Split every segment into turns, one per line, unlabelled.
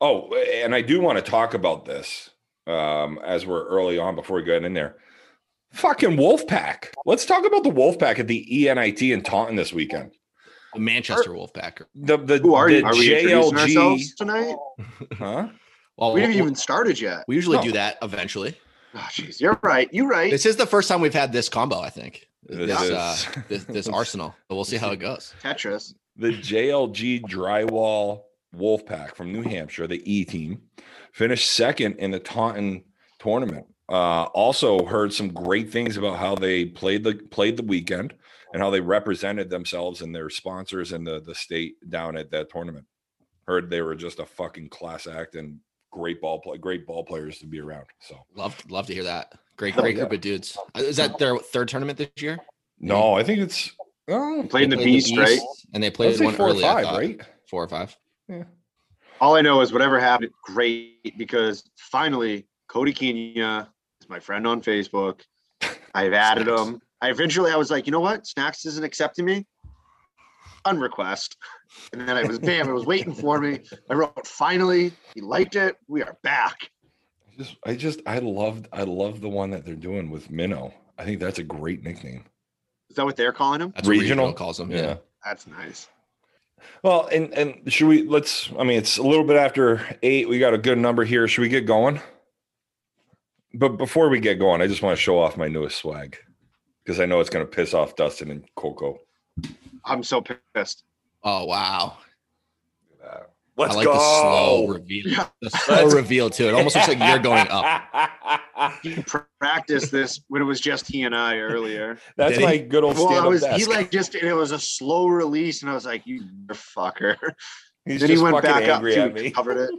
Oh, and I do want to talk about this um, as we're early on before we get in there. Fucking Wolfpack. Let's talk about the Wolfpack at the E ENIT in Taunton this weekend.
The Manchester Wolfpack.
The the,
Who are
the
you? Are we introducing
JLG.
ourselves tonight?
Huh?
Well, we
We haven't even started yet.
we usually
No.
do that eventually.
Oh, jeez, you're right. You're right.
This is the first time we've had this combo, I think. This
This
uh,
is-
this, this arsenal, but we'll see how it goes.
Tetris.
The JLG Drywall Wolfpack from New Hampshire, the E team, finished second in the Taunton tournament. Uh, also heard some great things about how they played the played the weekend and how they represented themselves and their sponsors and the the state down at that tournament. Heard they were just a fucking class act and great ball play, great ball players to be around. So
Love love to hear that. Great
Hell
great
Oh, yeah.
group of dudes. Uh, Is that their third tournament this year?
no, I think it's oh,
Played in the
They
Beast, right?
And they
I'd
played
say
one
four or
early, I
five,
thought.
right?
Four or five.
All I know is whatever happened, great because finally Cody Kenya is my friend on Facebook. I've added
Snacks.
him. I eventually I was like, you know what? Snacks isn't accepting me. Unrequest. And then I was bam, it was waiting for me. I wrote finally, he liked it. We are back.
Just, I just, I loved, I love the one that they're doing with Minnow. I think that's a great nickname.
Is that what they're calling him?
That's what regional,
Regional?
calls them.
Yeah.
Yeah.
That's nice.
Well, and and should we? Let's. I mean, it's a little bit after eight. We got a good number here. Should we get going? But before we get going, I just want to show off my newest swag because I know it's going to piss off Dustin and Coco.
I'm so pissed.
Oh wow.
Let's
I like the slow reveal.
Yeah.
The slow reveal too. It almost looks like you're going up.
up.
He practiced this when it was just he and I earlier.
That's
Did he?
my good old
Well, I
stand-up
was
desk.
he like just and it was a slow release, and I was like, "You fucker!"
He's
then he
just
went
fucking
back up
angry
too
at
and
me.
covered it.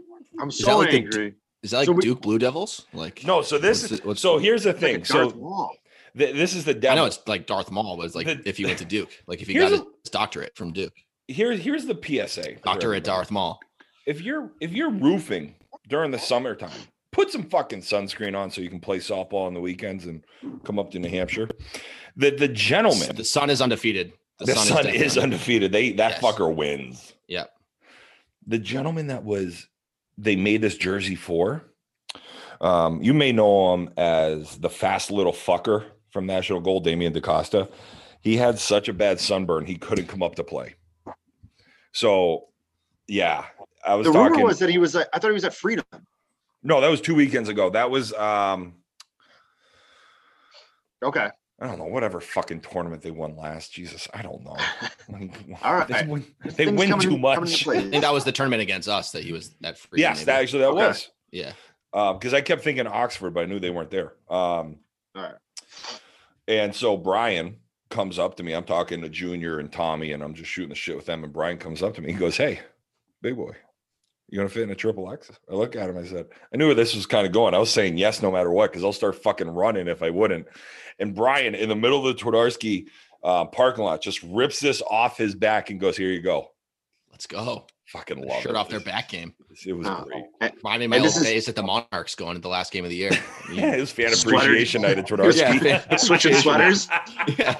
I'm
that
so
like the-
angry.
Is that like
So we-
Duke Blue Devils? Like
No, so this
What's
is
it- what's-
so. Here's the
It's like a
thing.
Darth
So
Maul.
th- this is the
I
devil.
know it's like Darth Maul was like
The-
if he went to Duke, like if he
Here's
got
a-
his doctorate from Duke,
Here, here's the PSA. for
doctorate
everybody.
Darth Maul.
if you're if you're roofing during the summertime, put some fucking sunscreen on so you can play softball on the weekends and come up to New Hampshire. The the gentleman,
The sun is undefeated.
Oh, the, sun, is,
undefeated.
undefeated. They that
Yes.
fucker wins.
Yep.
The gentleman that was they made this jersey for. Um, you may know him as the fast little fucker from National Gold, Damian DaCosta. He had such a bad sunburn he couldn't come up to play. So yeah, I was
The rumor
talking
was that he was. Like, I thought he was at Freedom.
No, that was two weekends ago. That was um
Okay,
I don't know whatever fucking tournament they won last. Jesus, I don't know. Like,
All right.
they win, they
Things
win
coming-
too
coming into
much.
I
play.
think that was the tournament against us that he was that free.
Yes, that, actually that
Okay.
was
yeah.
because Uh, I kept thinking Oxford, but I knew they weren't there. Um,
All right.
And so Brian comes up to me. I'm talking to Junior and Tommy, and I'm just shooting the shit with them. And Brian comes up to me. He goes, "Hey, big boy, you gonna fit in a triple X?" I look at him. I said, "I knew where this was kind of going. I was saying yes no matter what because I'll start fucking running if I wouldn't." And Brian, in the middle of the Twardowski uh, parking lot, just rips this off his back and goes, "Here you go."
Let's go.
Fucking love
Shirt
it.
off their
This-
back game.
It was
Wow.
great.
Reminded me of
And
my
this
old
is-
days at the Monarchs going to the last game of the year.
Yeah, it was fan
Sweater.
appreciation night at Twardowski.
yeah.
Switching sweaters.
yeah.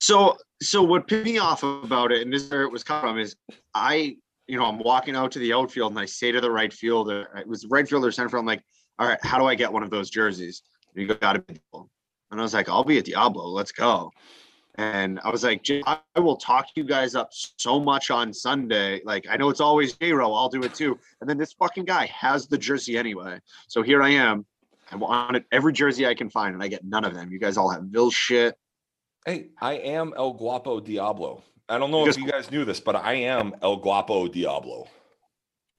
So, so what pissed me off about it, and this is where it was coming from, is I, you know, I'm walking out to the outfield and I say to the right fielder, it was right fielder, center field, I'm like, all right, how do I get one of those jerseys? And he goes, gotta be Diablo. And I was like, I'll be at Diablo, let's go. And I was like, "Jay, I I will talk you guys up so much on Sunday. Like, I know it's always J Row, I'll do it too. And then this fucking guy has the jersey anyway. So here I am. I wanted every jersey I can find, and I get none of them. You guys all have Bill shit.
Hey, I am El Guapo Diablo. I don't know
Because-
if you guys knew this, but I am El Guapo Diablo,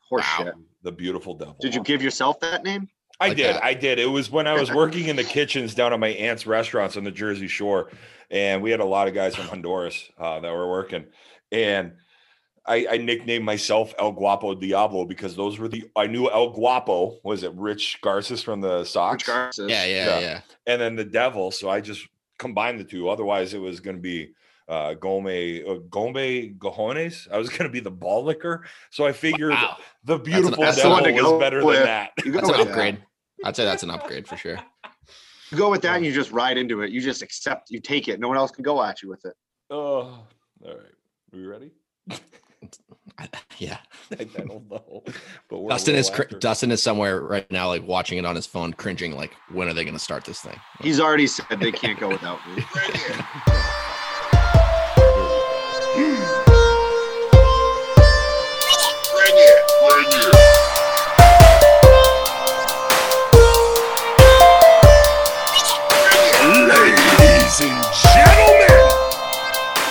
Horse
Wow.
shit.
the beautiful devil.
Did you give yourself that name?
I
like
did.
that?
I did. It was when I was working in the kitchens down at my aunt's restaurants on the Jersey Shore, and we had a lot of guys from Honduras uh, that were working, and. I, I nicknamed myself El Guapo Diablo because those were the I knew El Guapo was it Rich Garces from the Sox
Garces.
Yeah, yeah,
Yeah.
yeah,
and then the devil. So I just combined the two. Otherwise, it was going to be uh, Gome uh, Gome Gajones. I was going to be the ball licker. So I figured
Wow.
the beautiful
that's the
devil
one to
was
go
better
with.
than that.
You go,
That's an
with
upgrade. I'd say that's an upgrade for sure.
That. you go with that and you just ride into it. You just accept, you take it. No one else can go at you with it.
Oh, all right. Are we ready?
I- yeah.
I don't know. But we're a
Dustin is
little
cr-
after.
Dustin is somewhere right now, like watching it on his phone, cringing. Like, when are they going to start this thing?
He's already said they can't go without me.
Ladies and gentlemen,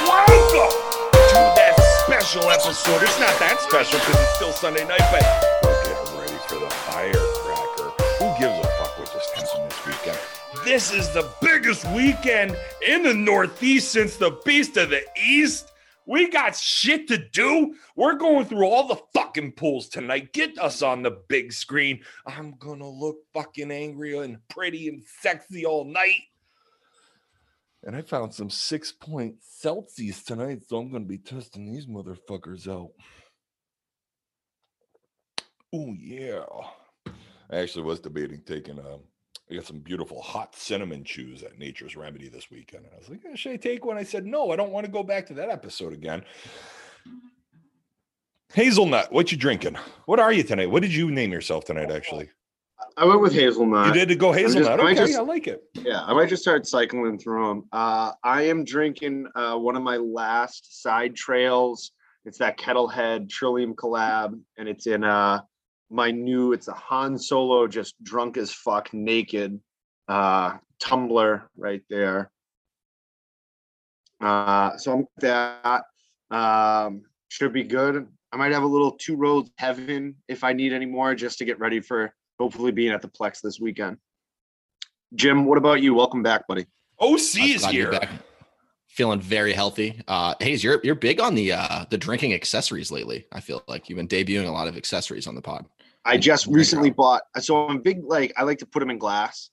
welcome to that special episode. It's not that special because it's still Sunday night, but we're getting ready for the firecracker. Who gives a fuck what just happened this weekend? This is the biggest weekend in the Northeast since the Beast of the East. We got shit to do. We're going through all the fucking pools tonight. Get us on the big screen. I'm gonna look fucking angry and pretty and sexy all night. And I found some six point Celsius tonight, so I'm gonna be testing these motherfuckers out. Oh yeah.
I actually was debating taking um I got some beautiful hot cinnamon chews at Nature's Remedy this weekend. And I was like, "Eh, should I take one? I said, no, I don't want to go back to that episode again. Hazelnut, what you drinking? What are you tonight? What did you name yourself tonight, actually?
I went with
You
Hazelnut.
did to go
just-
hazelnut.
I
okay,
just-
I like it.
Yeah, I might just start cycling through them. Uh, I am drinking uh, one of my last side trails. It's that Kettlehead Trillium collab, and it's in uh, my new. It's a Han Solo, just drunk as fuck, naked uh, tumbler right there. Uh, so I'm that um, should be good. I might have a little two roads heaven if I need any more, just to get ready for hopefully being at the Plex this weekend. Jim, what about you? Welcome back, buddy.
OC
I'm
is
glad you're
here.
back. Feeling very healthy. Uh, Hayes, you're you're big on the uh, the drinking accessories lately. I feel like you've been debuting a lot of accessories on the pod.
I just
Oh my
recently
God.
bought. So I'm a big like I like to put them in glass,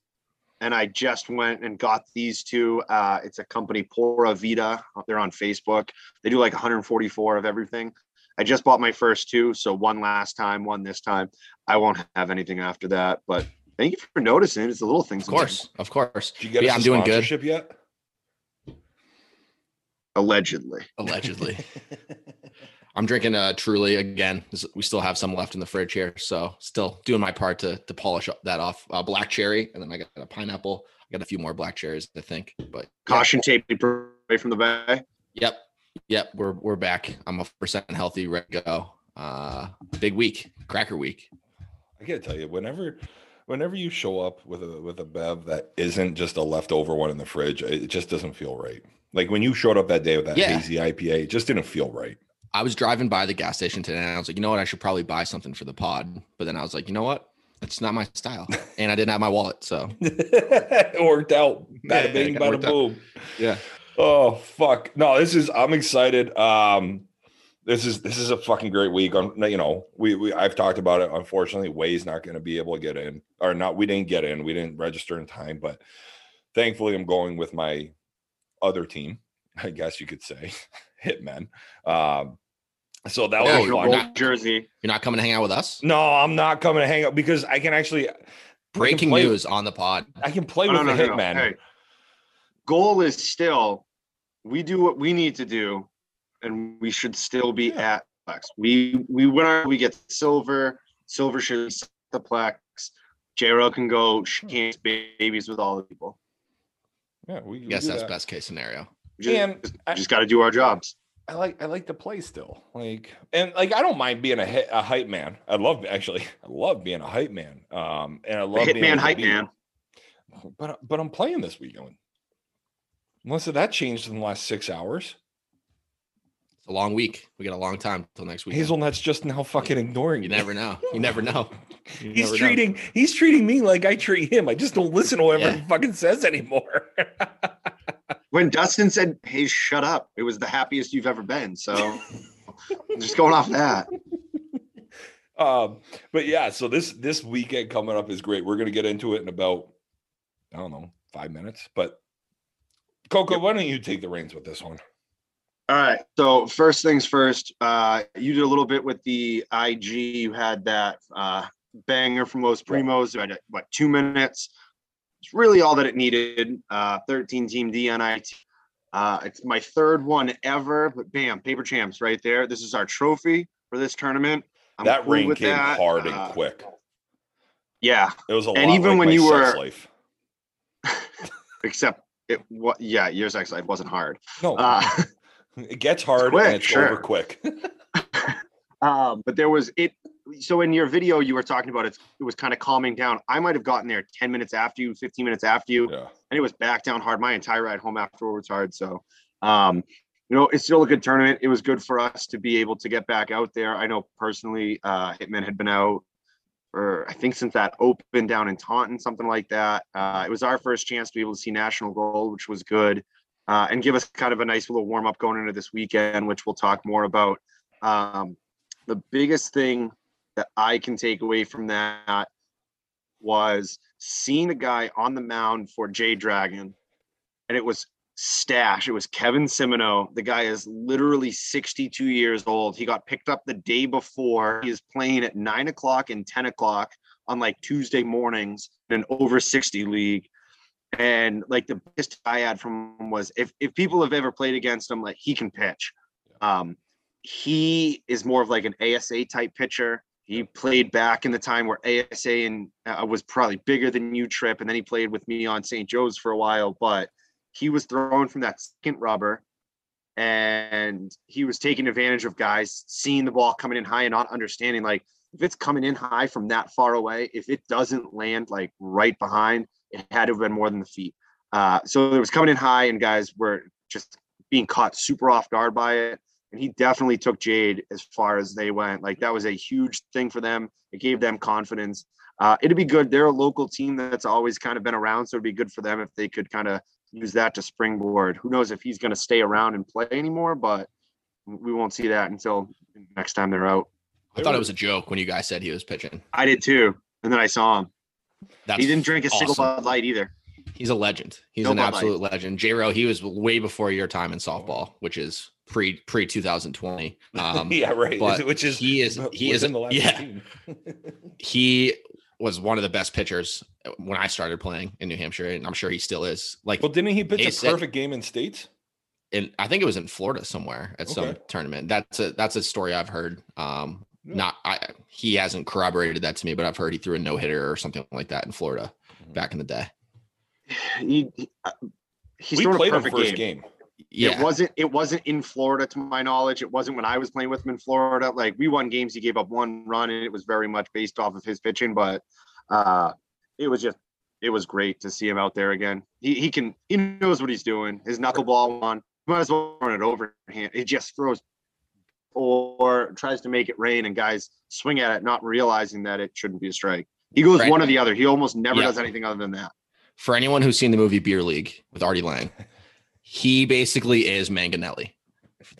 and I just went and got these two. Uh, it's a company Pora Vita. They're on Facebook. They do like 144 of everything. I just bought my first two, so one last time, one this time. I won't have anything after that. But thank you for noticing. It's the little things.
Of course, of course.
Did you get
Yeah,
us
I'm
a
doing good.
sponsorship yet?
allegedly.
Allegedly, I'm drinking uh, Truly again. This- We still have some left in the fridge here, so still doing my part to to polish up that off. Uh, black cherry, and then I got a pineapple. I got a few more black cherries, I think. But yeah.
Caution tape away from the bay.
Yep. Yep. We're we're back. I'm a percent healthy, ready to go. Uh big week, cracker week.
I gotta tell you, whenever whenever you show up with a with a bev that isn't just a leftover one in the fridge, it it just doesn't feel right. Like when you showed up that day with that
Yeah.
hazy IPA, it just didn't feel right.
I was driving by the gas station today and I was like, you know what? I should probably buy something for the pod. But then I was like, you know what? That's not my style. And I didn't have my wallet. So
it worked out.
Yeah,
Bada
it
bing,
kinda
bada
worked out.
boom.
Yeah.
Oh fuck. No, this is I'm excited. Um this is this is a fucking great week. On you know, we, we I've talked about it. Unfortunately, Way's not gonna be able to get in. Or not, we didn't get in, we didn't register in time, but thankfully I'm going with my other team, I guess you could say, Hitmen. Um so that
Oh,
was
you
National
are
fun.
Gold
not-
Jersey.
you're not coming to hang out with us?
No, I'm not coming to hang out because I can actually I can
Breaking
play-
news on the pod.
I can play
No,
with
no,
the
no, no.
Hitmen.
Hey, goal is still we do what we need to do, and we should still be
Yeah.
at Plex. We we win our we get silver. Silver should be the Plex. JRL can go
Hmm.
shake babies with all the people.
Yeah, we
I
we
guess
do
that's
that.
best case scenario.
Just,
And I-
got to do our jobs.
I like I like to play still. Like and like I don't mind being a, hi- a hype man. I love actually I love being a hype man. Um and I love being
Hitman
able to
hype
be-
man.
But but I'm playing this weekend. Unless that changed in the last six hours.
It's a long week. We got a long time till next week.
Hazelnut's just now fucking ignoring
You
me.
never know. You never know. You
He's
never know.
treating he's treating me like I treat him. I just don't listen to whatever
Yeah.
he fucking says anymore.
When Dustin said, "Hey, shut up," it was the happiest you've ever been. So, just going off that.
um but yeah so this this weekend coming up is great we're gonna get into it in about i don't know five minutes but coco why don't you take the reins with this one
All right. So first things first, uh, you did a little bit with the IG. You had that uh, banger from Los Primos. You had what two minutes? It's really all that it needed. Uh, Thirteen team DNIT. Uh, it's my third one ever, but bam, paper champs right there. This is our trophy for this tournament. I'm
that
cool
ring
with
came
that.
hard
Uh,
and quick.
Yeah,
It was a
and
lot
even
like
when
my
you
sex
were-
life.
except it. What? Yeah, yours actually wasn't hard.
No,
Uh,
it gets hard
quick,
and it's
sure.
over quick.
um, but there was it. So in your video, you were talking about it. It was kind of calming down. I might have gotten there ten minutes after you, fifteen minutes after you,
yeah.
and it was back down hard. My entire ride home afterwards hard. So, um, you know, it's still a good tournament. It was good for us to be able to get back out there. I know personally, uh, Hitman had been out for I think since that open down in Taunton, something like that. Uh, it was our first chance to be able to see national gold, which was good, uh, and give us kind of a nice little warm up going into this weekend, which we'll talk more about. Um, the biggest thing that I can take away from that was seeing a guy on the mound for J Dragon, and it was Stash. It was Kevin Simino. The guy is literally 62 years old. He got picked up the day before. He is playing at nine o'clock and 10 o'clock on like Tuesday mornings in an over 60 league. And like the best I had from him was if, if people have ever played against him, like he can pitch. Um, he is more of like an ASA type pitcher. He played back in the time where ASA and uh, was probably bigger than U Trip, and then he played with me on St. Joe's for a while. But he was thrown from that second rubber, and he was taking advantage of guys seeing the ball coming in high and not understanding like if it's coming in high from that far away, if it doesn't land like right behind, it had to have been more than the feet. Uh, so it was coming in high, and guys were just being caught super off guard by it and he definitely took Jade as far as they went. Like that was a huge thing for them. It gave them confidence. Uh, it'd be good. They're a local team that's always kind of been around, so it'd be good for them if they could kind of use that to springboard. Who knows if he's going to stay around and play anymore, but we won't see that until next time they're out.
I thought it was a joke when you guys said he was pitching.
I did too, and then I saw him.
That's
he didn't drink a single
awesome.
Bud Light either.
He's a legend. He's
No
an
Bud Light.
absolute legend. J. Rowe, he was way before your time in softball, which is pre pre 2020. Um,
yeah, right.
but
Which is
he is he is
in the last
yeah
15.
he was one of the best pitchers when I started playing in New Hampshire, and I'm sure he still is. Like,
Well, didn't he pitch
He
a
said-
perfect game in states?
in I think it was in Florida somewhere at some
Okay.
tournament. That's a that's a story I've heard. Um,
Yeah.
not I he hasn't corroborated that to me, but I've heard he threw a no hitter or something like that in Florida
Mhm.
back in the day.
He, he- uh, he's
we
thrown
played
a
him
perfect
first
game.
game.
Yeah,
It wasn't it wasn't in Florida to my knowledge. It wasn't when I was playing with him in Florida. Like we won games, he gave up one run and it was very much based off of his pitching, but uh it was just it was great to see him out there again. He he can he knows what he's doing. His knuckleball one, might as well run it overhand. It just throws or tries to make it rain and guys swing at it, not realizing that it shouldn't be a strike. He goes
Right.
one or the other. He almost never
Yeah.
does anything other than that.
for anyone who's seen the movie Beer League with Artie Lang, he basically is Manganelli,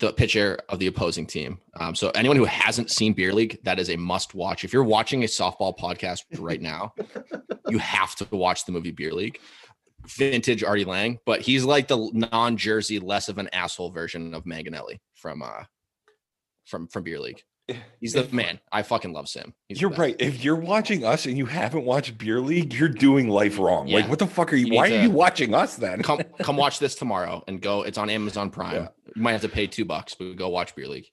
the pitcher of the opposing team. Um, so anyone who hasn't seen Beer League, that is a must watch. If you're watching a softball podcast right now, you have to watch the movie Beer League. Vintage Artie Lang, but he's like the non-Jersey, less of an asshole version of Manganelli from uh from from Beer League. He's the
If-
man. I fucking love Sim. He's the
You're
best.
right. If you're watching us and you haven't watched Beer League, you're doing life wrong. Like,
Yeah.
what the fuck are you?
You need
why are
to-
you watching us then?
come come watch this tomorrow and go. It's on Amazon Prime.
Yeah.
You might have to pay two bucks, but go watch Beer League.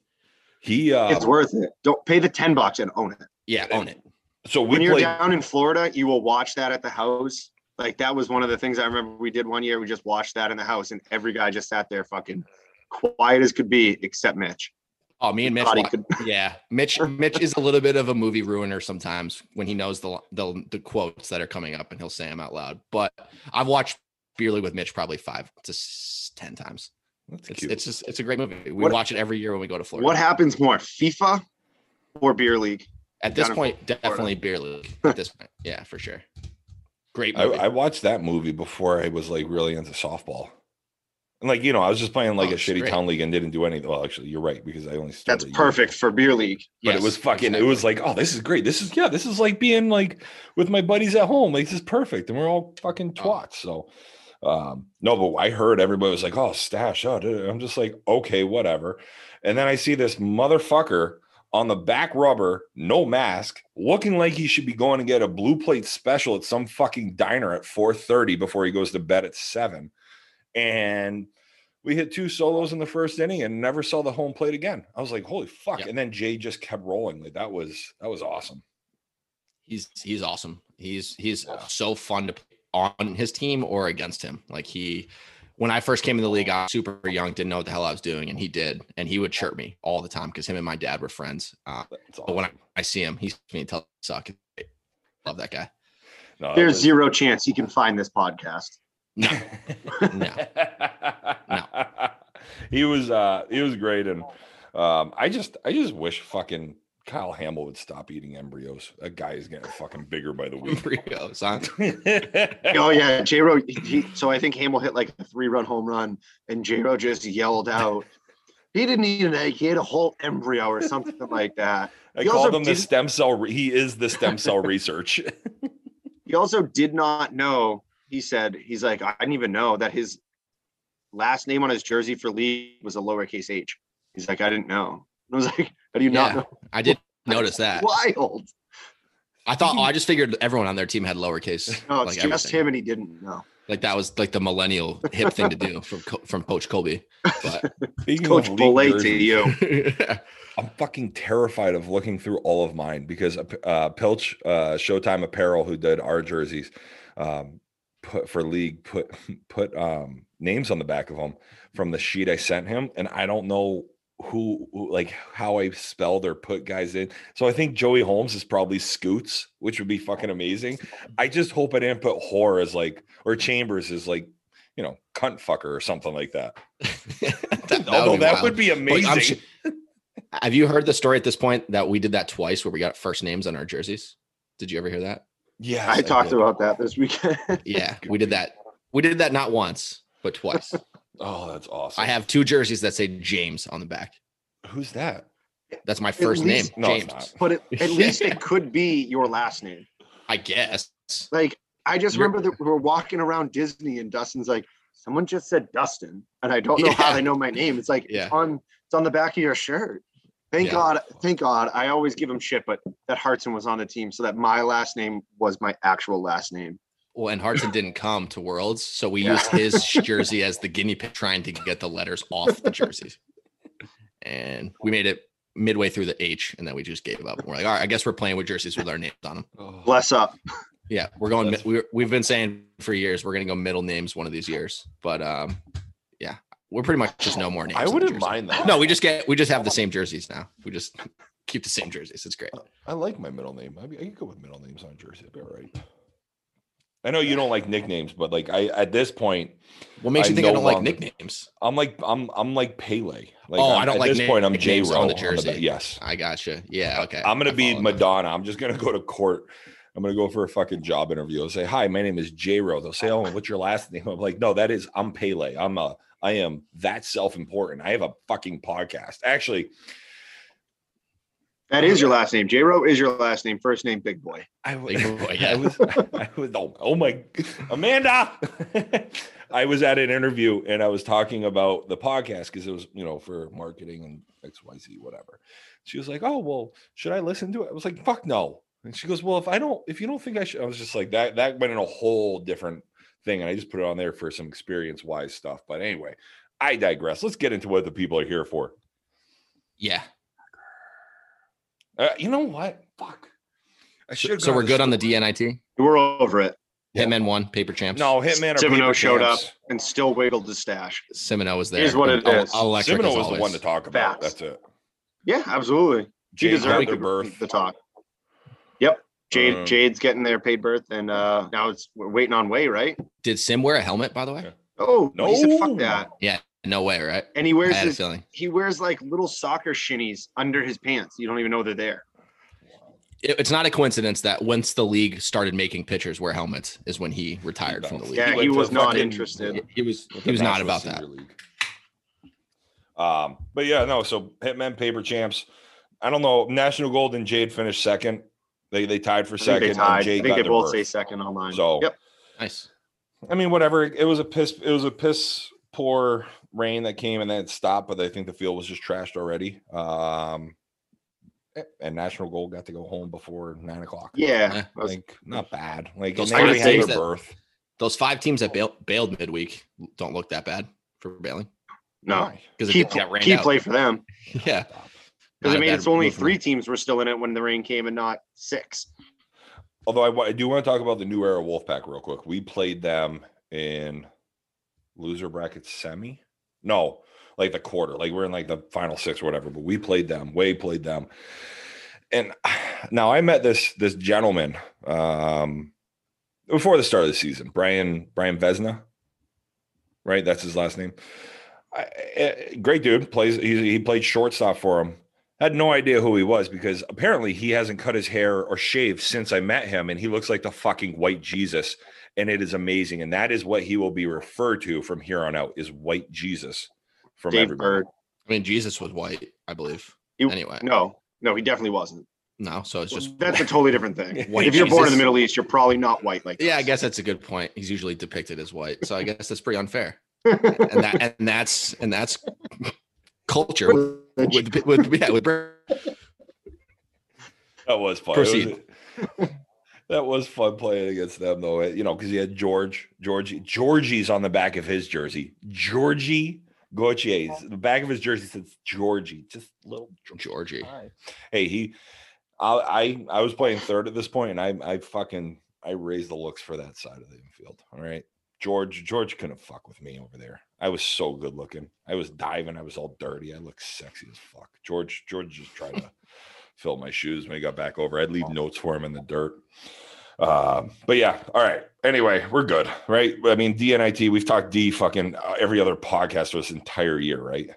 He uh,
It's worth it. Don't pay the 10 bucks and own it.
Yeah, own it.
so we
when you're
played.
down in Florida, you will watch that at the house. Like that was one of the things I remember we did one year. We just watched that in the house, and every guy just sat there fucking quiet as could be, except Mitch.
Oh, me and Mitch.
Thought he
wa-
could-
yeah, Mitch. Mitch is a little bit of a movie ruiner sometimes when he knows the the the quotes that are coming up and he'll say them out loud. But I've watched Beer League with Mitch probably five to s- ten times.
That's
It's
cute.
it's just it's a great movie. We
What-
watch it every year when we go to Florida.
what happens more, FIFA or beer league?
At this
down in
point, definitely Beer League. At this point, yeah, for sure. Great
I,
movie.
I watched that movie before I was like really into softball. And like you know, I was just playing like
Oh,
a
it's
shitty
great.
town league and didn't do anything. Well, actually, you're right because I only started
That's
a year
perfect
ago.
for beer league.
But it
Yes,
was fucking. It was like, oh, this is great. This is yeah. This is like being like with my buddies at home. Like this is perfect, and we're all fucking
Oh.
twats. So um no, but I heard everybody was like, oh, stash. Oh, dude. I'm just like, okay, whatever. And then I see this motherfucker on the back rubber, no mask, looking like he should be going to get a blue plate special at some fucking diner at 4:30 before he goes to bed at 7. And we hit two solos in the first inning and never saw the home plate again. I was like, holy fuck.
Yeah.
And then Jay just kept rolling. Like that was that was awesome.
He's he's awesome. He's he's
Yeah.
so fun to play on his team or against him. Like he when I first came in the league, I was super young, didn't know what the hell I was doing, and he did. And he would chirp me all the time because him and my dad were friends. Uh,
That's
but when I,
awesome.
I see him, he's me and tells me I suck. Love that guy.
No, that
There's
was-
zero chance he can find this podcast.
No, no.
he was uh he was great and um i just i just wish fucking kyle hamill would stop eating embryos that guy is getting fucking bigger by the week
Embryos, huh?
Oh yeah, J Ro. he- So I think Hamill hit like a three-run home run, and J Ro just yelled out, "He didn't eat an egg. He had a whole embryo or something like that."
i
He also
called him the
didn't-
stem cell re- he is the stem cell research
He also did not know. He said, "He's like I didn't even know that his last name on his jersey for league was a lowercase h." He's like, "I didn't know." And I was like, "How do you not
Yeah,
know?"
I did notice that.
Wild.
I thought oh, I just figured everyone on their team had lowercase.
No, it's
like
just
everything.
him, and he didn't know.
Like that was like the millennial hip thing to do from Co- from Coach Colby. But
Speaking
Coach
of league
Belay to
jerseys,
you.
i'm fucking terrified of looking through all of mine because uh, P- uh pilch uh showtime apparel who did our jerseys um put for league put put um names on the back of them from the sheet I sent him, and I don't know who, who- like how I spelled or put guys in. So I think Joey Holmes is probably Scoots, which would be fucking amazing. I just hope I didn't put whore as like or Chambers is like you know cunt fucker or something like that.
that, that
Although that
wild.
would be
But
amazing.
I'm su- have you heard the story at this point that we did that twice where we got first names on our jerseys? Did you ever hear that?
yeah,
I talked
did.
about that this weekend.
Yeah, we did that. We did that not once, but twice.
Oh, that's awesome.
I have two jerseys that say James on the back.
Who's that?
That's my first name,
least-
No, it's
James.
but it, at least it could be your last name.
I guess.
Like I just
You're-
remember that we were walking around Disney and Dustin's like, someone just said Dustin, and I don't know how
Yeah.
they know my name. It's like
Yeah.
it's on it's on the back of your shirt. Thank
Yeah.
God, thank God. I always give him shit, but that Hartson was on the team, so that my last name was my actual last name.
Well, and Hartson didn't come to Worlds, so we
Yeah.
used his jersey as the guinea pig, trying to get the letters off the jerseys. And we made it midway through the H, and then we just gave up. And we're like, all right, I guess we're playing with jerseys with our names on them.
Oh,
Bless up.
Yeah, we're going.
That's-
We, we've been saying for years we're going to go middle names one of these years, but um, yeah, we're pretty much just no more names.
I
on the
wouldn't
jersey.
mind that.
No, we just get we just have the same jerseys now. We just keep the same jerseys. It's great.
I like my middle name. I, mean, I could go with middle names on jersey. I'd be all right. I know you don't like nicknames, but like I at this point,
What makes
I
you think I
no
don't like
longer-
nicknames?
I'm like I'm I'm like Pele. Like,
Oh,
I'm,
I don't
at
like
this point. I'm J
nicknames
Row
on
on
the
the
jersey.
back. yes,
I gotcha. Yeah. Okay.
I'm gonna
I
be
follow that.
Madonna. I'm just gonna go to court. I'm gonna go for a fucking job interview. I'll say, "Hi, my name is J Row." They'll say, "Oh, what's your last name?" I'm like, "No, that is I'm Pele. I'm a I am that self important. I have a fucking podcast. Actually,
That is your last name. J Ro is your last name. First name, Big Boy.
I was,
Big boy,
I
oh, yeah.
was, I was, oh, oh my, Amanda. I was at an interview and I was talking about the podcast because it was, you know, for marketing and X, Y, Z, whatever. She was like, "Oh, well, should I listen to it?" I was like, "Fuck no." And she goes, "Well, if I don't, if you don't think I should," I was just like, "That that went in a whole different thing," and I just put it on there for some experience wise stuff. But anyway, I digress. Let's get into what the people are here for.
Yeah.
Uh, you know what? Fuck. I
So,
should.
so we're good on the DNIT.
We're over it.
Yeah.
Hitman one, paper champs.
No, Hitman. or
Cimino
Paper
showed up.
Champs.
and still wiggled the stash.
Semino was there.
Here's what it
And
is.
el- Electric
Seminole
as
was the one
always.
to talk about.
Facts.
That's it.
Yeah, absolutely. She
Jade got
deserved
their
the,
birth.
the talk. Yep. Jade
Um,
Jade's getting their paid birth and uh now it's we're waiting on Way, right?
Did Sim wear a helmet, by the way?
Yeah.
Oh he said
No.
fuck that.
No way, right?
And he wears
I had a
his
feeling.
he wears like little soccer shinnies under his pants. You don't even know they're there.
It- it's not a coincidence that once the league started making pitchers wear helmets is when he retired from the league.
Yeah, he
went to
was not
fucking-
interested.
He- He was
went
he
to
was not
National
about that.
Senior League. Um, but yeah, no. So Hitman paper champs. I don't know. National Gold and Jade finished second. They they tied for
I think
second.
they
and
tied.
Jade
I think
got
they
their
both
berth.
say second online.
So-
yep.
Nice.
I mean, whatever. It was a piss. It was a piss poor rain that came and then it stopped. But I think the field was just trashed already. Um, a- and National Gold got to go home before nine o'clock.
Yeah.
Yeah,
I was-
like not bad. Like
Those
and they already
five
had
days
their
that-
berth.
Those five teams that bail, bailed midweek don't look that bad for bailing.
No,
because
key,
it got ran
key
out.
play for them
Yeah,
because
Not
I
a
mean
bad
it's only
move for
three
them.
teams were still in it when the rain came and not six.
Although I, wa- I do want to talk about the new era Wolfpack real quick. We played them in loser bracket semi. No, like the quarter. Like we're in like the final six or whatever. But we played them. Way played them. And now I met this this gentleman um, before the start of the season. Brian Brian Vesna, right? That's his last name. I, eh, great dude. Plays. He, he played shortstop for him had no idea who he was because apparently he hasn't cut his hair or shaved since I met him, and he looks like the fucking white Jesus, and it is amazing. And that is what he will be referred to from here on out is white Jesus from
Dave
everybody.
Bird.
I mean Jesus was white, I believe.
He-
anyway,
No, no, he definitely wasn't.
no, so it's just
That's a totally different thing.
White
if you're born in
Jesus.
the Middle East, you're probably not white like.
Yeah, I
us.
guess that's a good point. He's usually depicted as white, so I guess that's pretty unfair. and, that, and that's and that's culture with with, with, yeah, with
That was fun. It was- that was fun playing against them though. You know, because he had George, Georgie, Georgie's on the back of his jersey. Georgie Gautier's the back of his jersey says Georgie, just little
Georgie.
hey he I, I i was playing third at this point and i i fucking i raised the looks for that side of the infield all right george george couldn't fuck with me over there i was so good looking i was diving i was all dirty i looked sexy as fuck george george just tried to fill my shoes when he got back over i'd leave notes for him in the dirt um, but yeah, all right. Anyway, we're good, right? I mean, DNIT, we've talked D fucking uh, every other podcast for this entire year, right?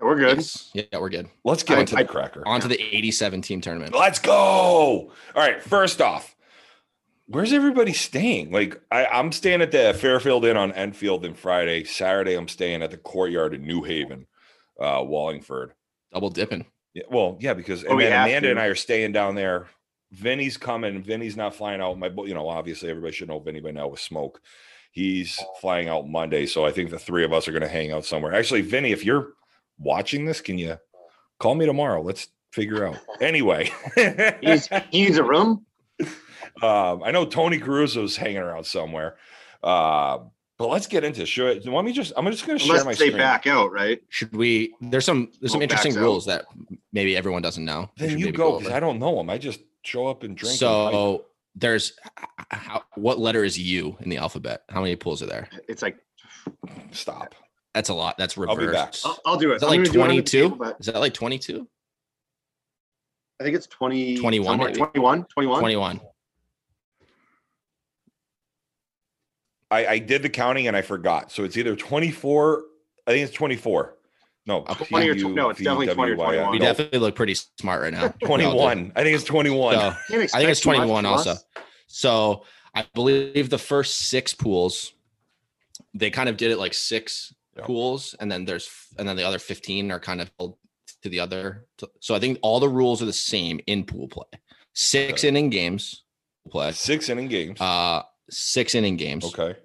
we're good.
Yes. Yeah, we're good.
Let's get
I-
into
I-
the cracker.
On to the 87 team tournament.
Let's go. All right. First off, where's everybody staying? Like, I, I'm staying at the Fairfield Inn on Enfield on Friday. Saturday, I'm staying at the Courtyard in New Haven, uh, Wallingford.
Double dipping.
Yeah, well, yeah, because and
we
then
have
Amanda
to.
and I are staying down there. Vinny's coming. Vinny's not flying out. My, bo- you know, obviously everybody should know Vinny by now with smoke. He's flying out Monday, so I think the three of us are going to hang out somewhere. Actually, Vinny, if you're watching this, can you call me tomorrow? Let's figure out. Anyway,
He's he needs a room.
Um, I know Tony Caruso's hanging around somewhere. Uh, but let's get into it. Should, let me just, I'm just going to share my
Unless they
screen.
back out, right?
Should we there's some there's some
Go back
interesting
out.
rules that maybe everyone doesn't know. We
Then
should
you
maybe
go because
over.
I don't know him. I just show up and drink. and fight.
so there's h- h- how, what letter is U in the alphabet? How many pools are there?
It's like
stop.
That's a lot. That's
I'll be
reverse.
back.
I'll, I'll do it.
Is that
I'm
like
gonna do it under the
22?
table, but
Is that like 22?
I think it's 20,
21,
somewhere-
maybe.
21, 21.
21.
I, I did the counting and I forgot. So it's either 24. I think it's 24. No,
Okay.
20 or tw- no, it's definitely 20 or
T-U-V-W-Y-N.
We
No.
definitely look pretty smart right now. Relative.
21. I think it's 21.
So,
Can't
I think
expect
it's
too much
21
from
also.
us.
So I believe the first six pools, they kind of did it like six
Yeah.
pools, and then there's and then the other 15 are kind of held to the other. So I think all the rules are the same in pool play. Six
Okay.
inning games pool play.
Six inning games.
Uh six inning games.
okay.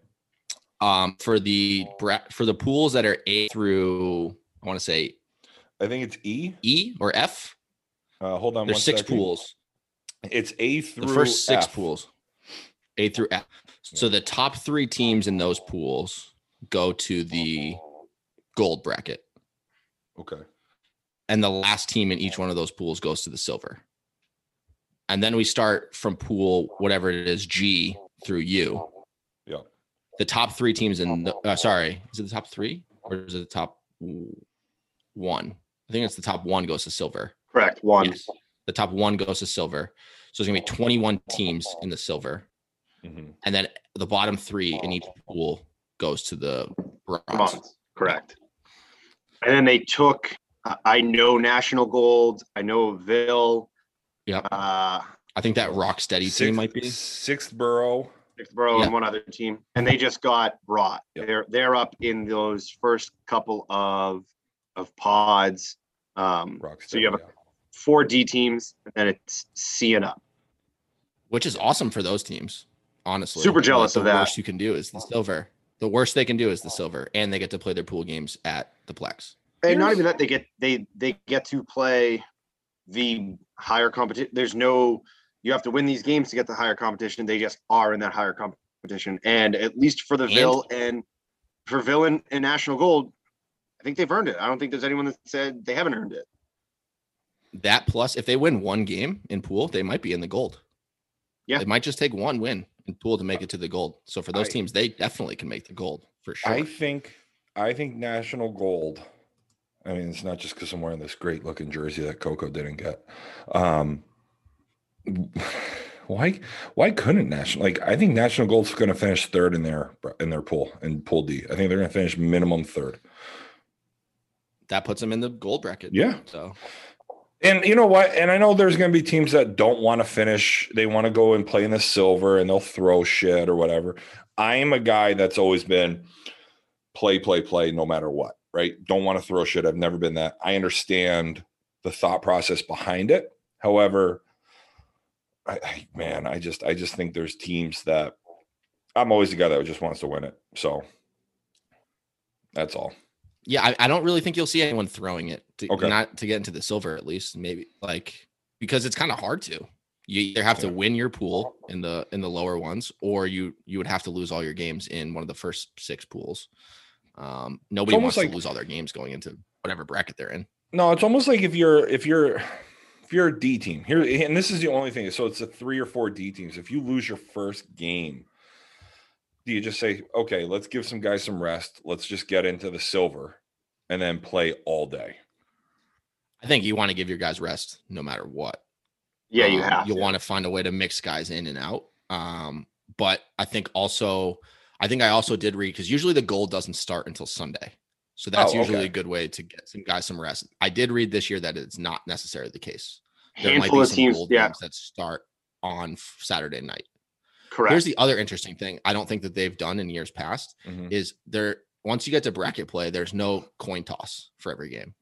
Um for the bra- for the pools that are A through I want to say
I think it's E.
E or F.
Uh, hold on.
There's
one
six
second.
pools.
It's A through
the first six
F.
pools, A through F. So the top three teams in those pools go to the gold bracket,
Okay.
and the last team in each one of those pools goes to the silver. And then we start from pool whatever it is G through U.
Yeah.
The top three teams in the uh, sorry, is it the top three or is it the top w- one? I think it's the top one goes to silver.
Correct. One.
Yes. The top one goes to silver. So there's gonna be 21 teams in the silver.
Mhm.
and then the bottom three in each pool goes to the bronze.
Months. Correct. And then they took, I- I know National Gold, I know Ville,
Yep.
uh,
I think that rock steady team
Sixth-
might be.
Sixth borough.
Vicksboro,
Yeah.
and one other team, and they just got brought.
Yep.
They're they're up in those first couple of of pods. Um,
Rock
So you have a- four D teams, and then it's C and up.
which is awesome for those teams. Honestly,
Super
Like,
jealous
the
of that.
Worst you can do is the silver. The worst they can do is the silver, and they get to play their pool games at the Plex.
And not
Here's-
even that they get they they get to play the higher competition. There's no you have to win these games to get the higher competition. They just are in that higher competition, and at least for the
And-
Ville and for Ville and, and National Gold, I think they've earned it. I don't think there's anyone that said they haven't earned it.
That plus, if they win one game in pool, they might be in the gold.
Yeah.
They might just take one win in pool to make it to the gold. So for those
I-
teams, they definitely can make the gold for sure.
I think I think national gold. I mean, it's not just because I'm wearing this great looking jersey that Coco didn't get. Um, why why couldn't national like I think national gold's going to finish third in their in their pool in pool D. I think they're going to finish minimum third.
that puts them in the gold bracket.
Yeah.
So
And you know what? And I know there's going to be teams that don't want to finish. They want to go and play in the silver and they'll throw shit or whatever. I am a guy that's always been play, play, play, no matter what, right? Don't want to throw shit. I've never been that. I understand the thought process behind it. However, I, I man, I just I just think there's teams that I'm always the guy that just wants to win it. So that's all.
yeah, I, I don't really think you'll see anyone throwing it to
Okay.
not to get into the silver at least, maybe like because it's kind of hard to. You either have to
Yeah.
win your pool in the in the lower ones, or you you would have to lose all your games in one of the first six pools. Um, nobody
almost
wants
like-
to lose all their games going into whatever bracket they're in.
No, it's almost like if you're if you're if you're a D team here, and this is the only thing. So it's a three or four D teams. If you lose your first game, do you just say, okay, let's give some guys some rest. Let's just get into the silver and then play all day.
I think you want to give your guys rest no matter what.
Yeah, you
Um,
have.
You'll
to.
want to find a way to mix guys in and out. Um, but I think also, I think I also did read because usually the goal doesn't start until Sunday, so that's
Oh,
usually
okay.
a good way to get some guys some rest. I did read this year that it's not necessarily the case.
handful of teams.
gold
Yeah,
games that start on f- Saturday night.
correct.
Here's the other interesting thing. I don't think that they've done in years past
Mhm.
is there once you get to bracket play, there's no coin toss for every game.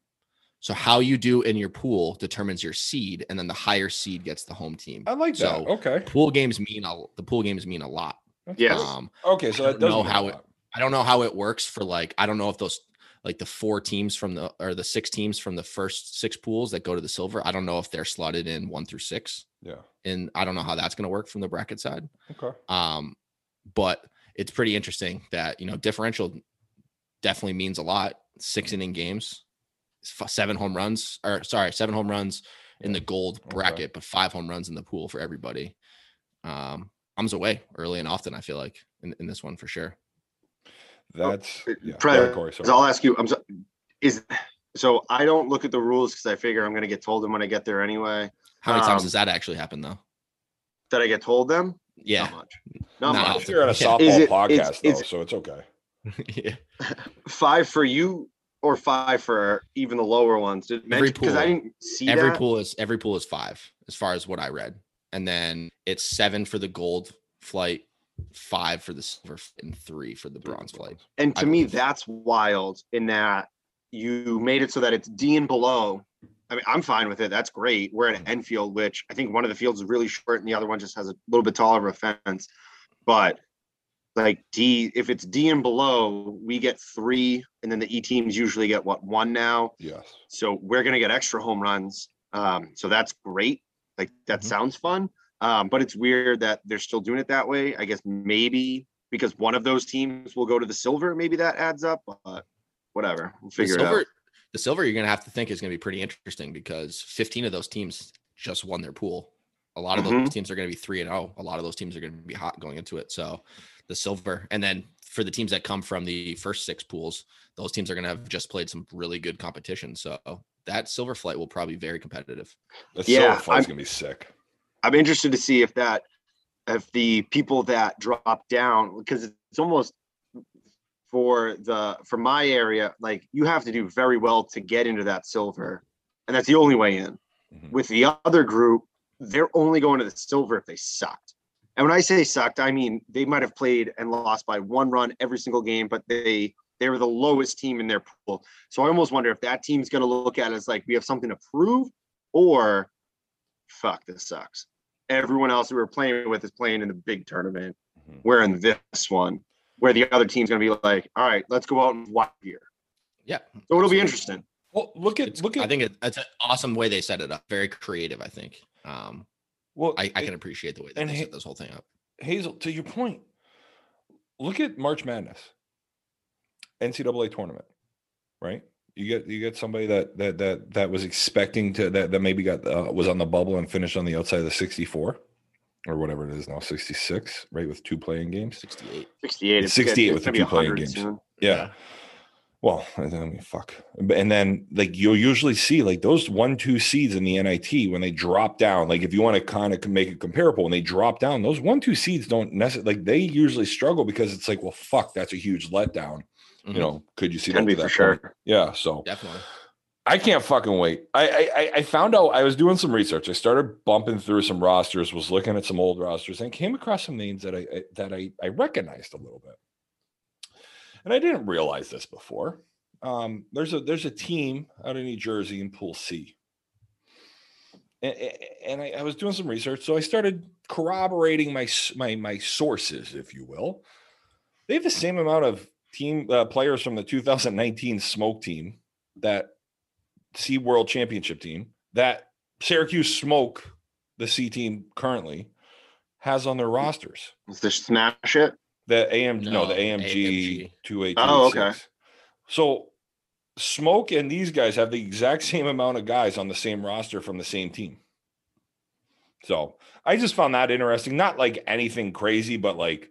So how you do in your pool determines your seed, and then the higher seed gets the home team.
I like that. Oh.
So-
okay.
Pool games mean a, the pool games mean a lot.
yes.
Um,
Okay. So
I
that
don't
does
know
mean a
how it-
lot.
I don't know how it works for like I don't know if those like the four teams from the or the six teams from the first six pools that go to the silver. I don't know if they're slotted in one through six,
Yeah.
and I don't know how that's going to work from the bracket side.
Okay.
Um, but it's pretty interesting that you know differential definitely means a lot. Six inning games, f- seven home runs, or sorry, seven home runs in the gold
Okay.
bracket, but five home runs in the pool for everybody. Um, comes away early and often. I feel like in, in this one for sure.
That's
Oh, it-
yeah.
probably-
yeah, Corey, sorry.
So I'll ask you. I'm so, is so I don't look at the rules because I figure I'm going to get told them when I get there anyway.
How many times
Um,
does that actually happen though?
That I get told them.
Yeah,
Not much. Not
Nah.
much.
you're at a
Yeah.
softball
Is it-
podcast
it's-
though,
it's-
so it's okay.
yeah.
Five for you or five for even the lower ones. Did
Every
because I
pool.
didn't see
Every
that.
pool is every pool is five, as far as what I read, and then it's seven for the gold flight, five for the silver, flight, and three for the bronze flight.
And
I
to me,
believe.
that's wild in that you made it so that it's D and below. I mean, I'm fine with it. That's great. We're at Enfield, which I think one of the fields is really short and the other one just has a little bit taller of a fence. But like D, if it's D and below, we get three, and then the E teams usually get what one now.
Yes.
So we're gonna get extra home runs. Um, so that's great. Like that
Mhm.
sounds fun. Um, but it's weird that they're still doing it that way. I guess maybe because one of those teams will go to the silver, maybe that adds up, but whatever. We'll
The
figure it
silver,
out.
the silver, you're gonna have to think is gonna be pretty interesting because 15 of those teams just won their pool. A lot of those
Mhm.
teams are gonna be three and zero. A lot of those teams are gonna be hot going into it. So the silver, and then for the teams that come from the first six pools, those teams are gonna have just played some really good competition. So that silver flight will probably be very competitive.
That's
Yeah,
yeah,
I'm-
fight's gonna be sick.
I'm interested to see if that if the people that drop down because it's almost for the for my area, like you have to do very well to get into that silver. And that's the only way in.
Mhm.
with the other group, they're only going to the silver if they sucked. And when I say sucked, I mean they might have played and lost by one run every single game, but they they were the lowest team in their pool. So I almost wonder if that team's going to look at it as like we have something to prove, or fuck this sucks. Everyone else we were playing with is playing in the big tournament.
Mhm.
We're in this one, where the other team's going to be like, all right, let's go out and watch here.
Yeah.
So it'll
Absolutely.
be interesting.
Well, look at
It's-
look at
I think it, that's an awesome way they set it up. Very creative, I think. Um,
well
I, I
it-
can appreciate the way that
and
they
he-
set this whole thing up.
Hazel, to your point, look at March Madness, NCAA tournament. right? You get you get somebody that that that that was expecting to that that maybe got uh, was on the bubble and finished on the outside of the 64 or whatever it is now 66, right? With two playing games.
68.
68.
It's 68 with
gonna
the
be
two playing
100
games.
soon.
Yeah. Well, I mean, fuck. But- And then like you'll usually see like those one two seeds in the NIT when they drop down. Like if you want to kind of make it comparable, when they drop down, those one two seeds don't necessarily like they usually struggle because it's like, well, fuck, that's a huge letdown.
Mhm.
You know, could you see
Mm-hmm. Can
that
be
to that
for
point?
sure.
Yeah. So
Definitely.
I can't fucking wait. I, I I- I found out I was doing some research. I started bumping through some rosters, was looking at some old rosters, and came across some names that I I- that I I recognized a little bit. And I didn't realize this before. Um, there's a there's a team out of New Jersey in Pool C. And, and I, I was doing some research, so I started corroborating my s- my my sources, if you will. They have the same amount of team uh, players from the 2019 smoke team that C World Championship team that Syracuse Smoke, the C team currently, has on their rosters.
Is this smash it?
The AM, no, the
No,
AMG
AMG.
two eight.
Oh, okay.
So Smoke and these guys have the exact same amount of guys on the same roster from the same team. So I just found that interesting. Not like anything crazy, but like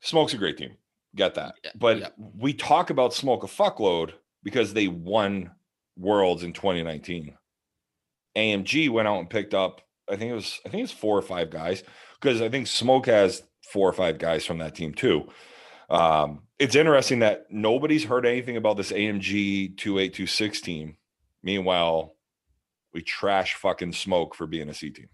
Smoke's a great team. Got that.
Yeah,
But
yeah.
we talk about Smoke a fuckload because they won worlds in 2019. AMG went out and picked up, I think it was, I think it's four or five guys because I think Smoke has four or five guys from that team too. Um, it's interesting that nobody's heard anything about this AMG 2826 team. Meanwhile, we trash fucking Smoke for being a C team.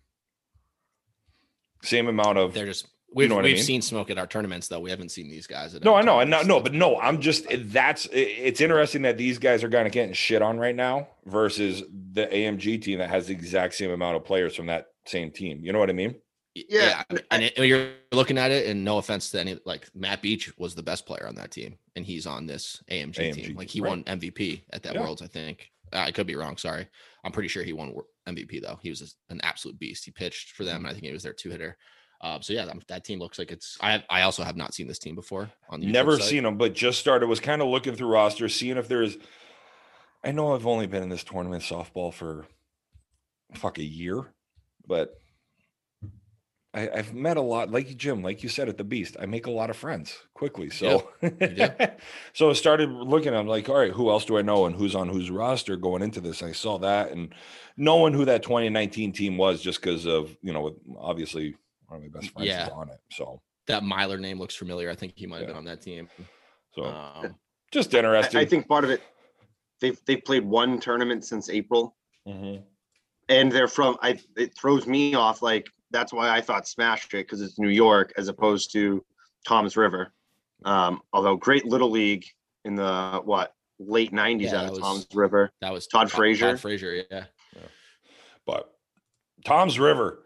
Same amount of
They're just we've,
know what I
we've
mean?
seen smoke at our tournaments though. We haven't seen these guys at
No,
our
I know, and no,
tournaments.
no, but no, I'm just it- that's it- it's interesting that these guys are kind of getting shit on right now versus the AMG team that has the exact same amount of players from that same team. You know what I mean?
Y-
Yeah,
yeah,
and
and it, you're looking at it, and no offense to any, like Matt Beach was the best player on that team, and he's on this AMG,
AMG,
team. Like he
right.
won MVP at that
Yeah.
Worlds, I think. Uh, I could be wrong. Sorry, I'm pretty sure he won wor- MVP though. He was a- an absolute beast. He pitched for
Mm-hmm.
them, and I think he was their two hitter. Um, so yeah, that, that team looks like it's. I I also have not seen this team before. On the YouTube
Never
site.
seen them, but just started was kind of looking through rosters, seeing if there's. I know I've only been in this tournament softball for, fuck a year, but. I, I've met a lot, like you, Jim, like you said at the Beast. I make a lot of friends quickly, so
do.
so I started looking. I'm like, all right, who else do I know and who's on whose roster going into this? I saw that and knowing who that 2019 team was, just because of you know, with obviously one of my best friends
Yeah.
is on it. So
that Myler name looks familiar. I think he might have
Yeah. Oh.
been on that team.
so
Um,
just
Uh, I,
interesting.
I think part of it, they've they've played one tournament since April,
Mhm.
and they're from. I it throws me off. Like that's why I thought smash it because it's New York as opposed to Tom's River. Um, although great little league in the what late '90s
Yeah,
out
that
of
was-
Tom's River.
that was
Todd Frazier?
Todd Frazier, yeah.
but Tom's River.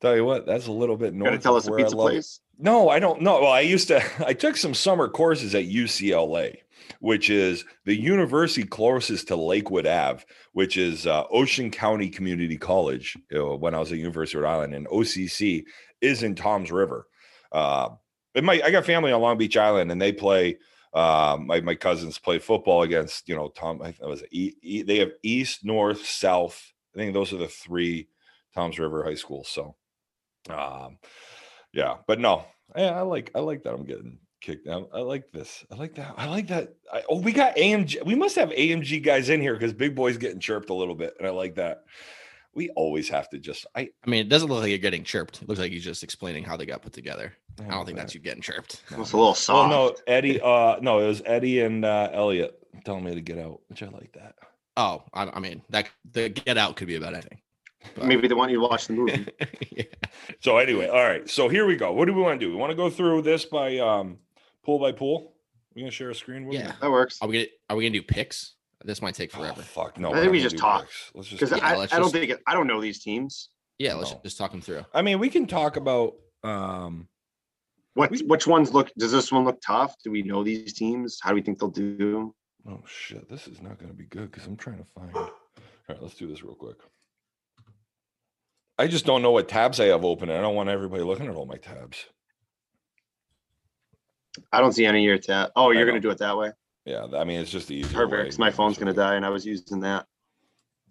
Tell you what, that's a little bit north.
Gonna tell
of
us a
where I
pizza
love-
place.
No, I don't know. Well, I used to I took some summer courses at UCLA, which is the university closest to Lakewood Ave, which is uh, Ocean County Community College. you know, when I was at University of Rhode Island, and OCC is in Tom's River. Uh, it might, I got family on Long Beach Island, and they play. Uh, my my cousins play football against you know Tom. I think it was e, E- they have East, North, South. I think those are the three Tom's River high schools. So, um, yeah, but no, yeah, I like I like that I'm getting kicked out. I like this. I like that. I like that. I, oh, we got AMG. We must have AMG guys in here because Big Boy's getting chirped a little bit, and I like that. We always have to just. I,
I mean, it doesn't look like you're getting chirped. It looks like he's just explaining how they got put together. I don't think that's you getting chirped.
It's a little
Oh
soft.
no, Eddie. Uh, no, it was Eddie and uh, Elliot telling me to get out, which I like that.
Oh, I, I mean, that the get out could be about anything. but-
Maybe they want you to watch the movie.
Yeah.
So anyway, all right. So here we go. What do we want to do? We want to go through this by um pool by pool. We're gonna share a screen. What do we
Yeah.
got?
That works.
Are we gonna are we gonna do picks? This might take
Oh,
forever.
fuck no.
I
we're
think
not
we
gonna
just
do
talk,
picks. Let's just.
Because
Yeah,
I,
let's
I don't
just-
think it, I don't know these teams.
Yeah, let's
No.
just talk them through.
I mean, we can talk about. um
What
We-
which ones look? Does this one look tough? Do we know these teams? How do we think they'll do?
Oh shit! This is not gonna be good because I'm trying to find. All right, let's do this real quick. I just don't know what tabs I have open. and I don't want everybody looking at all my tabs.
I don't see any of your tab. Oh,
I
you're
know.
gonna do it that way.
Yeah, I mean it's just the easier
Perfect.
way.
'cause My phone's gonna die, and I was using that.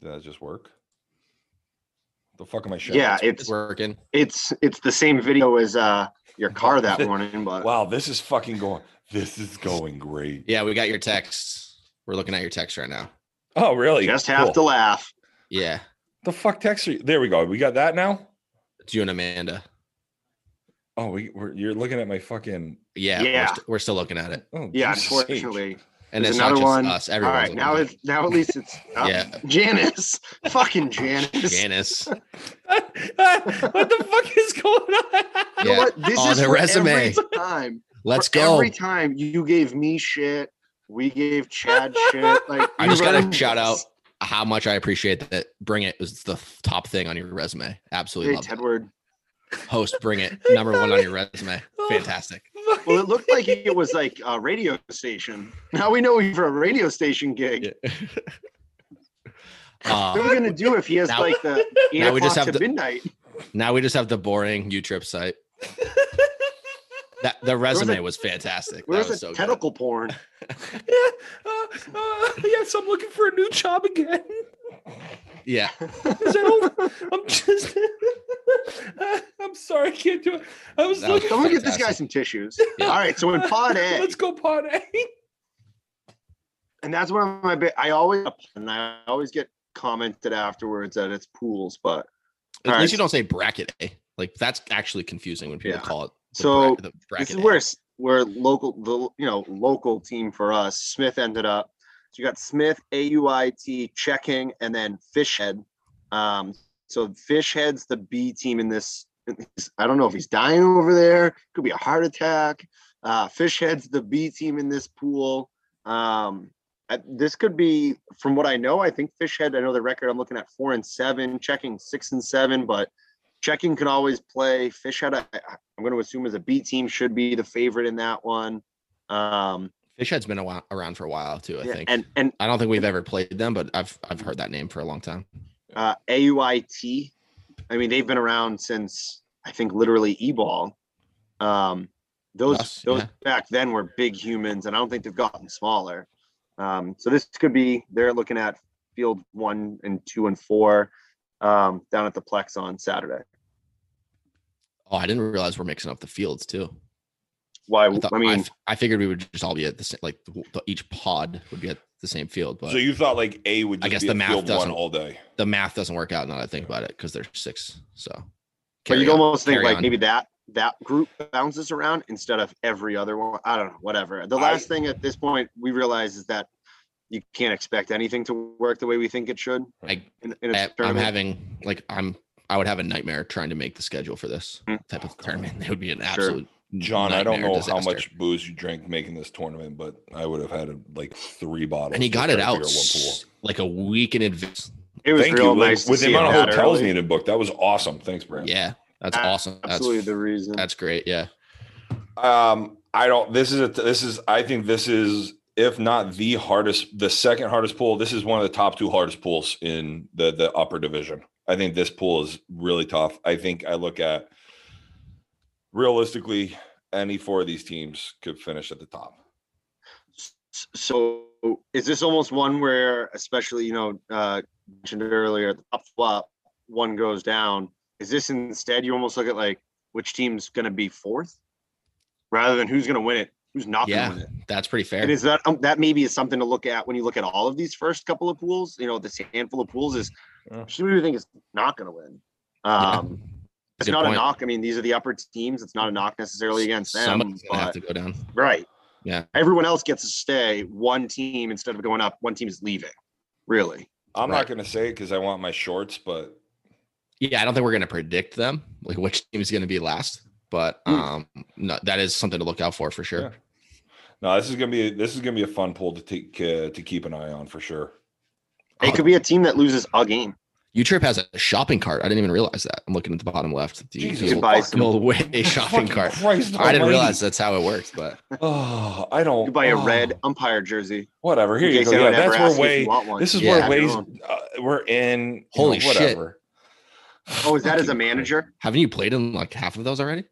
Did that just work? The fuck am I showing?
Yeah,
It's
it's
working.
it's it's the same video as uh your car that morning, but
Wow, this is fucking going. This is going great.
Yeah, we got your texts. We're looking at your text right now.
Oh, really?
just have to laugh.
Yeah,
The fuck text? Are you? There we go. We got that now.
it's you and Amanda.
Oh, we, we're, you're looking at my fucking.
Yeah,
Yeah.
We're, st- we're still looking at it,
Oh,
Yeah,
Jesus H.
unfortunately.
and
There's
it's not
another
just
one.
us.
All
Everyone's
right,
looking
now
at
it's now at least it's uh,
Yeah.
Janice, fucking Janice.
Janice.
what the fuck is going on?
You know
Yeah.
what? This
On
is
the
for
resume.
Every time,
Let's
For
go.
Every time you gave me shit, we gave Chad shit. Like
I
you
just gotta
run
shout out
this-
how much I appreciate that. Bring it was the f- top thing on your resume. Absolutely
Hey,
love it.
Tedward.
Host, bring it number one on your resume.
Oh.
Fantastic.
Well, it looked like it was like a radio station. Now we know you for a radio station gig. What are
Uh,
we gonna do if he has
Now-
like the eight
now
o'clock
we just
to
have to-
midnight?
now we just have the boring U trip site. That the
was
resume
a-
was fantastic. That
Where's
was so
the
good.
tentacle porn?
uh, yes, I'm looking for a new job again.
Yeah,
Is that over? I'm just. I'm sorry, I can't do it. I was
That was-
looking.
Someone get this guy
Fantastic.
some tissues.
Yeah.
All right, so in pod A,
Let's go pod A.
and that's one of my big. I always and I always get commented afterwards that it's pools, but
at
All
least
right.
you don't say bracket A. Like that's actually confusing when people
Yeah.
call it. the bra-
So,
the
this
bracket
is
A.
where s- where local the you know local team for us smith ended up so you got smith auit checking and then fishhead um so fishhead's the b team in this in this- i don't know if he's dying over there could be a heart attack uh fishhead's the b team in this pool um I- this could be from what i know i think fishhead i know the record i'm looking at four and seven checking six and seven but checking can always play fishhead I, I- I'm going to assume as a B team should be the favorite in that one. Um,
Fishhead's been a while, around for a while too. I
yeah,
think.
and and
I don't think we've ever played them, but I've I've heard that name for a long time.
uh, AUIT, I mean they've been around since I think literally E-ball. Um, those
Us,
those
yeah.
back then were big humans, and I don't think they've gotten smaller. Um, so this could be they're looking at field one and two and four um, down at the Plex on Saturday.
Oh, I didn't realize we're mixing up the fields too.
Why?
I, thought,
I
I,
mean,
f- I figured we would just all be at the same, like the, the- each pod would be at the same field, but
So you thought like A would
I
just
guess
be
the
a
math
field one
doesn't-
all day.
the math doesn't work out now that I think about it because there's six. So,
but
Carry
you'd
on,
almost think
carry
like
on.
maybe that that group bounces around instead of every other one. I don't know, whatever. The
I-
last thing at this point we realize is that you can't expect anything to work the way we think it should.
I-
in, in a
I, I'm
tournament.
having like I'm I would have a nightmare trying to make the schedule for this
Hmm.
type of
God.
tournament. It would be an absolute
John, I don't
nightmare
know how
disaster.
much booze you drank making this tournament, but I would have had like three bottles.
And he
to
got
try
it
to
out
figure one pool.
s- like a week in advance.
it was
Thank
real
you.
nice
with
to
the
see
amount
him
of
that
hotels
early.
needed booked, that was awesome. Thanks, Brand.
Yeah, that's
Ab-
awesome. That's
Absolutely, the reason.
that's great. Yeah,
Um, I don't. This is a. This is. I think this is, if not the hardest, the second hardest pool. This is one of the top two hardest pools in the the upper division. I think this pool is really tough. I think I look at realistically, any four of these teams could finish at the top.
S- so is this almost one where especially you know uh mentioned earlier the top flop one goes down is this instead you almost look at like which team's gonna be fourth rather than who's gonna win it who's not
Yeah,
gonna win it
that's pretty fair.
and is that um, that maybe is something to look at when you look at all of these first couple of pools you know this handful of pools is
Yeah.
who do you think is not gonna win
Yeah.
um it's
Good
not
point.
a knock i mean these are the upper teams it's not a knock necessarily against them
Somebody's gonna have
but-
to go down.
Right.
Yeah.
Everyone else gets to stay. One team instead of going up, one team is leaving. Really.
I'm
Right.
not going to say it because I want my shorts, but
Yeah, I don't think we're going to predict them, like which team is going to be last. But
Hmm.
um, no, that is something to look out for for sure.
Yeah. no, this is going to be this is going to be a fun pool to take uh, to keep an eye on for sure.
Oh.
It could be a team that loses a game.
U Trip has a shopping cart. I didn't even realize that. I'm looking at the bottom left. The,
Jesus
the old,
buy
the
some-
old way
Fucking
shopping cart.
Christ
I didn't
almighty.
realize that's how it works, but
Oh, I don't.
You buy a
oh,
red umpire jersey.
Whatever. Here
in
you
case
go. Yeah,
anyone ever
that's
asks
where
you if
way.
you want one.
This is
Yeah.
where ways
Your own.
uh, we're in. you
Holy shit.
whatever.
Oh, is that as a manager?
haven't you played in like half of those already?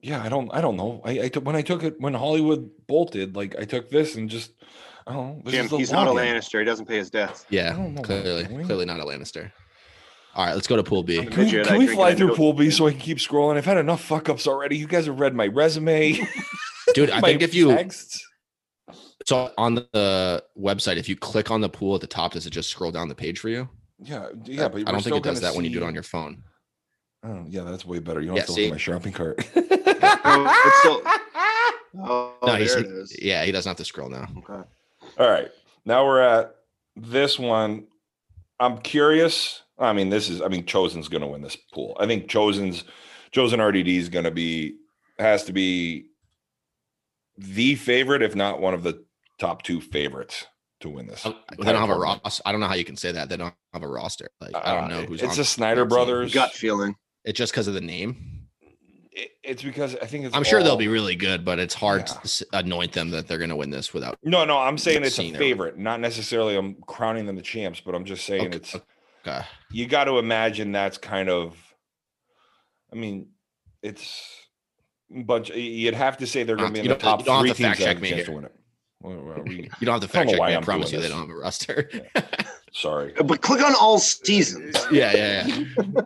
yeah, I don't, I don't know. I, I took when I took it when Hollywood bolted, like I took this and just, I don't know. This
Jim,
is the
he's not a
login.
Lannister. He doesn't pay his debts.
I
Yeah,
don't know what I'm
clearly,
doing.
clearly not a Lannister. All right, let's go to Pool B.
I'm a
Can we,
midget,
can
I
we
drink
fly
and I
through
don't-
pool B so I can keep scrolling? I've had enough fuck ups already. You guys have read my resume.
Dude, I
my
think if you
texts.
so on the website, if you click on the pool at the top, does it just scroll down the page for you?
yeah, yeah, but
I don't think it does that when you do it on your phone.
Oh, yeah, that's way better. You don't
Yeah,
have to look
see?
at my shopping cart.
Oh, it's still- Oh,
No,
there
he's,
it is.
yeah, he doesn't have to scroll now.
Okay.
All right. Now we're at this one. I'm curious. I mean, this is I mean, Chosen's gonna win this pool. I think Chosen's Chosen RDD is gonna be has to be the favorite, if not one of the top two favorites to win this.
Oh, They don't have a
tournament.
roster. I don't know how you can say that. They don't have a roster. Like I don't know
Uh,
who's
it's
on.
the Snyder
that team.
brothers.
Gut feeling.
it's just because of the name.
It- It's because I think it's
I'm sure they'll
all-
be really good, but it's hard
Yeah.
to s- anoint them that they're going to win this without.
no, no. I'm saying
You've
it's a
seen it.
favorite, not necessarily I'm crowning them the champs, but I'm just saying
Okay,
it's
okay.
you got to imagine that's kind of i mean it's but you'd have to say they're
Not-
going to be in
you
the
don't-
top
you don't
three
have to
teams
fact
that have
check
a
me
chance to
here.
win it Well, well, we-
You don't have to
I don't
fact
know
check
why
me. I
I'm
promise
doing
you, they
this.
don't have a roster.
sorry
Uh, But click on all seasons.
yeah, yeah, yeah.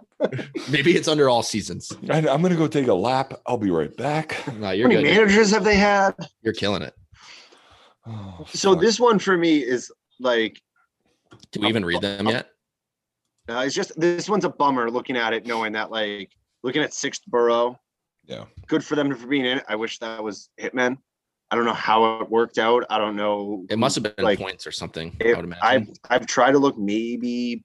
Maybe it's under all seasons.
I, i'm going to go take a lap i'll be right back
No,
How
you're
many
good. You're,
managers have they had?
you're killing it.
Oh,
So
fuck.
this one for me is like
Do we even read them yet?
uh, it's just this one's a bummer looking at it, knowing that like looking at sixth borough.
Yeah.
Good for them for being in it. I wish that was Hitman. I don't know how it worked out. I don't know.
It must have been
Like,
points or something. I
if
would imagine.
I've I've tried to look maybe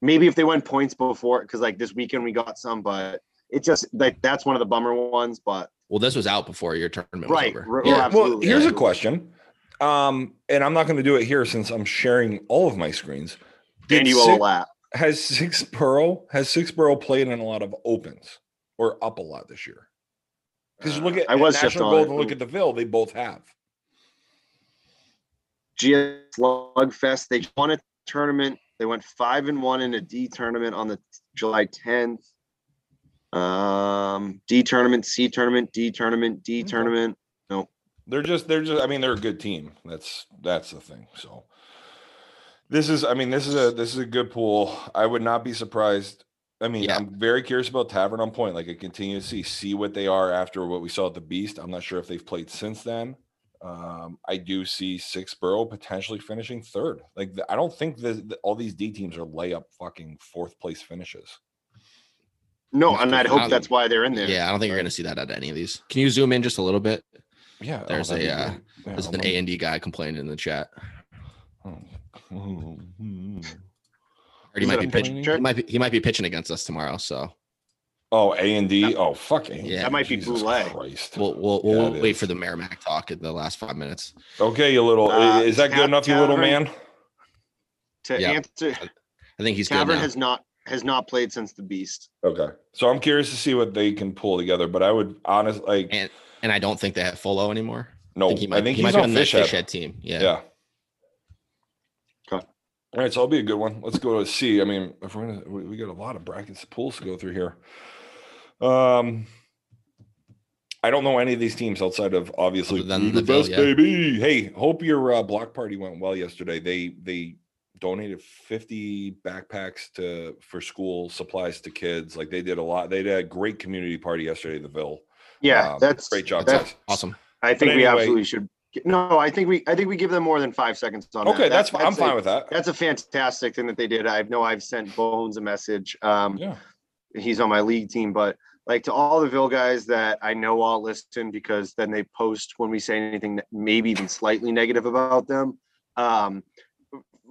maybe if they went points before because like this weekend we got some, but it just like that's one of the bummer ones. But
well, this was out before your tournament.
Right,
Was over.
right,
Yeah.
right.
well
absolutely.
here's a question um and i'm not going to do it here since i'm sharing all of my screens Did
and you
six-
overlap.
has six Pearl has six Pearl played in a lot of opens or up a lot this year? Because look at
I was just
National
on
Gold
it.
and look at the Ville, they both have.
GS Slugfest. They won a tournament. They went five and one in a D tournament on the July 10th. Um, D tournament, C tournament, D tournament, D
Okay.
tournament.
They're just they're just I mean they're a good team. That's that's the thing. So this is I mean this is a this is a good pool. I would not be surprised. I mean,
Yeah.
I'm very curious about Tavern on Point. Like I continue to see see what they are after what we saw at the Beast. I'm not sure if they've played since then. Um, I do see six Burrow potentially finishing third. Like th- I don't think that that all these D teams are layup fucking fourth place finishes.
No,
That's
and I'd
profound.
hope that's why they're in there.
Yeah, I don't think you're going to see that at any of these. Can you zoom in just a little bit?
Yeah, oh,
There's
that'd
a,
be
uh,
great. Yeah,
There's
I'm
an
on-
A and D guy complaining in the chat.
Oh.
Or he
Is
might
it
be
a
pitching.
pitcher?
He might be, he might be pitching against us tomorrow. So
Oh, A and D. Oh, fuck. A&D.
That
might be
Jesus
Boulay.
Christ.
we'll we'll, we'll
Yeah, it
wait
is.
for the Merrimack talk in the last five minutes.
Okay, you little.
Uh,
is that good
Tap
enough, you little
Tavern.
man?
To
Yeah.
answer,
I think he's
Tavern
good now.
has not has not played since the Beast.
Okay. So I'm curious to see what they can pull together, but I would honestly like
And- and I don't think they have Folo anymore.
no.
I think he might, he
he's
might be
on
on that
fish head.
fish head team. Yeah.
Yeah.
Okay.
All right, so I'll be a good one. Let's go to C. I mean, if we're gonna, we, we got a lot of brackets pools to go through here. Um, I don't know any of these teams outside of obviously
Other than
We the
the Bill,
best,
yeah.
baby. Hey, hope your uh, block party went well yesterday. They they donated fifty backpacks to for school supplies to kids. Like they did a lot. They did a great community party yesterday. at The Ville.
Yeah,
Um,
that's
great job,
that-
guys.
Awesome.
I think we
anyway-
absolutely should. No, I think we I think we give them more than five seconds on
Okay,
that.
that's, fine. I'm
a-
fine with that.
That's a fantastic thing that they did. I know I've sent Bones a message. Um,
Yeah.
he's on my league team, but like to all the Ville guys that I know all listen because then they post when we say anything that maybe even slightly negative about them. Um,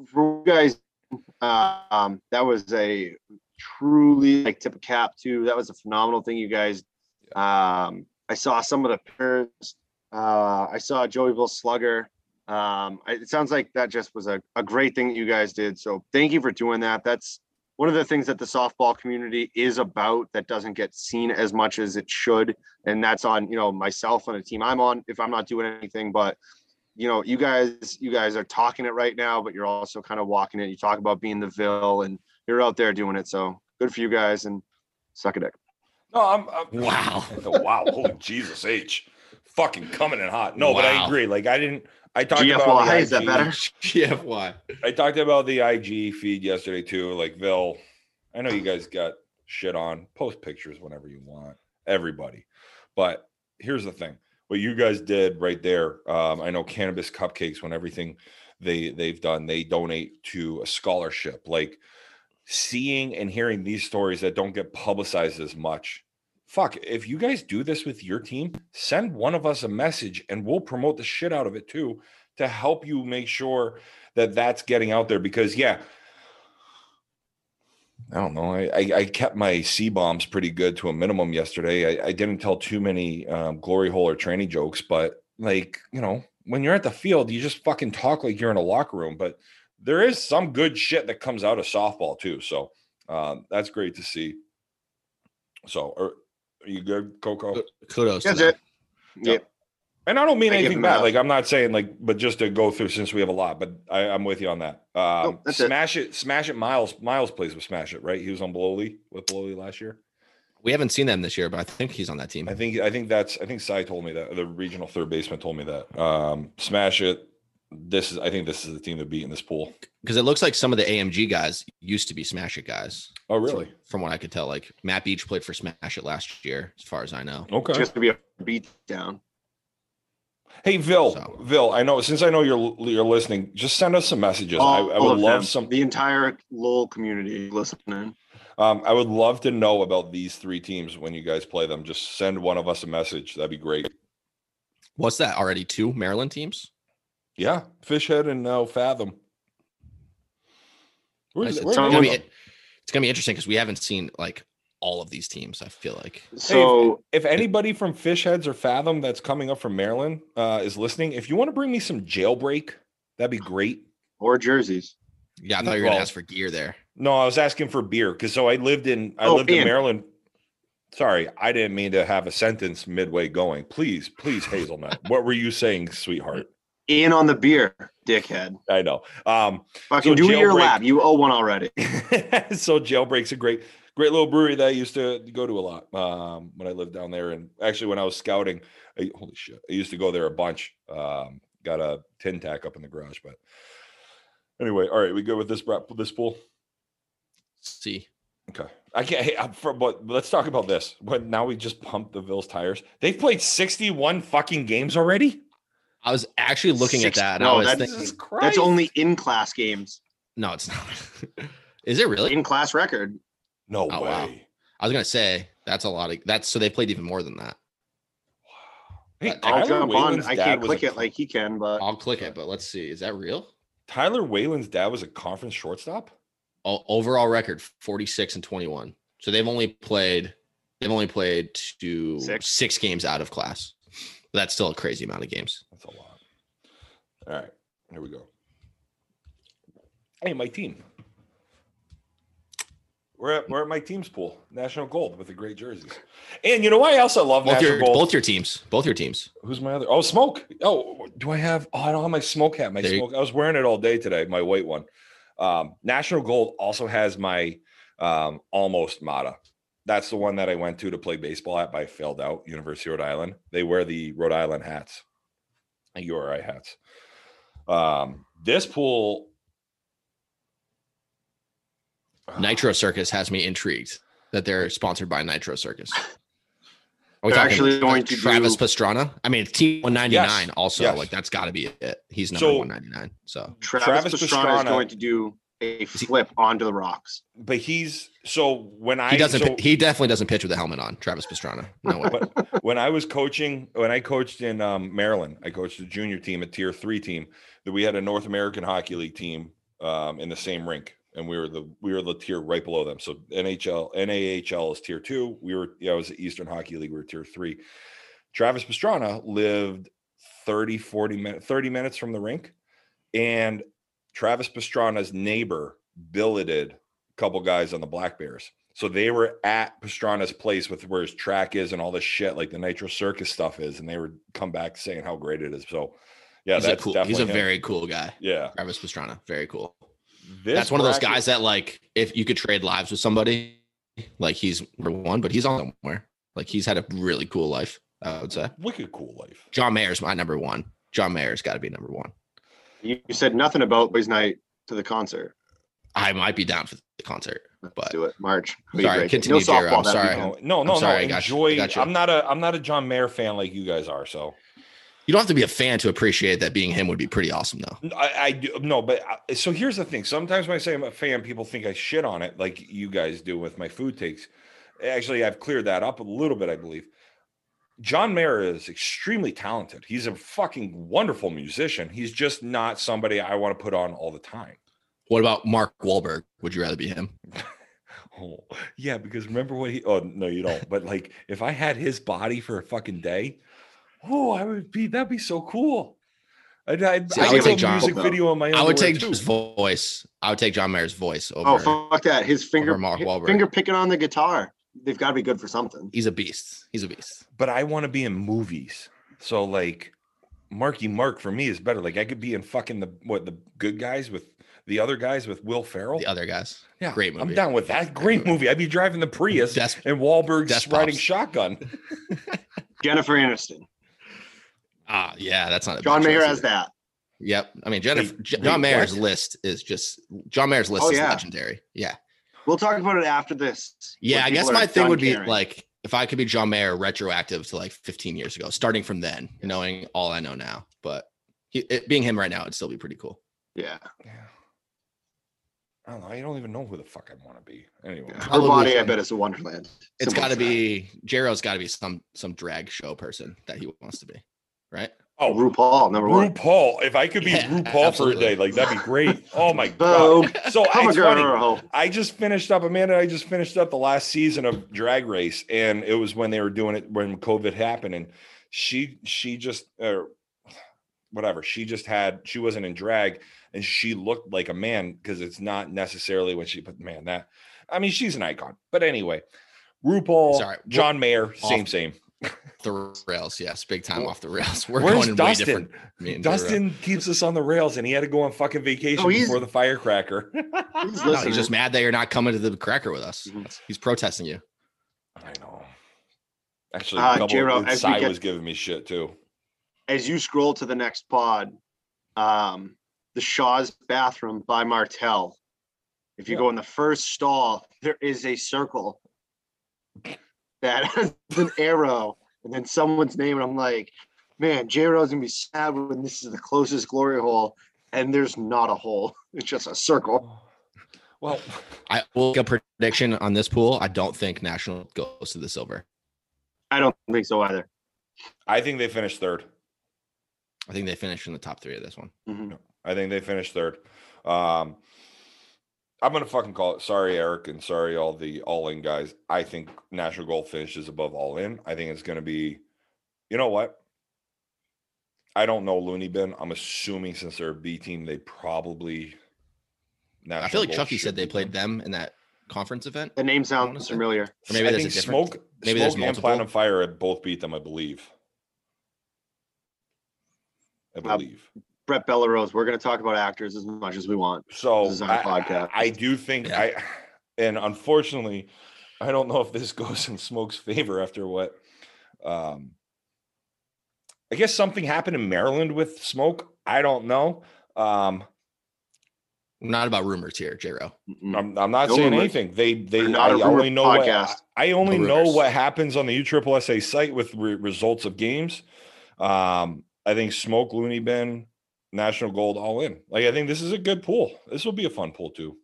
for you guys, uh, um, that was a truly like tip of cap too. That was a phenomenal thing you guys. Um, I saw some of the pairs. Uh, I saw Joeyville Slugger. Um, I- it sounds like that just was a, a great thing that you guys did. So thank you for doing that. That's one of the things that the softball community is about that doesn't get seen as much as it should and that's on you know myself and a team i'm on if i'm not doing anything but you know you guys you guys are talking it right now but you're also kind of walking it you talk about being the ville and you're out there doing it so good for you guys and suck a dick
No, I'm, I'm Oh,
Wow.
wow, holy Jesus H. Fucking coming in hot. No, but I
Wow.
agree. Like I didn't I talked about the
GFY, is that
IG
better?
GFY.
I talked about the IG feed yesterday too. Like they'll, I know you guys got shit on. Post pictures whenever you want, everybody. But here's the thing: what you guys did right there. Um, I know cannabis cupcakes. When everything they they've done, they donate to a scholarship. Like seeing and hearing these stories that don't get publicized as much. Fuck, if you guys do this with your team, send one of us a message and we'll promote the shit out of it too to help you make sure that that's getting out there because yeah i don't know i i, I kept my c bombs pretty good to a minimum yesterday i, I didn't tell too many um, glory hole or tranny jokes but like you know when you're at the field you just fucking talk like you're in a locker room but there is some good shit that comes out of softball too so um, that's great to see so are, are you good coco
Kudos. to
That's
them.
it. Yeah.
and I don't mean
I give
anything
him
bad.
that.
Like I'm not saying like, but just to go through since we have a lot, but I, I'm with you on that. Um,
that's it.
smash it. smash it. Miles Miles plays with smash it, right? He was on Blowly with Blowly last year.
We haven't seen them this year, but I think he's on that team.
I think I think that's I think Sai told me that the regional third baseman told me that. Um, smash it. This is I think this is the team to beat in this pool.
Because it looks like some of the AMG guys used to be Smash It guys.
Oh really?
From what I could tell, like Matt Beach played for Smash It last year, as far as I know.
Okay.
It's just gonna be a beat down.
hey Vil,
So-
Vil, I know since I know you're you're listening, just send us some messages.
All
I, I would
of
love
them.
some
The entire LOL community listening.
Um, I would love to know about these three teams when you guys play them. Just send one of us a message. That'd be great.
What's that already? Two Maryland teams?
Yeah, Fishhead and now Fathom. Where is
Nice.
it-
It's
where
Tom
is
gonna
it
be
from?
it's gonna be interesting because we haven't seen like all of these teams. I feel like
So
if anybody from Fishheads or Fathom that's coming up from Maryland uh, is listening, if you want to bring me some jailbreak, that'd be great.
or jerseys.
yeah, I thought you were gonna
Well-
ask for gear there.
No, I was asking for beer because so I lived in I
Oh,
lived in
Ian.
Maryland. Sorry, I didn't mean to have a sentence midway going. Please, please, Hazelnut. what were you saying, sweetheart?
In on the beer, dickhead.
I know. Um,
Fucking
So
do your
jailbreak-
lab. You owe one already.
so jailbreak's a great great little brewery that i used to go to a lot um when i lived down there and actually when i was scouting I, holy shit i used to go there a bunch um got a tin tack up in the garage but anyway all right we go with this bra- this pool
Let's see.
okay i can't hey, I'm for, but let's talk about this but now we just pumped the vills tires they've played 61 fucking games already
I was actually looking
Six-
at that and
no,
I was
that's-
thinking
Jesus Christ.
That's only in class games.
no, it's not. Is it really?
In class record.
no
Oh,
way
wow. I was gonna say that's a lot of that's so they played even more than that.
Hey,
I'll
Tyler
I'll jump on.
Whalen's
I
dad
can't
was a
click it like he can, but
I'll click it, but let's see. Is that real?
Tyler Whalen's dad was a conference shortstop.
O- overall record 46 and 21. So they've only played they've only played to
Six.
six games out of class. But that's still a crazy amount of games.
That's a lot. All right, here we go. Hey, my team. We're at we're at my team's pool, National Gold, with the great jerseys. And you know why I also love
Both
National
your
Gold?
both your teams. Both your teams.
Who's my other? Oh, smoke. Oh, do I have? Oh, I don't have my smoke hat. My
There you-
smoke. I was wearing it all day today. My white one. Um, National Gold also has my um, almost Mata. That's the one that I went to to play baseball at. But I failed out. University of Rhode Island. They wear the Rhode Island hats, URI hats. Um, this pool.
Nitro Circus has me intrigued that they're sponsored by Nitro Circus. Are we
They're
talking
actually going to
Travis
do-
Pastrana? I mean, it's team 199
Yes,
also.
yes.
Like that's got to be it. He's number
So-
199. So
Travis,
Travis
Pastrana,
Pastrana-
is going to do a flip onto the rocks.
But he's so when I
he doesn't
so-
pi- he definitely doesn't pitch with a helmet on. Travis Pastrana. No way.
but when I was coaching, when I coached in um, Maryland, I coached a junior team, a tier three team. That we had a North American Hockey League team um, in the same rink, and we were the we were the tier right below them. So NHL, NAHL is tier two. We were yeah, it was the Eastern Hockey League. We were tier three. Travis Pastrana lived 30, 40 minutes, 30 minutes from the rink, and Travis Pastrana's neighbor billeted a couple guys on the Black Bears. So they were at Pastrana's place with where his track is and all this shit, like the Nitro Circus stuff is, and they were come back saying how great it is. So yeah,
he's a
that's
cool.
definitely
He's a
him.
very cool guy.
yeah.
Travis Pastrana, very cool.
This
That's one of those
bracket-
guys that like if you could trade lives with somebody, Like he's number one, but he's on somewhere. Like he's had a really cool life, I would say.
Wicked cool life.
John Mayer's my number one. John Mayer's got to be number one.
You, you said nothing about boys' night to the concert.
I might be down for the concert,
Let's
but
do it. March. Who you
Sorry,
breaking?
continue,
No
Jared. I'm
softball that
sorry.
weekend.
No, no, no.
sorry,
no.
I got you. I
Enjoy.
got you.
I'm not a I'm not a John Mayer fan like you guys are. So
you don't have to be a fan to appreciate that being him would be pretty awesome, though.
I, I do no, but I, so here's the thing. Sometimes when I say I'm a fan, people think I shit on it, like you guys do with my food takes. Actually, I've cleared that up a little bit, I believe. John Mayer is extremely talented. He's a fucking wonderful musician. He's just not somebody I want to put on all the time.
What about Mark Wahlberg? Would you rather be him?
Oh, yeah, because remember what he oh no, you don't. But like if I had his body for a fucking day, oh, I would be that'd be so cool. I'd, I'd,
See,
I'd
I would
do a
take John-
music
though.
video on my own.
I would take his voice. I would take John Mayer's voice over.
Oh fuck that! His finger,
Over Mark
his
Wahlberg.
finger picking on the guitar. They've got to be good for something.
He's a beast. He's a beast.
but I want to be in movies. So like Marky Mark for me is better. Like I could be in fucking the what the good guys with the other guys with Will Ferrell.
The other guys.
yeah,
great
I'm
movie.
down with that. Great
movie.
movie. I'd be driving the Prius
That's
and Wahlberg's
Desk
riding
Pops.
shotgun.
Jennifer Aniston.
ah, yeah, that's not a
John
bad
Mayer
choice
has
either.
that.
Yep. I mean, Jennifer,
Wait,
J-
wait,
John Mayer's
what?
list is just John Mayer's list
Oh,
is
yeah.
legendary. Yeah.
We'll talk about it after this.
Yeah.
when
I guess
people are
my thing
done
would be
caring.
like if I could be John Mayer retroactive to like 15 years ago, starting from then, knowing all I know now. But he, it, being him right now, it'd still be pretty cool.
yeah,
Yeah. I don't know. I don't even know who the fuck I want to be. Anyway,
her
Probably
body. I
some-
bet it's a wonderland.
It's
Simple
got to
as that.
be Jero's got to be some some drag show person that he wants to be, right?
oh
RuPaul number one.
RuPaul. If I could be
Yeah,
RuPaul for a
absolutely. Uh,
day, like that'd be great. Oh my god.
Vogue.
So
I'm a
it's funny.
girl.
I just finished up, Amanda. and I just finished up the last season of Drag Race, and it was when they were doing it when COVID happened, and she she just uh, whatever she just had she wasn't in drag, and she looked like a man because it's not necessarily when she put man that. I mean, she's an icon, but anyway, RuPaul,
Sorry, we're
John Mayer, same
off-
same.
The rails, yes, big time off the rails. We're
Where's
going in way
Dustin?
different. me and Jero.
Dustin keeps us on the rails, and he had to go on fucking vacation
Oh, he's-
before the firecracker.
Who's
No,
listening?
he's just mad that you're not coming to the cracker with us.
Mhm.
That's- He's protesting you.
I know. Actually,
Ah,
a couple,
J-Rob,
and
as we
Cy
get-
was giving me shit too.
as you scroll to the next pod, um, the Shaw's bathroom by Martell. If you go in the first stall, there is a circle that has an arrow and then someone's name. And I'm like, man, J Ro's gonna be sad when this is the closest glory hole. And there's not a hole, it's just a circle.
Well,
I will make a prediction on this pool. I don't think National goes to the silver.
I don't think so either.
I think they finished third.
I think they finish in the top three of this one.
Mhm.
I think they finished third. Um, I'm gonna fucking call it. Sorry, Eric, and sorry all the all in guys. I think National Gold finishes above all in. I think it's gonna be. You know what? I don't know Looney Bin. I'm assuming since they're a B team, they probably.
I feel like Chucky said they played them in that conference event.
The name
wanna
sounds
say-
familiar.
Or maybe
I
there's a
think
different-
Smoke,
maybe there's
Smoke and
multiple?
Platinum Fire had both beat them, I believe. I
Uh,
believe.
Brett Bellarose, we're gonna talk about actors as much as we want.
So
This is our
I,
podcast.
I do think
Yeah.
I, and unfortunately, I don't know if this goes in Smoke's favor after what, um, I guess something happened in Maryland with Smoke. I don't know. Um,
We're not about rumors here, Jero.
Mm-mm.
I'm, I'm not
No
saying
rumor-
anything. They they
We're
I
not a rumor
only know what, I
podcast.
I only
No
know
rumors.
what happens on the USSSA site with re- results of games. Um, I think Smoke Looney Bin National Gold all in. Like I think this is a good pool. This will be a fun pool too.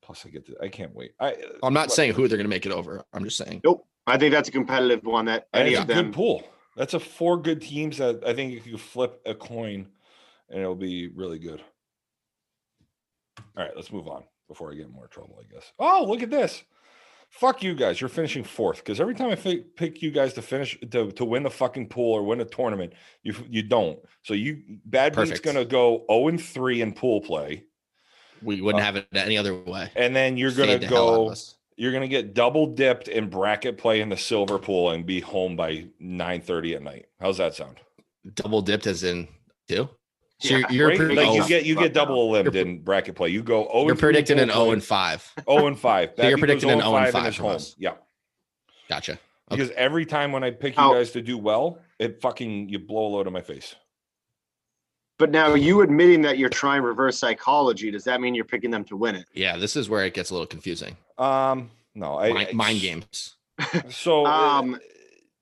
Plus, I get to, I can't wait. I
I'm not
What-
saying who they're going to make it over. I'm just saying
I think that's a competitive one that
and
any
it's a
of them
good pool. That's a four good teams that I think you could flip a coin, and it'll be really good. All right, let's move on before I get in more trouble. I guess. Oh, look at this! Fuck you guys. You're finishing fourth because every time I fi- pick you guys to finish to, to win the fucking pool or win a tournament, you f- you don't. So you bad beat's
Perfect.
gonna go zero and three in pool play,
we wouldn't
Uh,
have it any other way.
and then you're
Fade
gonna
the hell out of
go.
us.
You're gonna get double dipped in bracket play in the silver pool and be home by nine thirty at night. How's that sound?
double dipped as in two. So
Yeah.
you're,
Right?
pre-
like
oh,
you get you get double limbed
You're-
in bracket play. You go 0 and
you're
three,
predicting an
goal play,
0 and 5.
0 and 5.
So you're
Becky goes
predicting an 0 and 5
in his
from
home.
us.
Yeah.
Gotcha. Okay.
Because every time when I pick you
Now-
guys to do well, it fucking you blow a load on my face.
But now you admitting that you're trying reverse psychology, does that mean you're picking them to win it?
Yeah, this is where it gets a little confusing.
Um, no, I,
Mind,
I-
mind games.
So, um,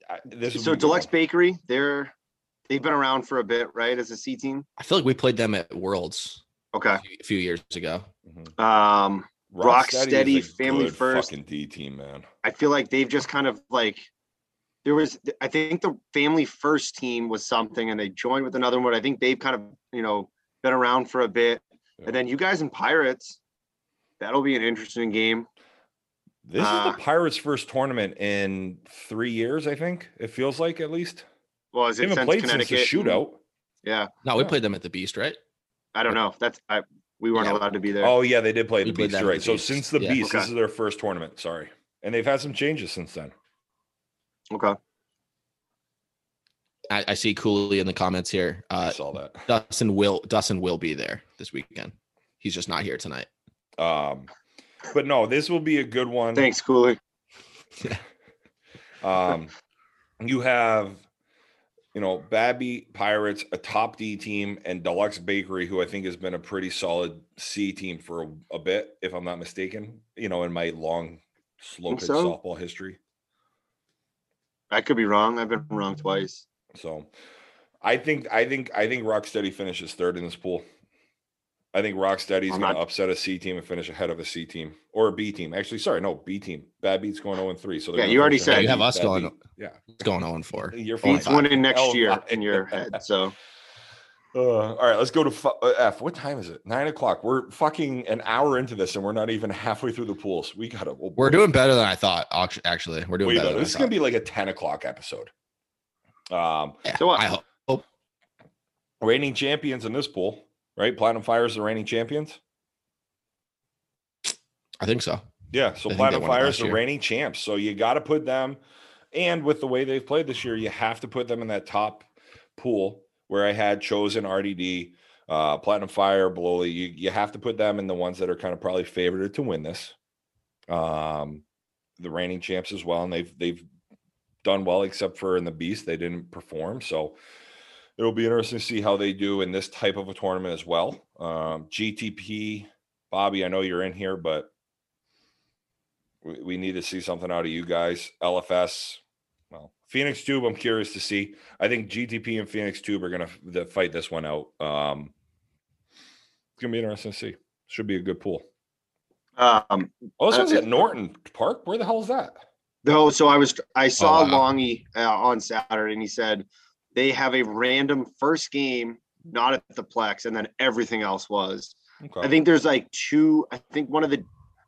Um,
this would
So
be one.
Deluxe Bakery, they're they've been around for a bit, right? As a C team.
I feel like we played them at Worlds
Okay.
a few- a few years ago.
Mhm.
Um, Rocksteady,
Mm-hmm. is a
Family
good
First.
fucking D team, man.
I feel like they've just kind of like there was I think the family first team was something and they joined with another one. I think they've kind of, you know, been around for a bit.
Yeah.
And then you guys and Pirates, that'll be an interesting game.
This
Uh,
is the Pirates' first tournament in three years, I think. It feels like at least
Well, is
they
it
haven't
since
played since
Connecticut?
the shootout.
Yeah.
No, we
Yeah.
played them at the Beast, right?
I don't know. That's I we weren't
Yeah.
allowed to be there.
Oh yeah, they did play
We
the
played
Beast,
that
you're
at
right?
the
So
Beast.
since the
Yeah.
Beast, this
Okay.
is their first tournament. Sorry, and they've had some changes since then.
Okay.
I, I see Cooley in the comments here.
I
Uh,
saw that.
Dustin will Dustin will be there this weekend. He's just not here tonight.
Um, but no, this will be a good one.
Thanks, Cooley.
Um, you have, you know, Babby Pirates, a top D team, and Deluxe Bakery, who I think has been a pretty solid C team for a, a bit, if I'm not mistaken. You know, in my long, slow
Think
pitch
so?
softball history.
I could be wrong. I've been wrong twice.
So, I think, I think, I think Rocksteady finishes third in this pool. I think Rocksteady's
I'm
going to
not-
upset a C team and finish ahead of a C team or a B team. Actually, sorry, no B team. Bad beat's going 0 and 3. So they're
Yeah,
gonna
you already
finish ahead of
said-
You have
Bad
us
Beat.
going-
Yeah,
It's going oh on for.
you're fine.
Beats winning next
Oh,
year
my.
in your head. So
Uh, all right, let's go to fu- uh, F. What time is it? Nine o'clock. We're fucking an hour into this, and we're not even halfway through the pools. We gotta. We'll,
We're doing better than I thought. act- Actually, we're doing
way
better.
better.
Than
This is gonna be like a ten o'clock episode. Um,
so what?
I hope.
reigning champions in this pool, right? Platinum Fires the reigning champions.
I think so.
Yeah, so
I think they
Platinum
won it
Fires
last
the
year.
reigning champs. So you got to put them, and with the way they've played this year, you have to put them in that top pool where I had chosen RDD, uh, Platinum Fire, Bololi. You you have to put them in the ones that are kind of probably favored to win this. Um, the reigning champs as well, and they've they've done well except for in the Beast they didn't perform. So it'll be interesting to see how they do in this type of a tournament as well. Um, GTP, Bobby, I know you're in here, but we, we need to see something out of you guys. LFS, well, Phoenix Tube, I'm curious to see. I think GTP and Phoenix Tube are gonna f- to fight this one out. Um, it's gonna be interesting to see. Should be a good pool.
um
Oh, this
Uh,
one's at Norton Park. Where the hell is that?
No, so I was I saw
wow.
Longy uh, on Saturday, and he said they have a random first game, not at the Plex, and then everything else was.
Okay.
I think there's like two. I think one of the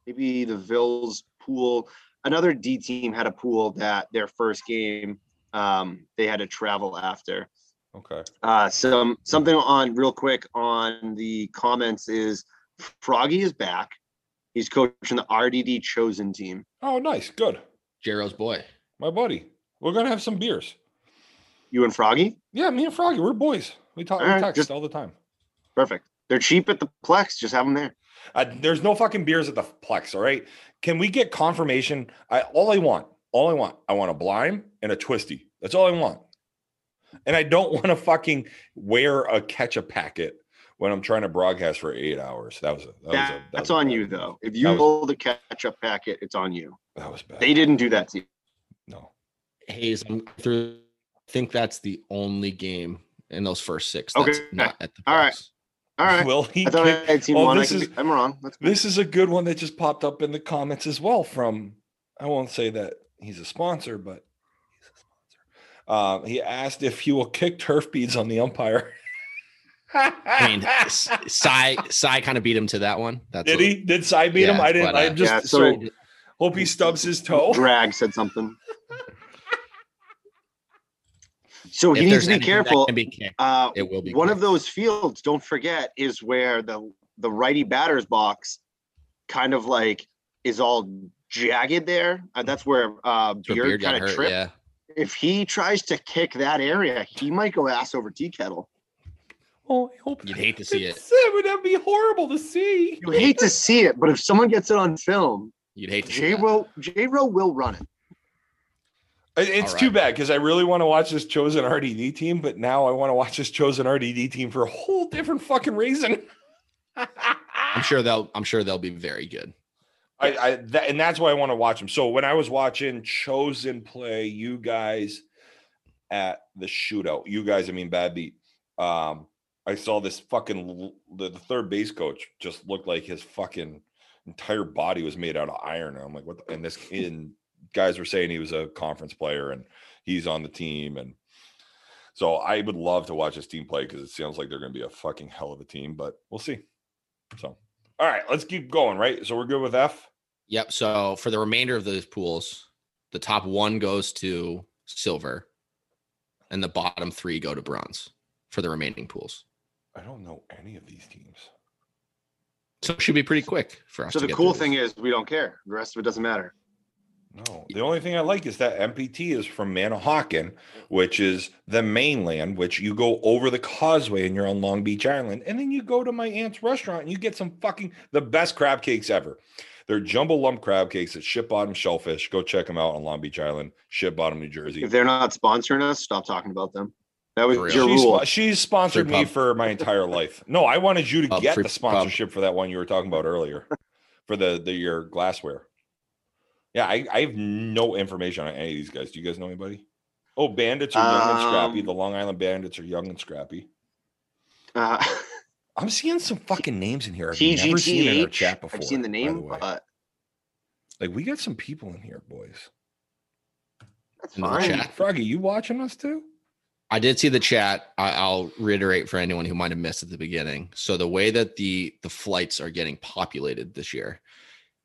maybe the Vills pool, another D team had a pool that their first game um, they had to travel after.
okay.
Uh, some something on real quick on the comments is Froggy is back. He's coaching the RDD chosen team.
Oh, nice. Good.
Jero's boy.
My buddy. We're gonna have some beers.
You and Froggy.
Yeah, me and Froggy, we're boys. We talk, we
Alright,
text
just-
all the time.
Perfect. They're cheap at the Plex. Just have them there.
Uh, there's no fucking beers at the Plex. All right. Can we get confirmation? I all I want, all I want, I want a blind and a twisty. That's all I want. And I don't want to fucking wear a ketchup packet when I'm trying to broadcast for eight hours. That was a, that was a- that was
That's
a
on
bad
you,
move.
though. If
That
you
was-
hold the ketchup packet, it's on you.
That was bad.
They didn't do that to you.
no.
Hayes, I'm through. I think that's the only game in those first six.
Okay.
That's not at the
All right.
Plex.
All right.
Will he?
I thought I
kick-
had seen
Oh,
one. I
this
could
is-
be- I'm wrong. That's
This is a good one that just popped up in the comments as well. From I won't say that he's a sponsor, but he's a sponsor. Um, he asked if he will kick turf beads on the umpire.
I mean, S- Cy Cy kind of beat him to that one. That's
did
a-
he? Did Cy beat him?
Yeah,
I didn't.
but,
I
uh,
just
Yeah,
so,
so-
hope he stubs his toe.
Drag said something. So
if
he needs
there's
to be
anything that
careful.
can be kicked,
uh,
it will be
one of
kicked.
those fields, don't forget, is where the the righty batter's box kind of like is all jagged there. Uh, that's where uh,
That's where
Beard
Beard got
kind of
hurt,
tripped.
Yeah.
If he tries to kick that area, he might go ass over tea kettle.
Oh, I hope
You'd hate to see it.
That would that be horrible to see?
You hate to see it, but if someone gets it on film,
You'd hate to see
J
that.
Row J Row will run it.
It- It's
All
too
right.
bad because I really want to watch this chosen RDD team, but now I want to watch this chosen RDD team for a whole different fucking reason.
I'm sure they'll. I'm sure they'll be very good.
I, I that, and that's why I want to watch them. So when I was watching Chosen play you guys at the shootout, you guys, I mean Bad Beat, um, I saw this fucking l- the, the third base coach just looked like his fucking entire body was made out of iron. And I'm like, what? The, and this and guys were saying he was a conference player and he's on the team and. So I would love to watch this team play because it sounds like they're going to be a fucking hell of a team, but we'll see. So, all right, let's keep going, right? So we're good with F.
Yep. So for the remainder of those pools, the top one goes to silver, and the bottom three go to bronze for the remaining pools.
I don't know any of these teams.
So it should be pretty quick for us.
So
to
the
get
cool
through
thing
this.
is we don't care. The rest of it doesn't matter.
No, the only thing I like is that MPT is from Manahawkin, which is the mainland, which you go over the causeway and you're on Long Beach Island. And then you go to my aunt's restaurant and you get some fucking the best crab cakes ever. They're jumbo lump crab cakes at Ship Bottom Shellfish. Go check them out on Long Beach Island, Ship Bottom, New Jersey.
If they're not sponsoring us, stop talking about them. That was
For real.
your
She's,
rule.
she's sponsored
Free
me
pub.
for my entire life. No, I wanted you to
Pub,
get
free
the sponsorship for that one you were talking about earlier, for the the your glassware. Yeah, I, I have no information on any of these guys. Do you guys know anybody? Oh, bandits are young and scrappy.
Um,
The Long Island bandits are young and scrappy.
Uh,
I'm seeing some fucking names in here. I've never seen in our
TGTH.
chat before.
I've seen the
by
name, Uh,
way.
but
like we got some people in here, boys.
that's
In the
fine.
chat.
Froggy, you watching us too?
I did see the chat. I, I'll reiterate for anyone who might have missed at the beginning. So the way that the the flights are getting populated this year,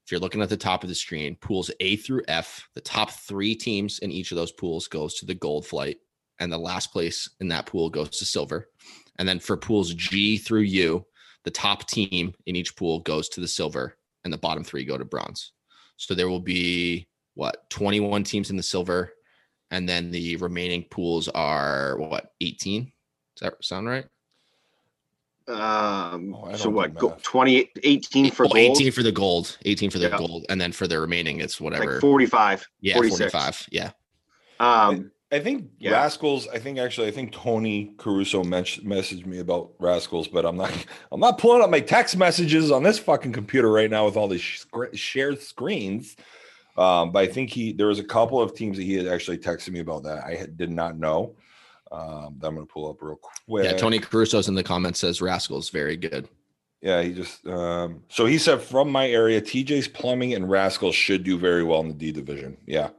if you're looking at the top of the screen, pools A through F, the top three teams in each of those pools goes to the gold flight, and the last place in that pool goes to silver. And then for pools G through U, the top team in each pool goes to the silver, and the bottom three go to bronze. So there will be what 21 teams in the silver, and then the remaining pools are what 18 does that sound right
Um,
Oh, I
so
don't
what?
do
Go,
math.
20, 18 for
Oh,
gold,
18 for the gold 18 for the
Yeah.
gold and then for the remaining it's whatever
like 45.
yeah
46.
45 yeah
Um,
I think
Yeah.
Rascals. I think actually, I think Tony Caruso men- messaged me about Rascals, but I'm not. I'm not pulling up my text messages on this fucking computer right now with all these sh- scr- shared screens. Um, but I think he there was a couple of teams that he had actually texted me about that I had, did not know. Um, that I'm gonna pull up real quick.
yeah tony caruso's in the comments says rascals very good
Yeah, he just um so he said from my area, TJ's plumbing and Rascals should do very well in the D division. Yeah.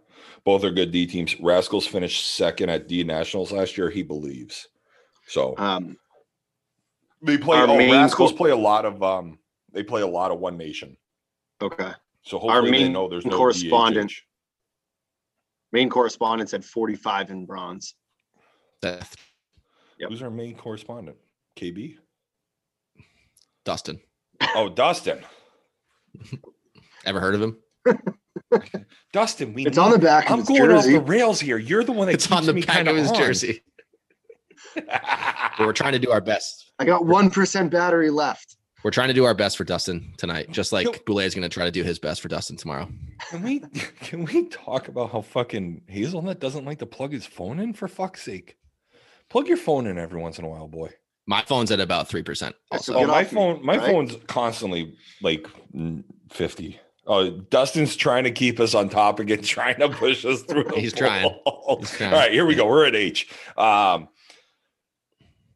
Both are good D teams. Rascals finished second at D Nationals last year, he believes. So
um,
they play
our
oh,
main
Rascals
co-
play a lot of um they play a lot of one nation.
okay.
So hopefully they
main
know there's no
correspondent.
DHH.
Main correspondent said 45 in bronze.
Seth,
Yep.
Who's our main correspondent? KB?
dustin
Oh, Dustin.
ever heard of him
Dustin, we
It's on the back of
I'm
his
going
jersey.
off the rails here. You're the one that
it's on
keeps
the
me
back
kinda
of his
on.
jersey but we're trying to do our best
I got 1% battery left.
we're trying to do our best for dustin tonight just like
Yo-
Boulay is going to try to do his best for dustin tomorrow
Can we can we talk about how fucking Hazelnut doesn't like to plug his phone in for fuck's sake? Plug your phone in every once in a while, boy.
my phone's at about 3%
That's
also
Oh,
Get
my
off me,
phone, my
right?
phone's constantly like mm, fifty. Oh, Dustin's trying to keep us on topic and trying to push us through. the
He's trying.
wall.
He's trying.
All right, here we go. We're at H. Um,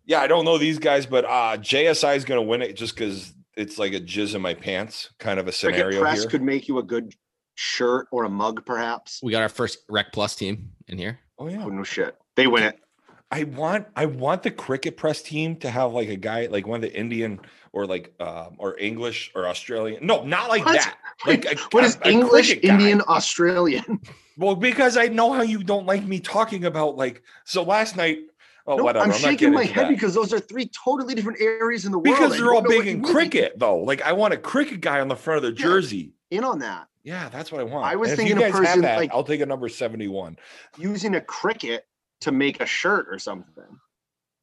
yeah, I don't know these guys, but uh, JSI is going to win it just because it's like a jizz in my pants kind of a
Cricket
scenario
Press
here.
could make you a good shirt or a mug, perhaps.
we got our first rec plus team in here
oh yeah,
Oh, no shit. They win it.
I want I want the cricket press team to have like a guy like one of the Indian or like um or English or Australian. No, not like
What?
that. Like a-
What is
a- a
English,
cricket guy.
Indian, Australian?
Well, because I know how you don't like me talking about like so last night. Oh,
No,
whatever. I'm,
I'm
not
shaking
getting
my
into
head
that.
because those are three totally different areas in the world.
because
I
they're
don't
all
know
big
what you
in
mean.
cricket though. Like I want a cricket guy on the front of the
Yeah.
jersey.
In on that,
Yeah, that's what I want.
I was
And if
thinking
you
a
guys have
person,
that,
like-
I'll take a number seventy-one.
using a cricket to make a shirt or something.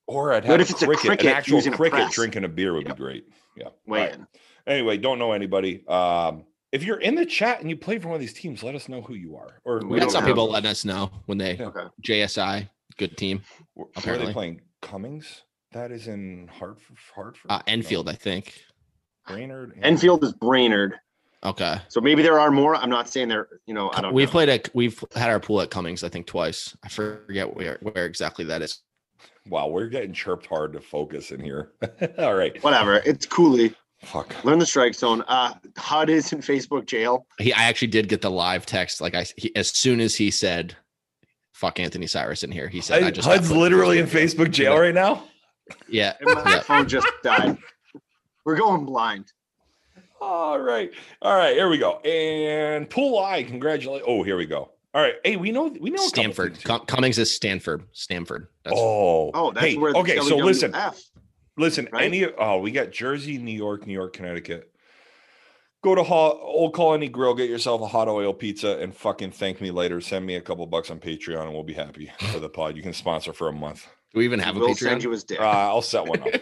Or I'd have
What
a
if it's a
cricket,
cricket
an actual
using a
cricket
press?
drinking a beer would be great. Yeah.
Weigh
All right.
in.
Anyway, don't know anybody. Um, if you're in the chat and you play for one of these teams, let us know who you are. Or
We
We had
don't
some
have-
people letting us know when they
Yeah.
Okay.
JSI, good team.
Where where are they
apparently.
playing? Cummings? That is in Hartford. Hartford.
Uh,
No,
Enfield, I think.
Brainerd. and-
Enfield is Brainerd.
Okay.
So maybe there are more. I'm not saying there, you know, I don't
We've
know.
played at we've had our pool at Cummings, I think, twice. I forget where where exactly that is.
Wow, we're getting chirped hard to focus in here. All right.
Whatever. It's Cooley.
Fuck.
Learn the strike zone. Uh, HUD is in Facebook jail.
He, I actually did get the live text. Like I, he, as soon as he said, "Fuck Anthony Cyrus" in here, he said, "I just got
HUD's
put in
literally in Facebook jail
Yeah.
right now.
Yeah,
And my
Yeah.
phone just died. We're going blind.
All right. All right. Here we go. And pool I congratulate. Oh, here we go. All right. Hey, we know we know a couple
Stanford.
things here.
Cum- Cummings is Stanford. Stanford. That's,
Oh,
Oh, that's
hey,
where the
okay. So
WWF.
listen, listen.
right?
Any oh, we got Jersey, New York, New York, Connecticut. Go to Hall, Old Colony Grill, get yourself a hot oil pizza, and fucking thank me later. Send me a couple bucks on Patreon, and we'll be happy for the pod. You can sponsor for a month.
do we even have a
we'll
Patreon?
send you his dick.
Uh, I'll set one up.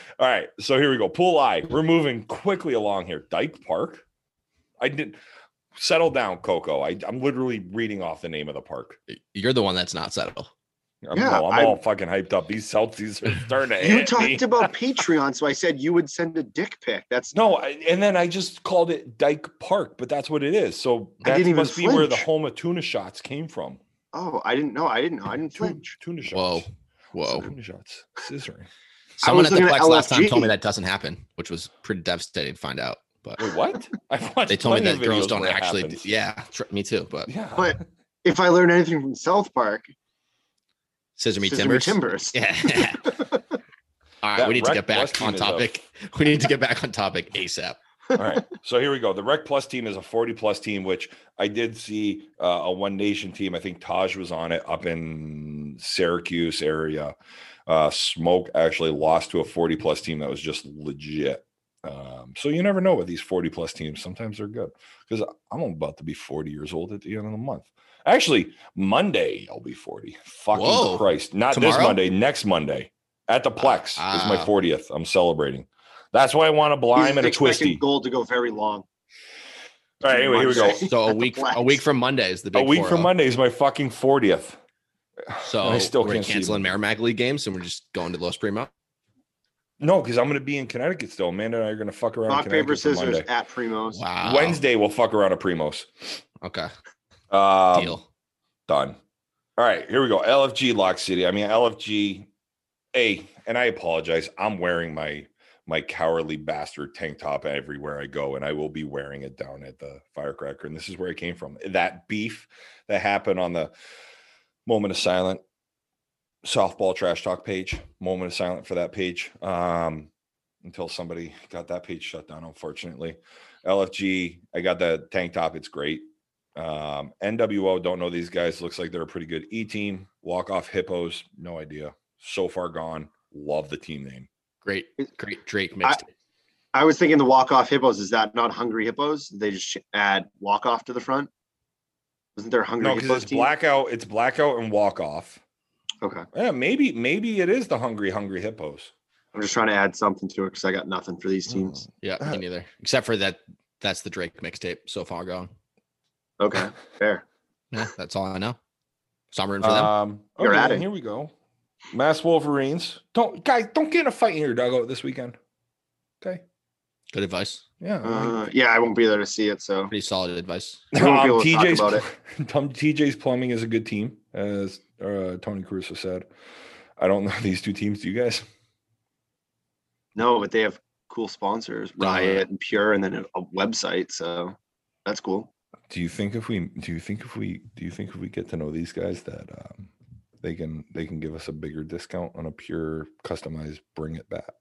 All right. So here we go. Pool I. We're moving quickly along here. Dyke Park. I did settle down, Coco. I, I'm literally reading off the name of the park.
You're the one that's not settled.
I'm,
Yeah,
no, I'm
I-
all fucking hyped up. These Celtics are starting to
you
hit
talked
me.
about Patreon, so I said you would send a dick pic. That's
no, I, and then I just called it Dyke Park, but that's what it is. So
I
that
didn't even
must be where the
flinch.
home of tuna shots came from.
oh, I didn't know. I didn't know. I didn't
Tuna,
flinch.
tuna shots.
Whoa, oh. whoa!
Tuna shots. Scissoring.
Someone at the
looking at
Plex last time
LFG.
told me that doesn't happen, which was pretty devastating to find out. But
Wait, what? I've watched
they told me
plenty of
that girls
videos
don't
where it
actually. do-
happens.
yeah, tr- me too. But
Yeah.
But If I learned anything from South Park,
scissor me
Scissor Me
timbers.
Timbers.
Yeah. All right,
That
we need to
rec
get back
blessing
on
is up.
topic. We need to get back on topic ASAP.
All right. So here we go. The Rec Plus team is a 40 plus team, which I did see uh, a One Nation team. I think Taj was on it up in Syracuse area. Uh, Smoke actually lost to a 40 plus team that was just legit. Um, so you never know with these 40 plus teams. Sometimes they're good because I'm about to be 40 years old at the end of the month. Actually, Monday I'll be 40. Fucking
Whoa.
Christ. Not this
Tomorrow?
Monday, next Monday at the Plex is my
Ah.
40th. I'm celebrating. That's why I want a
he's
blime and a
expecting
twisty.
goal to go very long.
All right, anyway, here we go.
Monday.
So a
At the
week, a
Plex.
week from Monday is the
A
big
week from
4-0.
Monday is my fucking 40th.
So
I still
we're
can't see them.
canceling Merrimack League games, and we're just going to Los Primo.
No, because I'm going to be in Connecticut still. Amanda and I are going to fuck around. in
Rock, paper,
Connecticut till
scissors
Monday.
at Primos.
Wow.
Wednesday, we'll fuck around at Primos.
Okay.
Um,
Deal.
Done. All right, here we go. LFG Lock City. I mean, LFG. A and I apologize. I'm wearing my my cowardly bastard tank top everywhere I go, and I will be wearing it down at the firecracker. And this is where it came from. That beef that happened on the moment of silent softball trash talk page. Moment of silent for that page. Um, until somebody got that page shut down, unfortunately. LFG, I got the tank top. It's great. Um, NWO, don't know these guys. Looks like they're a pretty good E team. Walk off hippos, no idea. So far gone. Love the team name.
Great, great Drake
I-
mixed.
I was thinking the walk off hippos. Is that not hungry hippos? They just sh- add walk off to the front. Isn't there a hungry
No, because
hippos?
it's
team?
blackout. It's blackout and walk off.
Okay,
Yeah, maybe maybe it is the hungry hungry hippos.
I'm just trying to add something to it because I got nothing for
Oh.
these teams.
yeah, me neither. Except for that, that's the Drake mixtape so far gone.
Okay, fair.
Yeah, that's all I know. So I'm rooting for them.
Um,
You're
okay,
at
and
it.
Here we go. Mass Wolverines. Don't guys don't get in a fight in your dugout this weekend. Okay.
Good advice.
Yeah.
Uh, yeah, I won't be there to see it, so
Pretty solid advice.
we won't
Um,
be able to talk
TJ's
about it.
Tom, TJ's Plumbing is a good team, as uh, Tony Caruso said. I don't know these two teams. Do you guys?
No, but they have cool sponsors,
Yeah.
Riot and Pure, and then a, a website. So that's cool.
Do you think if we do you think if we do you think if we get to know these guys that um, they can they can give us a bigger discount on a pure customized bring it back?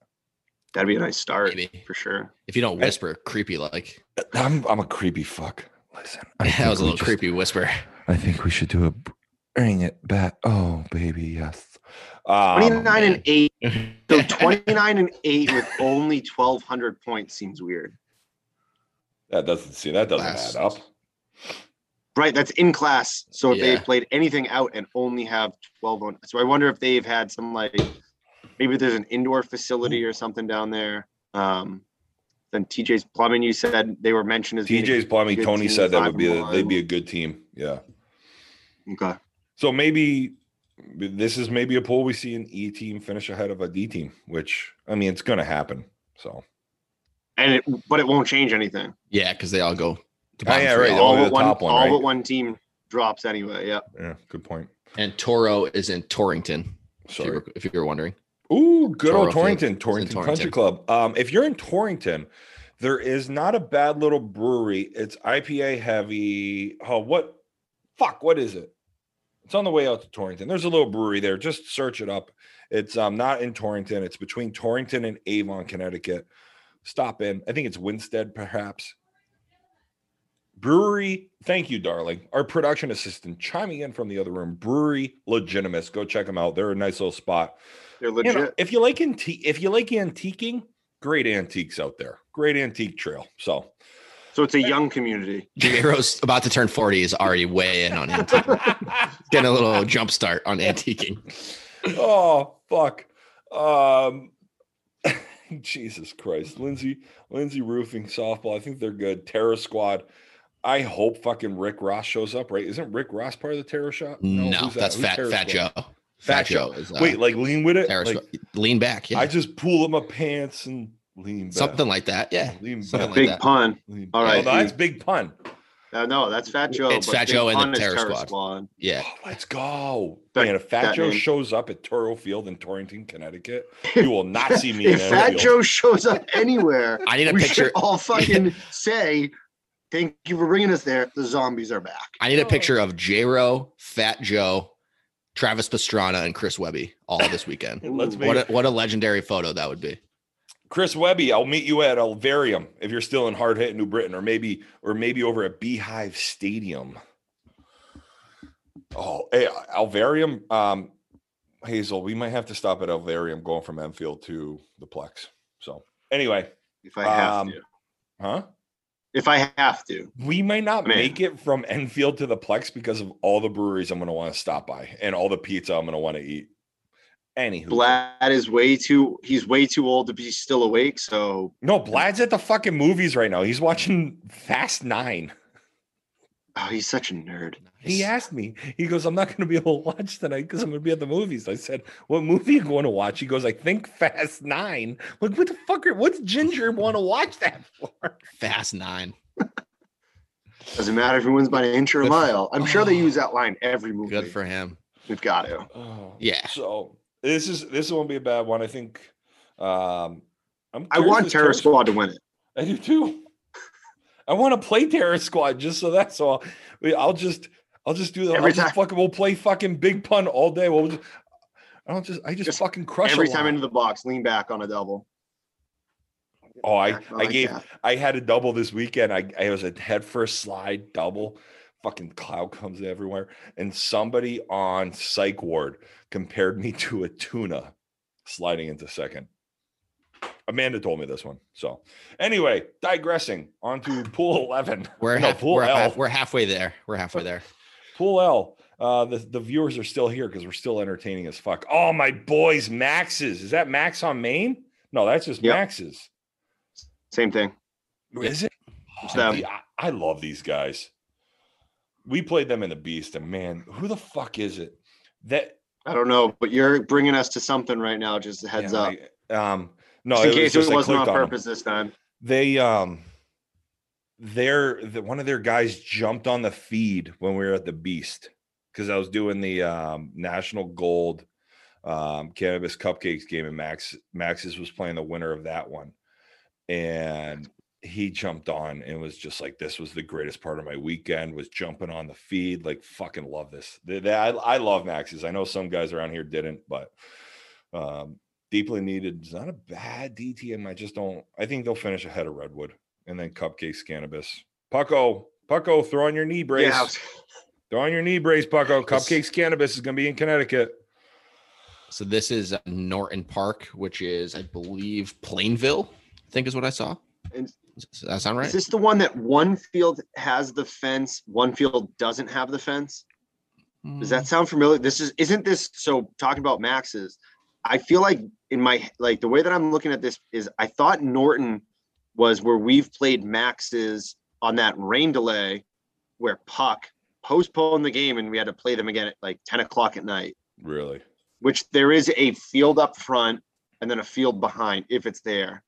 That'd be a nice start
Maybe
for sure.
if you don't whisper, creepy like
I'm I'm a creepy fuck. Listen,
that
think
was a
we
little
just-
creepy whisper.
I think we should do a b- bring it back. Oh baby, yes. Um,
29 and
man.
8. So 29 and 8 with only 1,200 points seems weird.
that doesn't see that doesn't
Last-
add up.
Right, that's in class. So if
Yeah.
they played anything out and only have 12 on, so I wonder if they've had some like maybe there's an indoor facility or something down there. Um, then TJ's Plumbing, you said they were mentioned as being-
TJ's plumbing.
Good
Tony
team,
said that
five
would be
and
a,
one.
they'd be a good team. Yeah.
Okay.
So maybe this is maybe a pool we see an E team finish ahead of a D team, which I mean it's going to happen. So
And it, but it won't change anything.
Yeah, because they all go. to
Oh, yeah,
bottom three.
right.
all
only the
but one,
top one,
all
right?
but one team drops anyway. Yeah.
yeah, good point.
And Toro is in Torrington. If you,
Sorry.
were, if you were wondering,
Ooh, good old
Toro Field.
Torrington, Torrington, Country
Torrington.
Club. Um, if you're in Torrington, there is not a bad little brewery. It's IPA heavy. Oh, what? Fuck, what is it? It's on the way out to Torrington. There's a little brewery there. Just search it up. It's um not in Torrington. It's between Torrington and Avon, Connecticut. Stop in. I think it's Winstead, perhaps. Brewery, thank you, darling. Our production assistant chiming in from the other room. Brewery Legitimus. Go check them out. They're a nice little spot
They're
you
legit.
know, if you like antique, if you like antiquing, great antiques out there. Great antique trail. So
so it's a young community.
Jimmy Rose about to turn forty is already way in on antiquing, getting a little jump start on antiquing.
oh fuck. Um Jesus Christ. Lindsay, Lindsay Roofing Softball. I think they're good. Terror Squad. I hope fucking Rick Ross shows up, right? Isn't Rick Ross part of the Terror Shop?
No,
who's that?
that's
Who's
Fat
Terror
Fat
Squad?
Joe. Fat,
Joe.
is uh,
Wait, like lean with it?
Terror
Like,
Squad. lean back. Yeah,
I just uh, pull up my pants and lean back.
something like that. Yeah,
Lean back.
something like
Big
that.
pun.
lean
All
back.
right.
Oh, that's big pun.
Uh, no, that's Fat Joe.
It's
but
Fat
Big
Joe and the
Pun is
Terror Squad. yeah.
Oh, let's go.
That-
Man, if Fat
that
Joe
name.
shows up at Toro Field in Torrington, Connecticut, you will not see me in
If Fat
that
Joe shows up anywhere,
I need a
we
picture.
should all fucking say, "Thank you for bringing us there." The zombies are back.
I
Oh.
need a picture of J-Ro, Fat Joe, Travis Pastrana, and Chris Webby all this weekend.
Let's make
what a, what a legendary photo that would be.
Chris Webby. I'll meet you at Alvarium if you're still in hard hit New Britain, or maybe, or maybe over at Beehive Stadium. Oh, hey, Alvarium, um, Hazel. We might have to stop at Alvarium going from Enfield to the Plex. So anyway,
If I have
Um,
to,
huh?
if I have to,
We might not
Man.
make it from Enfield to the Plex because of all the breweries I'm going to want to stop by and all the pizza I'm going to want to eat. Anywho,
Vlad is way too. He's way too old to be still awake. So
no, Blad's at the fucking movies right now. He's watching Fast Nine.
oh, he's such a nerd.
He asked me, he goes, I'm not going to be able to watch tonight because I'm going to be at the movies. I said, What movie you going to watch? He goes, I think Fast Nine. I'm like, what the fuck? Are, what's Ginger want to watch that for?
Fast Nine.
Doesn't matter if he wins by an inch or a
Good for-
mile. I'm sure they use that line every movie.
Good for him.
We've got to.
Oh,
Yeah.
So this is, this won't be a bad one. I think, um, I'm
I want Terror
terrorist.
Squad to win it.
I do too. I want to play Terror Squad just so that's all. I- I'll just I'll just do that.
Every
I'll just
time-
fucking we'll play fucking big pun all day. We'll just, I don't just I just,
Just
fucking crush
Every
a
time
lot.
into the box, lean back on a double.
Oh, I
Back
I
like
gave
that.
I had a double this weekend. I I was a head first slide double. Fucking cloud comes everywhere, and somebody on psych ward compared me to a tuna sliding into second. Amanda told me this one. So, anyway, digressing onto pool eleven.
We're,
No,
half,
pool
we're,
L.
half, we're halfway there. We're halfway there.
Pool L. Uh, the, the viewers are still here because we're still entertaining as fuck. Oh, my boys, Max's. Is that Max on Maine? No, that's just
Yep.
Max's.
Same thing.
Is it?
It's
Oh,
them.
the- I, I love these guys. We played them in the Beast, and man, who the fuck is it? That
I don't know, but you're bringing us to something right now. Just a heads
yeah,
up.
I- um, no,
just in case
just
it
I
wasn't on
clicked them.
purpose this time.
they um their the, one of their guys jumped on the feed when we were at the beast because i was doing the um national gold um cannabis cupcakes game and max max's was playing the winner of that one and he jumped on and was just like this was the greatest part of my weekend was jumping on the feed like fucking love this Th- th- I, I love max's i know some guys around here didn't but um deeply needed. It's not a bad DTM. I just don't. I think they'll finish ahead of Redwood and then Cupcakes Cannabis. Pucko, Pucko, throw on your knee brace.
Yeah, I was-
Throw on your knee brace, Pucko.
Yes.
Cupcakes Cannabis is going to be in Connecticut.
So this is uh, Norton Park, which is, I believe, Plainville. I think is what I saw.
and
Does that sound right?
Is this the one that one field has the fence, one field doesn't have the fence? Does
Mm-hmm.
that sound familiar? This is isn't this so talking about maxes. I feel like in my like the way that I'm looking at this is I thought Norton was where we've played maxes on that rain delay where Puck postponed the game and we had to play them again at like 10 o'clock at night,
Really?
which there is a field up front and then a field behind if it's there.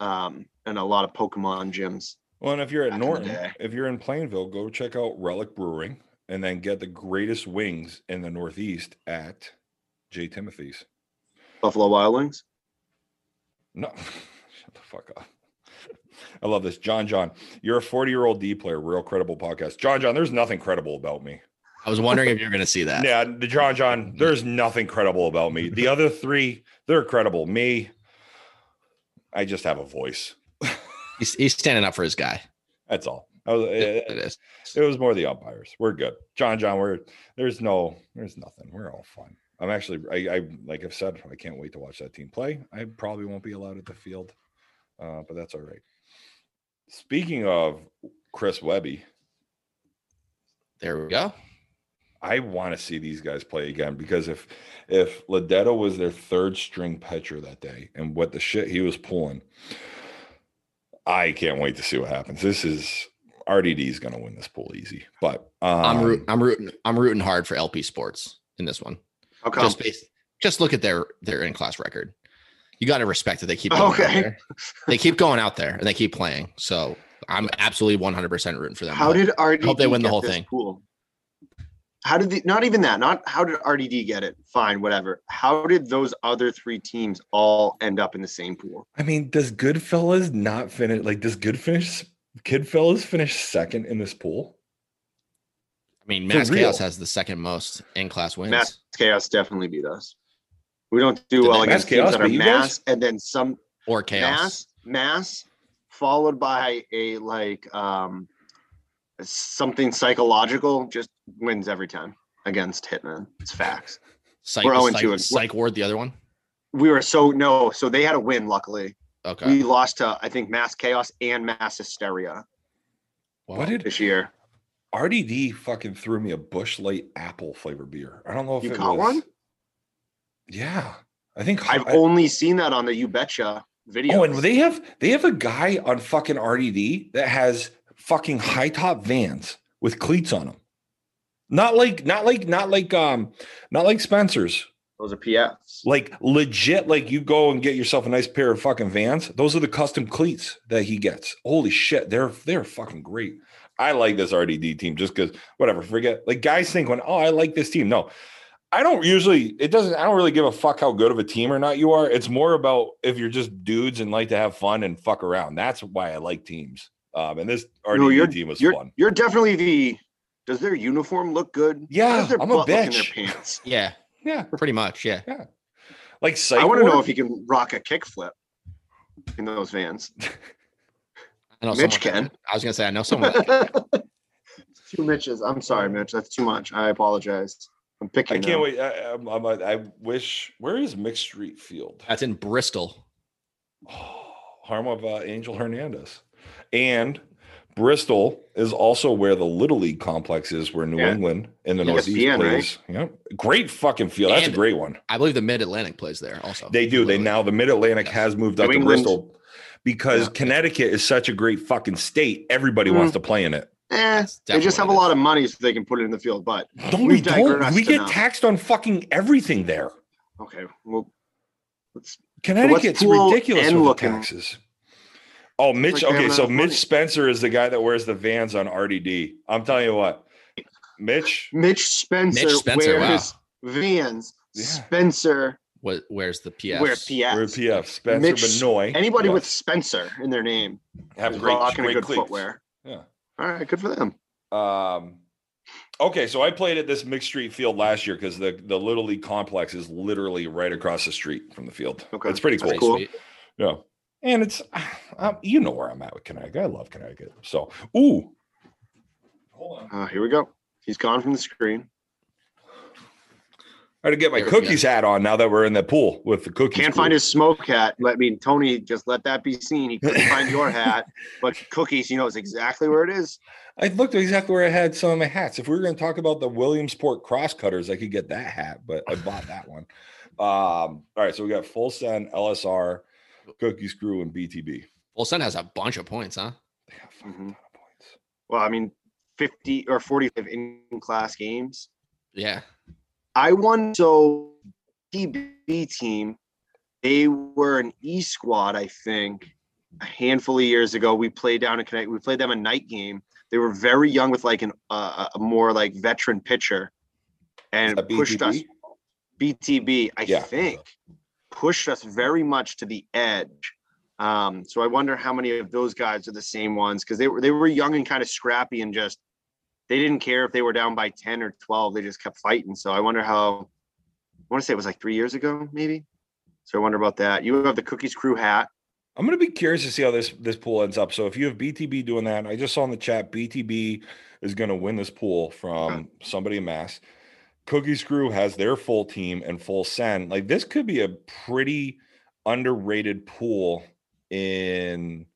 Um, and a lot of Pokemon gyms.
Well, and if you're at
Back in the
Norton,
day.
if you're in Plainville, go check out Relic Brewing and then get the greatest wings in the Northeast at J. Timothy's.
Buffalo Wild Wings.
No, shut the fuck up. I love this. John John, you're a 40 year old D player, real credible podcast. John John, there's nothing credible about me.
Hmm. I was wondering if you're going to see that.
Yeah, the John John, there's nothing credible about me. The other three, they're credible. Me, I just have a voice.
He's, he's standing up for his guy.
That's all. I was,
It-
uh,
it is.
It was more the umpires. We're good. John, John, we're there's no there's nothing. We're all fun. I'm actually I, I like I've said, I can't wait to watch that team play. I probably won't be allowed at the field. Uh, but that's all right. Speaking of Chris Webby,
There we go.
I want to see these guys play again because if if Ledetta was their third string pitcher that day and what the shit he was pulling, I can't wait to see what happens. This is RDD is going to win this pool easy. But um,
I'm root, I'm rooting I'm rooting hard for LP Sports in this one.
How come?
Just based, just look at their their in class record. You got to respect that they keep going out
Okay.
there. They keep going out there and they keep playing. So I'm absolutely 100 percent rooting for them.
How did RDD
hope they win the
get
whole
this
thing.
Pool? How did the, not even that? Not how did RDD get it? Fine, whatever. How did those other three teams all end up in the same pool?
I mean, does Goodfellas not finish? Like, does Goodfinish Kidfellas finish second in this pool?
I mean,
For
Mass
real.
Chaos has the second most in class wins.
Mass Chaos definitely beat us. We don't do
Did
well
they-
against
Mass Chaos
teams that are
beat you guys?
mass, and then some
or Chaos.
mass, mass, followed by a like um something psychological just wins every time against Hitman. It's facts.
Psych,
We're
was
0-2
Psych,
and-
Psych Ward, the other one.
We were so no, so they had a win. Luckily,
Okay.
we lost to I think Mass Chaos and Mass Hysteria
What did
this year.
RDD fucking threw me a Bush Light apple flavor beer? I don't know if
You
it
got
was,
one?
Yeah, I think
I've
I-
only seen that on the You Betcha video.
Oh, and they have they have a guy on fucking RDD that has fucking high top Vans with cleats on them. Not like not like not like um not like Spencer's.
those are PFs.
Like legit, like you go and get yourself a nice pair of fucking Vans. Those are the custom cleats that he gets. Holy shit, they're they're fucking great. I like this RDD team just because whatever. Forget like guys think when oh I like this team. No, I don't usually. It doesn't. I don't really give a fuck how good of a team or not you are. It's more about if you're just dudes and like to have fun and fuck around. That's why I like teams. Um, and this RDD
you're-
team was
You're
fun.
you're definitely the. Does their uniform look good? How
Yeah,
does their
I'm a
butt look in
bitch.
their pants?
Yeah,
Yeah,
pretty much. Yeah.
like psych
I want to
ward.
know if he can rock a kickflip in those vans.
I know
Mitch
someone-
can.
I was gonna say I know someone. that-
Two Mitches. I'm sorry, Mitch. That's too much. I apologize. I'm picking.
I can't wait. I, I'm, I'm, I wish. Where is Mixed Street Field?
that's in Bristol.
Oh, harm of uh, Angel Hernandez. And Bristol is also where the Little League complex is, where New
Yeah.
England in the
ESPN,
Northeast
right?
plays. Yep. Great fucking field. That's
And-
a great one.
I believe the Mid Atlantic plays there also.
They do. They
Literally.
now, the Mid Atlantic
Yes.
has moved
New
up to
England.
Bristol because
Yeah.
Connecticut is such a great fucking state. Everybody wants
Mm.
to play in it.
Eh,
That's
they
definitely
just have a
what it
lot
is.
of money so they can put it in the field. But
Don't
We
we, don't.
digressed
We get
enough.
taxed on fucking everything there.
okay, well, let's
Connecticut's
pool
ridiculous
N
with
looking?
the taxes. Oh, Mitch.
like they
okay,
have
so
enough
Mitch
money.
Spencer is the guy that wears the Vans on RDD. I'm telling you what, Mitch.
Mitch Spencer,
Mitch Spencer, wow.
wears Vans.
Yeah.
Spencer
What, where's the PS?
wear PF.
We're PF Spencer
Mitch-
Benoit.
Anybody with
Yes.
Spencer in their name
have
is
great,
rocking
great
a good
cleats.
footwear.
Yeah.
All right, good for them.
Um, okay, so I played at this mixed street field last year because the the Little League complex is literally right across the street from the field.
Okay,
it's pretty
that's
cool.
Pretty
cool.
sweet.
Yeah. And it's, um, you know where I'm at with Connecticut. I love Connecticut. So, ooh. Hold on.
Uh, here we go. He's gone from the screen.
I had to get my
There we go.
cookies hat on now that we're in the pool with the cookies.
Can't
pool.
find his smoke hat. Let- I mean, Tony, just let that be seen. He couldn't find your hat, but cookies, he knows exactly where it is.
I looked exactly where I had some of my hats. If we were going to talk about the Williamsport crosscutters, I could get that hat, but I bought that one. Um, all right, so we got full send, LSR, cookie screw, and BTB.
Olsen has a bunch of points, huh?
They got a fucking
Mhm.
ton of points.
Well, I mean, 50 or 45 in class games.
Yeah.
I won so TB team. They were an E squad, I think, a handful of years ago. We played down in Connecticut. We played them a night game. They were very young with like an uh, a more like veteran pitcher, and
Is that
pushed us.
BTB?
BTB, I
Yeah.
think, pushed us very much to the edge. Um, so I wonder how many of those guys are the same ones because they were they were young and kind of scrappy and just they didn't care if they were down by ten or twelve. They just kept fighting. So I wonder how. I want to say it was like three years ago, maybe. So I wonder about that. You have the Cookies Crew hat.
I'm going to be curious to see how this this pool ends up. So if you have BTB doing that, I just saw in the chat BTB is going to win this pool from somebody in Mass. Cookie Screw has their full team and full send. Like this could be a pretty underrated pool in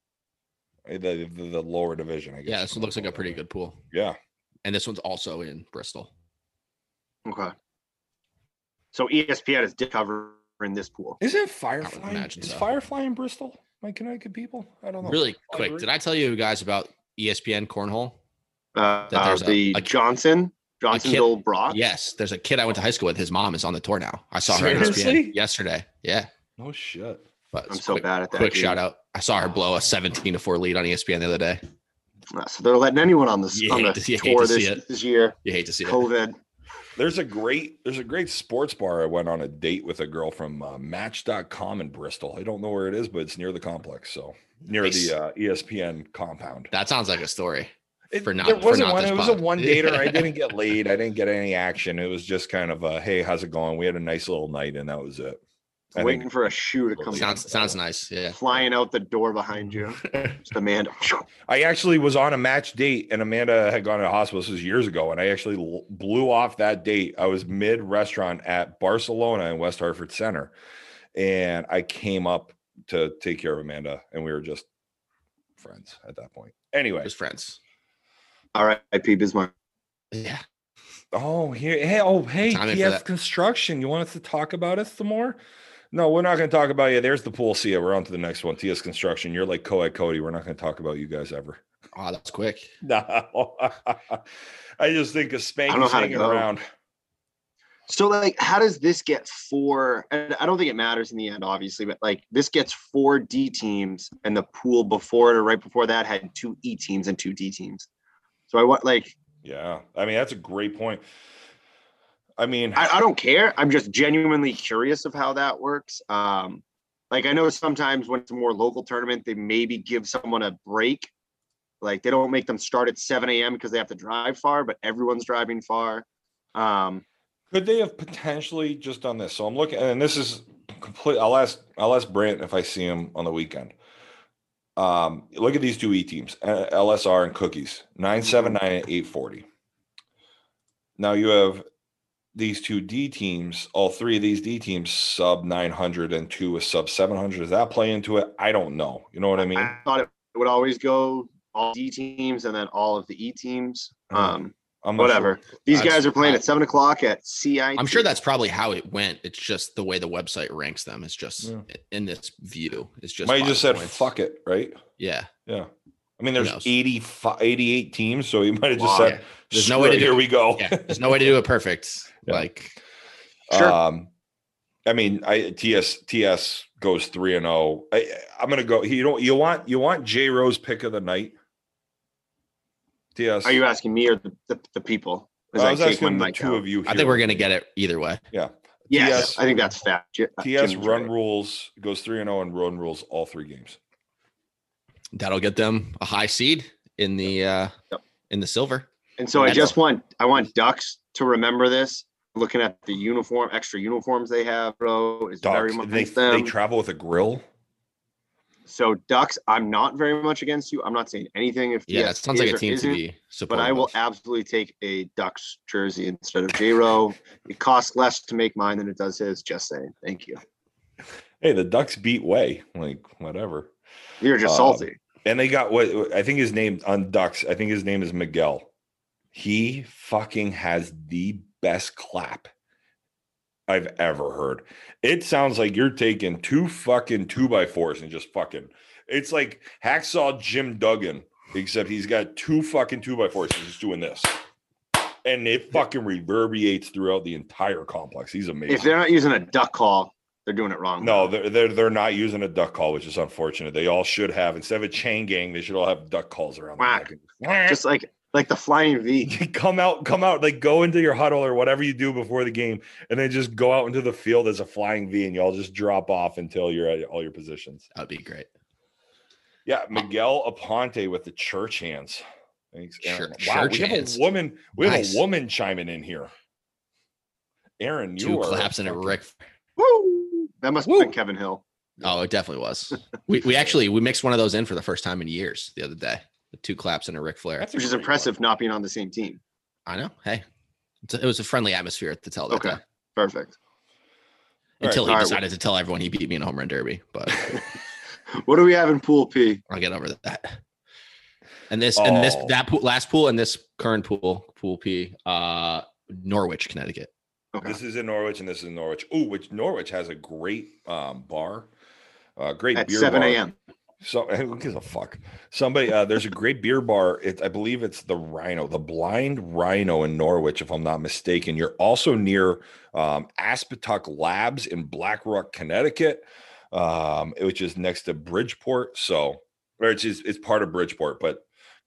the the, the lower division. I guess.
Yeah, this one looks like a pretty good pool.
Yeah,
And this one's also in Bristol.
Okay. So E ESPN is dick cover in this pool.
isn't
would
Firefly?
imagine
Is
so.
Firefly in Bristol? My Connecticut people? I don't know.
Really
I
quick,
agree.
did I tell you guys about E ESPN Cornhole?
Uh,
That there's
uh,
a-
the
a-
Johnson, Johnsonville Brock.
Yes, there's a kid I went to high school with. His mom is on the tour now. I saw her E on
Seriously?
ESPN yesterday. Yeah,
No shit.
but
I'm
it's a
so
quick,
bad at that.
quick
dude.
shout out. I saw her blow a 17 to four lead on E ESPN the other day.
Uh, So they're letting anyone on this
You
on
hate
the
to- you hate
tour
to see
this,
it.
this year.
You hate to see it.
COVID.
There's a great there's a great sports bar. I went on a date with a girl from uh, Match.com in Bristol. I don't know where it is, but it's near the complex, so near
Nice.
the uh, ESPN compound.
That sounds like a story.
It,
For not-
there
for
wasn't
not
one.
this
It was a
pod.
one dater. I didn't get laid. I didn't get any action. It was just kind of a hey, how's it going? We had a nice little night, and that was it. I
waiting
think
for a shoe to come
Sounds sounds nice. Yeah.
flying out the door behind you. Just Amanda.
I actually was on a match date, and Amanda had gone to the hospital. This was years ago, and I actually l- blew off that date. I was mid restaurant at Barcelona in West Hartford Center, and I came up to take care of Amanda, and we were just friends at that point. Anyway,
Just friends.
All right, IP Bismarck.
Yeah.
oh here, hey, oh hey,
Timing for
TF
that.
Construction, you want us to talk about it some more? No, we're not going to talk about you. There's the pool. See ya. We're on to the next one. TS Construction. You're like co-ed Cody. We're not going to talk about you guys ever.
Oh, that's quick.
No, I just think of
I
Spanky's
don't know how to
hanging
go.
around.
So, like, how does this get four? And I don't think it matters in the end, obviously, but like, this gets four D teams, and the pool before it or right before that had two E teams and two D teams. So I want like
Yeah, I mean that's a great point. I mean,
I, I don't care. I'm just genuinely curious of how that works. Um, like I know sometimes when it's a more local tournament, they maybe give someone a break. Like they don't make them start at 7 a.m. because they have to drive far, but everyone's driving far. Um,
could they have potentially just done this? So I'm looking, and this is complete. I'll ask. I'll ask Brant if I see him on the weekend. Um, look at these two E teams, uh, LSR and Cookies, nine seven
Mm-hmm.
nine and eight forty. Now you have these two D teams. All three of these D teams sub nine hundred and two is sub seven hundred. Does that play into it? I don't know. You know what I mean?
I thought it would always go all D teams and then all of the E teams. Um,
Uh, I'm not sure.
whatever. These
That's-
guys are playing at seven o'clock at CI.
I'm sure that's probably how it went. It's just the way the website ranks them. It's just
Yeah.
in this view. It's just
Might have
five
just said
points.
fuck it, right?
Yeah.
Yeah. I mean,
Who
there's
knows?
85, 88 teams, so he might have just
Wow.
said,
There's no way to
"Screw it,
do
Here
it."
we go.
Yeah. There's no way to do it perfect.
Yeah.
Like
Sure.
Um, I mean, I TS TS goes three and zero. I I'm gonna go. You don't. You want you want J Rose pick of the night. TS.
Are you asking me or the, the, the people? As
I was
take
asking
one
the
mic
two
out.
of you.
I
here.
think we're gonna get it either way.
Yes,
TS
I think that's fact. Jim-
TS
Jim's
run
right.
rules goes three and zero and run rules all three games.
That'll get them a high seed in the uh
Yep.
in the silver.
And so I
That's-
just want I want Ducks to remember this. Looking at the uniform, extra uniforms they have, bro, is very
Dogs.
much
They,
them.
they travel with a grill.
So Ducks, I'm not very much against you. I'm not saying anything if
Yeah,
TS
it sounds like
is
a
or
team to
isn't,
be
But
supportive.
I will
of.
absolutely take a Ducks jersey instead of J Row. it costs less to make mine than it does his. Just saying. Thank you.
Hey, the Ducks beat way. Like whatever.
You're just
Um,
salty.
And they got what I think his name on Ducks. I think his name is Miguel. He fucking has the best clap I've ever heard. It sounds like you're taking two fucking two by fours and just fucking. It's like hacksaw Jim Duggan, except he's got two fucking two by fours. He's just doing this, and it fucking reverberates throughout the entire complex. He's amazing.
If they're not using a duck call, they're doing it wrong.
No, they're, they're they're not using a duck call, which is unfortunate. They all should have instead of a chain gang, they should all have duck calls around.
Whack.
The neck.
Just like like the flying V.
come out, come out, like go into your huddle or whatever you do before the game, and then just go out into the field as a flying V, and y'all just drop off until you're at all your positions. Uh,
That would be great.
Yeah, Miguel Aponte with the church hands. Thanks, Aaron.
Church-
wow,
church
we have
hands.
a woman. We have
Nice.
a woman chiming in here. Aaron, you
Two
are
claps and a
fucking-
Rick.
Woo! That must have
Woo!
been Kevin Hill.
Oh, it definitely was. We we actually we mixed one of those in for the first time in years the other day. The two claps and a Ric Flair.
That's a
Which is
great one.
impressive not being on the same team.
I know. Hey, It's a- it was a friendly atmosphere at the tell that
Okay.
time,
Perfect.
All right,
until he
all right.
decided to tell everyone he beat me in a home run derby. But
What do we have in pool P?
I'll get over that. And this and this
Oh.
that pool, last pool and this current pool pool P uh Norwich, Connecticut.
Okay.
This is in Norwich, and this is in Norwich. Oh, which Norwich has a great um, bar, uh, great
At
beer
7
bar.
a.m.
So who gives a fuck? Somebody, uh, there's a great beer bar. It, I believe it's the Rhino, the Blind Rhino in Norwich, if I'm not mistaken. You're also near um, Aspituck Labs in Black Rock, Connecticut, um, which is next to Bridgeport. So, or it's just, it's part of Bridgeport, but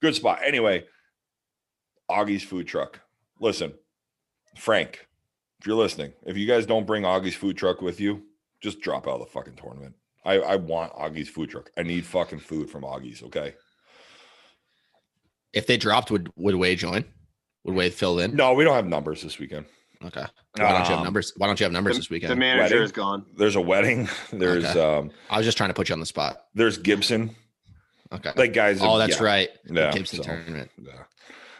good spot. Anyway, Augie's food truck. Listen, Frank, if you're listening, if you guys don't bring Augie's food truck with you, just drop out of the fucking tournament. I, I want Augie's food truck. I need fucking food from Augie's. Okay.
If they dropped, would would Wade join? Would Wade fill in?
No, we don't have numbers this weekend.
Okay. Why don't you have
Um,
numbers? Why don't you have numbers
The-
this
The
weekend?
manager
Wedding.
is gone.
There's a wedding. There's um
I was just trying to put you on the spot.
there's Gibson.
Okay.
Like guys.
oh, that's right. The
Yeah,
Gibson
so,
tournament,
yeah.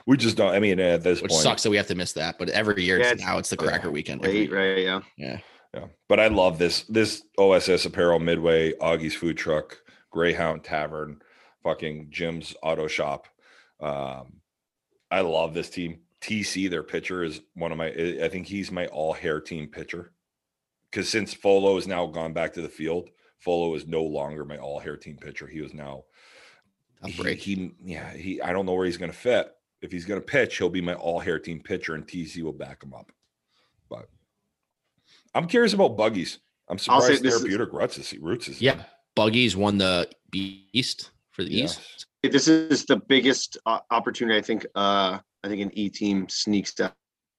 We just don't. I mean, at this
which
point,
sucks that we have to miss that. But every year
Yeah,
it's,
it's-
now it's the
yeah,
Cracker Weekend. every
Late,
year.
right? Yeah.
Yeah.
Yeah, but I love this this OSS Apparel Midway, Augie's Food Truck, Greyhound Tavern, fucking Jim's Auto Shop. Um, I love this team. TC, their pitcher is one of my. I I think he's my all hair team pitcher. Because since Folo has now gone back to the field, Folo is no longer my all hair team pitcher. He was now
Tough
he,
break.
he- yeah he. I don't know where he's going to fit. If he's going to pitch, he'll be my all hair team pitcher, and TC will back him up. But I'm curious about buggies. I'm
I'll say
surprised
this is-
therapeutic roots is roots is
yeah. Buggies won the East for the East.
Yes.
This is the biggest uh, opportunity I think. Uh, I think an E team sneaks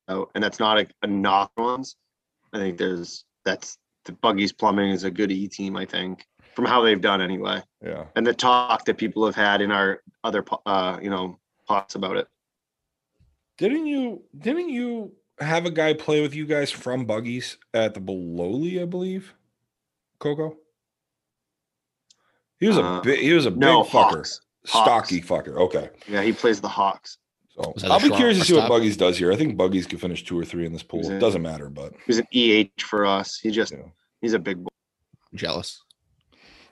out, and that's not a, a knock on ones. I think there's that's the Buggies Plumbing is a good E team. I think from how they've done anyway,
yeah.
and the talk that people have had in our other, po- uh, you know, pots about it.
Didn't you didn't you have a guy play with you guys from buggies at the Bololi, I believe? Coco. He was a
Uh,
big he was a
No
big fucker.
Hawks.
Stocky fucker. Okay.
Yeah, he plays the Hawks.
So
Was that
I'll
the
be curious to see what
shortstop?
Buggies does here. I think Buggies could finish two or three in this pool.
Who's
It
that?
doesn't matter, but
He's an EH for us. He just
you know.
he's a big boy.
I'm jealous.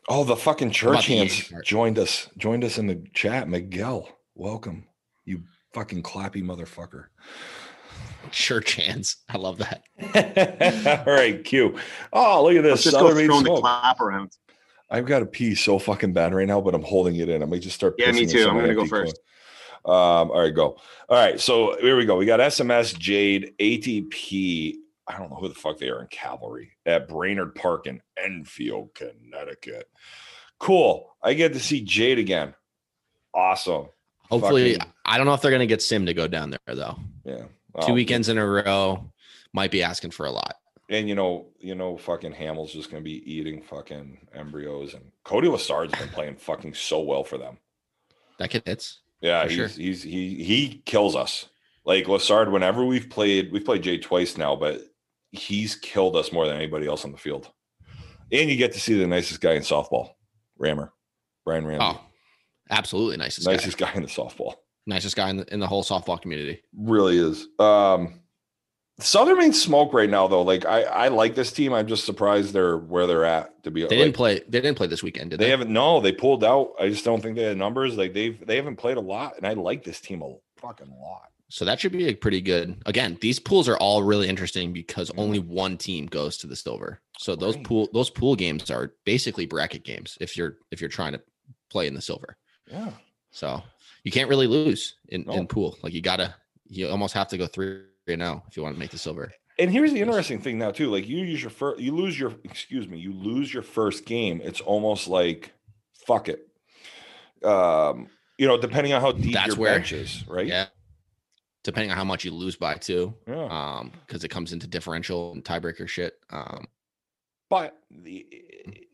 Oh, the fucking
about
church
the
hands
Yankee part?
joined us. Joined us in the chat. Miguel, welcome. You fucking clappy motherfucker.
Church hands. I love that.
All right, Q. Oh, look at
Let's
this.
just go
Southern Maine
throwing the
smoke.
clap around.
I've got to pee so fucking bad right now, but I'm holding it in. I might just start.
Yeah,
pissing
me
in
too.
some
I'm gonna go
empty
first.
coin. Um, all right, go. All right, so here we go. We got SMS, Jade, ATP. I don't know who the fuck they are in Cavalry at Brainerd Park in Enfield, Connecticut. Cool. I get to see Jade again. Awesome.
Hopefully,
Fucking-
I don't know if they're gonna get Sim to go down there though.
Yeah. Um,
Two weekends in a row might be asking for a lot.
And you know, you know, fucking Hamill's just gonna be eating fucking embryos, and Cody Lassard's been playing fucking so well for them.
That kid hits.
Yeah,
For sure.
he's, he's he he kills us. Like Lassard, whenever we've played, we've played Jay twice now, but he's killed us more than anybody else on the field. And you get to see the nicest guy in softball, Rammer. Brian Ramsey,
Oh, absolutely nicest, guy.
nicest guy in the softball.
Nicest guy in the, in the whole softball community.
Really is. Um Southern Maine smoke right now though. Like I, I like this team. I'm just surprised they're where they're at. To be
They
like,
didn't play. They didn't play this weekend, did they?
They haven't. No, they pulled out. I just don't think they had numbers. Like they've they haven't played a lot, and I like this team a fucking lot.
so that should be a pretty good. Again, these pools are all really interesting because
Mhm.
only one team goes to the silver. So those
Right.
pool those pool games are basically bracket games if you're if you're trying to play in the silver.
Yeah.
So you can't really lose in,
No.
in pool. Like you gotta you almost have to go three and out if you want to make the silver.
And here's the interesting thing now too. Like you use your first, you lose your excuse me, you lose your first game. It's almost like fuck it. Um, you know, depending on how deep
That's
your
where-
bench is, right?
Yeah. Depending on how much you lose by too.
Yeah.
Um, because it comes into differential and tiebreaker shit. Um
But the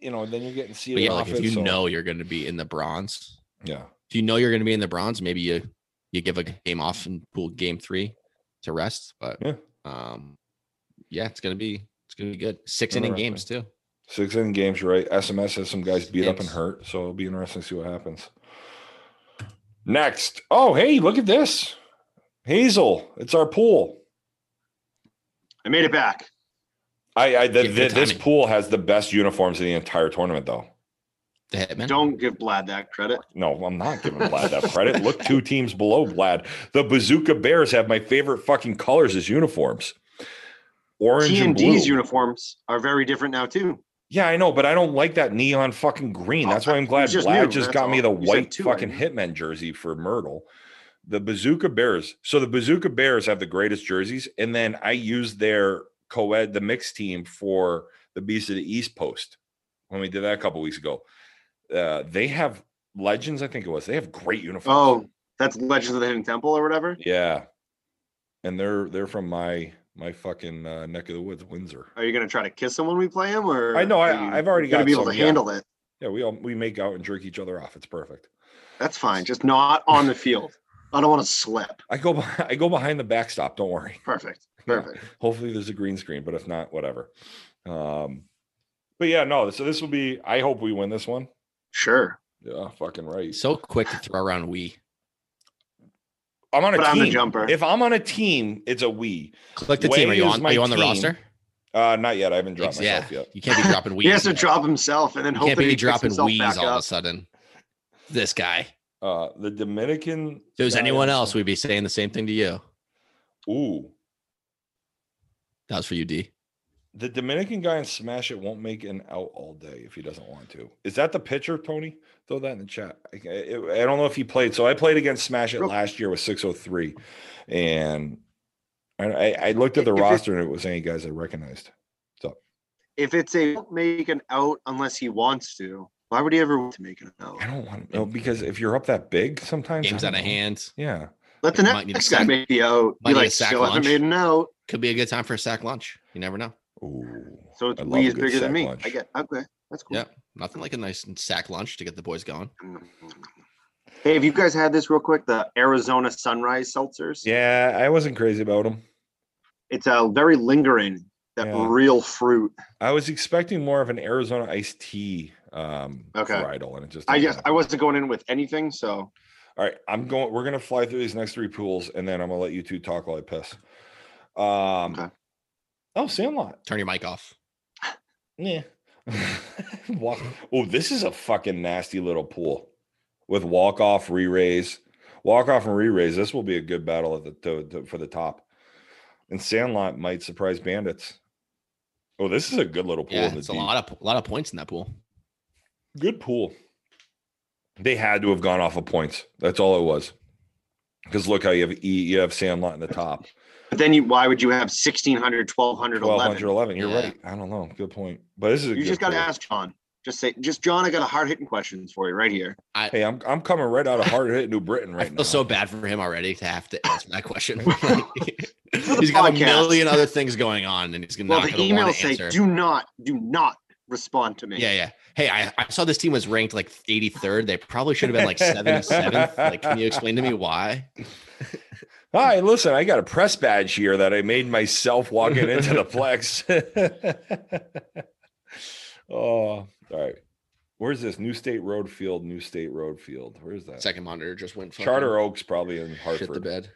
you know, then you're getting
but
seated.
yeah, like
off
if
it,
you
so-
know you're gonna be in the bronze,
yeah,
if you know you're going to be in the bronze, maybe you you give a game off and pull game three to rest. But
Yeah.
um, yeah, it's gonna be it's gonna be good. Six inning games too.
six inning games, you're right? SMS has some guys beat up and
Yes.
hurt, so it'll be interesting to see what happens. Next, oh hey, look at this, Hazel. It's our pool.
I made it back.
I, I the,
Yeah, good
this
timing.
pool has the best uniforms in the entire tournament, though.
The Hitman.
Don't give Blad that credit.
No, I'm not giving Vlad that credit. Look, two teams below Vlad. The Bazooka Bears have my favorite fucking colors as uniforms. Orange
T
and
and
blue.
D's uniforms are very different now too.
yeah, I know, but I don't like that neon fucking green.
Oh,
That's why I'm glad
just
Vlad
new,
just
that's
got me the
all. You said
white
two, I
fucking
knew.
Hitman jersey for Myrtle. The Bazooka Bears. So the Bazooka Bears have the greatest jerseys, and then I used their co-ed, the mixed team for the Beast of the East post when we did that a couple weeks ago. Uh, they have legends, I think it was. They have great uniforms.
Oh, that's Legends of the Hidden Temple or whatever.
Yeah. And they're they're from my my fucking uh, neck of the woods, Windsor.
Are you gonna try to kiss him when we play him? Or
I know, I-
are you
I've already
gonna
got
be able
some,
to
yeah.
handle it.
Yeah, we all we make out and jerk each other off. It's perfect.
That's fine. Just not on the field. I don't want to slip.
I go beh- I go behind the backstop. Don't worry.
Perfect.
Yeah.
Perfect.
Hopefully there's a green screen, but if not, whatever. Um, but yeah, no. So this will be. I hope we win this one.
Sure.
Yeah, fucking right.
So quick to throw around we.
I'm on a
But I'm
team.
the jumper.
If I'm on a team, it's a we.
Click the
Way
team. Are you
is
on?
my
Are you on the
team.
roster?
Uh, not yet. I haven't dropped
Ex- yeah,
myself yet.
you can't be dropping we.
he has to drop himself and then
You
hope
can't
that he
be
picks
dropping
himself
we's
back
all of a
up.
sudden. This guy. If
Uh, the Dominican.
there was
guy
anyone
I'm-
else, we'd be saying the same thing to you.
Ooh,
That was for you, D.
The Dominican guy in Smash It won't make an out all day if he doesn't want to. Is that the pitcher, Tony? Throw that in the chat. I, I- I don't know if he played. So I played against Smash It
Real-
last year with 603. And I, I I looked at the
If it-
roster and it was any guys I recognized.
If it's a don't make an out unless he wants to, why would he ever want to make an out?
I don't want to know because if you're up that big sometimes. I
Game's out
don't
of
know.
hand.
Yeah.
Let the
Might need a
next guy
sack-
make the out.
might
He
need a
like
sack
still
lunch.
hasn't made an out,
Could be a good time for a sack lunch. You never know.
Ooh.
so it's
I love
we
a
is
good
bigger
sack
than me.
lunch.
I get okay. That's cool. Mm.
Yeah. Nothing like a nice sack lunch to get the boys going.
Hey, have you guys had this real quick? The Arizona Sunrise Seltzers.
Yeah. I wasn't crazy about him.
It's a very lingering, that
Yeah.
real fruit.
I was expecting more of an Arizona iced tea um
Okay.
varietal, and it just
I
didn't
just
happen.
I wasn't going in with anything, so
All right,
Mm-hmm.
I'm going. We're gonna fly through these next three pools, and then I'm gonna let you two talk while I piss. Um,
Okay.
oh, Sandlot.
Turn your mic off.
Yeah. walk. Oh, this is a fucking nasty little pool with walk off, re raise, walk off, and re raise. This will be a good battle at the to, to- for the top. And Sandlot might surprise Bandits. Oh, this is a good little pool.
Yeah,
in the
it's a
deep.
lot of a lot of points in that pool.
good pool. They had to have gone off of points. That's all it was. Because look how you have E, you have Sandlot in the top.
but then you why would you have 1600, 1200, 1100?
1211. You're
Yeah.
right. I don't know. Good point. But this is a
You
good
just got to
pool.
ask John. Just say, just John, I got a hard hitting questions for you right here.
Hey, I'm I'm coming right out of hard hit New Britain
I
right
feel
now.
so bad for him already to have to answer that question.
the
he's got a
podcast.
million other things going on, and he's gonna
Well,
not
the
gonna want
emails
to
say,
answer.
do not, do not respond to me.
yeah, yeah. Hey, I, I saw this team was ranked like 83rd. They probably should have been like 77th. Like, can you explain to me why?
Hi, listen, I got a press badge here that I made myself walking into the plex. oh, all right. Where's this New State Road Field? New State Road Field. Where's that?
Second monitor just went fucking
Charter Oaks, probably in
shit the
Hartford.
bed.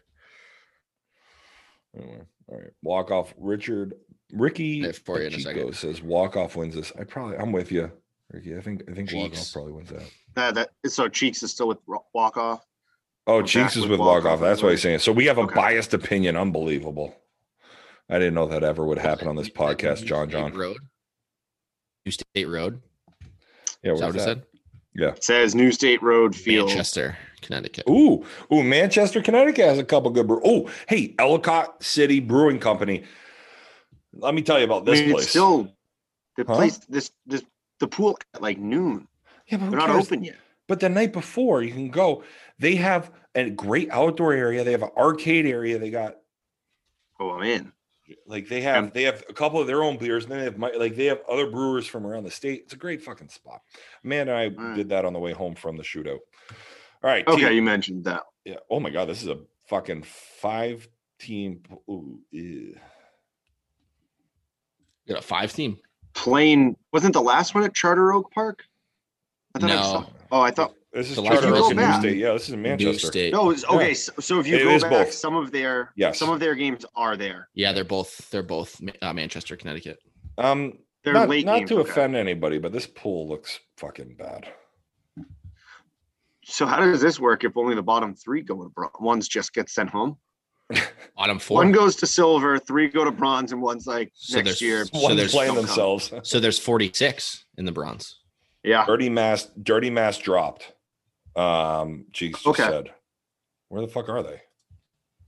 Anyway, all right. Walk off. Richard Ricky
There for you in a
Pacheco
second.
says walk off wins this. I probably I'm with you, Ricky. I think I think walk
Cheeks.
off probably wins that.
Uh, that so cheeks is still with walk off.
Oh,
I'm
Cheeks
back
is
with
with
walk
walk off.
off.
That's why he's saying. it. So we have a
Okay.
biased opinion. Unbelievable. I didn't know that ever would happen on this
Is that
podcast,
New
John.
State
John.
Road. New State Road.
Yeah,
Is that
where's
what it
that?
said?
It says New State Road Field.
Manchester, Connecticut.
Ooh, ooh, Manchester, Connecticut has a couple good brew. Oh, hey, Ellicott City Brewing Company. Let me tell you about
I
this
mean,
place.
it's still the
Huh?
place. This this the pool at like noon.
yeah, but who
They're not
cares?
open yet.
But the night before, you can go. They have a great outdoor area. They have an arcade area. They got
Oh, I'm in.
like they have they have a couple of their own beers, and then they have my, like they have other brewers from around the state. It's a great fucking spot. Amanda and I
Alright.
did that on the way home from the shootout. All right, T.
Okay, you mentioned that.
Yeah. Oh my god, this is a fucking five team. Ooh, ew.
We got a five team.
Plain wasn't the last one at Charter Oak Park? I thought I
No.
saw. Oh, I thought
This is
So like
Charter
you go
Oak and New
back.
State. Yeah, this is in
New
Manchester.
State.
no. It's, okay, so, so if you
It
go
is
back,
both.
some of their
Yes.
some of their games are there.
Yeah, they're both they're both Ma- uh, Manchester, Connecticut.
Um,
They're
not,
late
not
games.
to
okay.
offend anybody, but this pool looks fucking bad.
So how does this work? If only the bottom three go to bronze, one's just get sent home.
Autumn four.
One goes to silver, three go to bronze, and one's like
So
next
there's-
year.
So
One's
there's-
playing
Don't come.
themselves.
so there's 46 in the bronze.
Yeah,
Dirty mass, dirty mass dropped. Um, Cheeks just
Okay.
said, "Where the fuck are they?"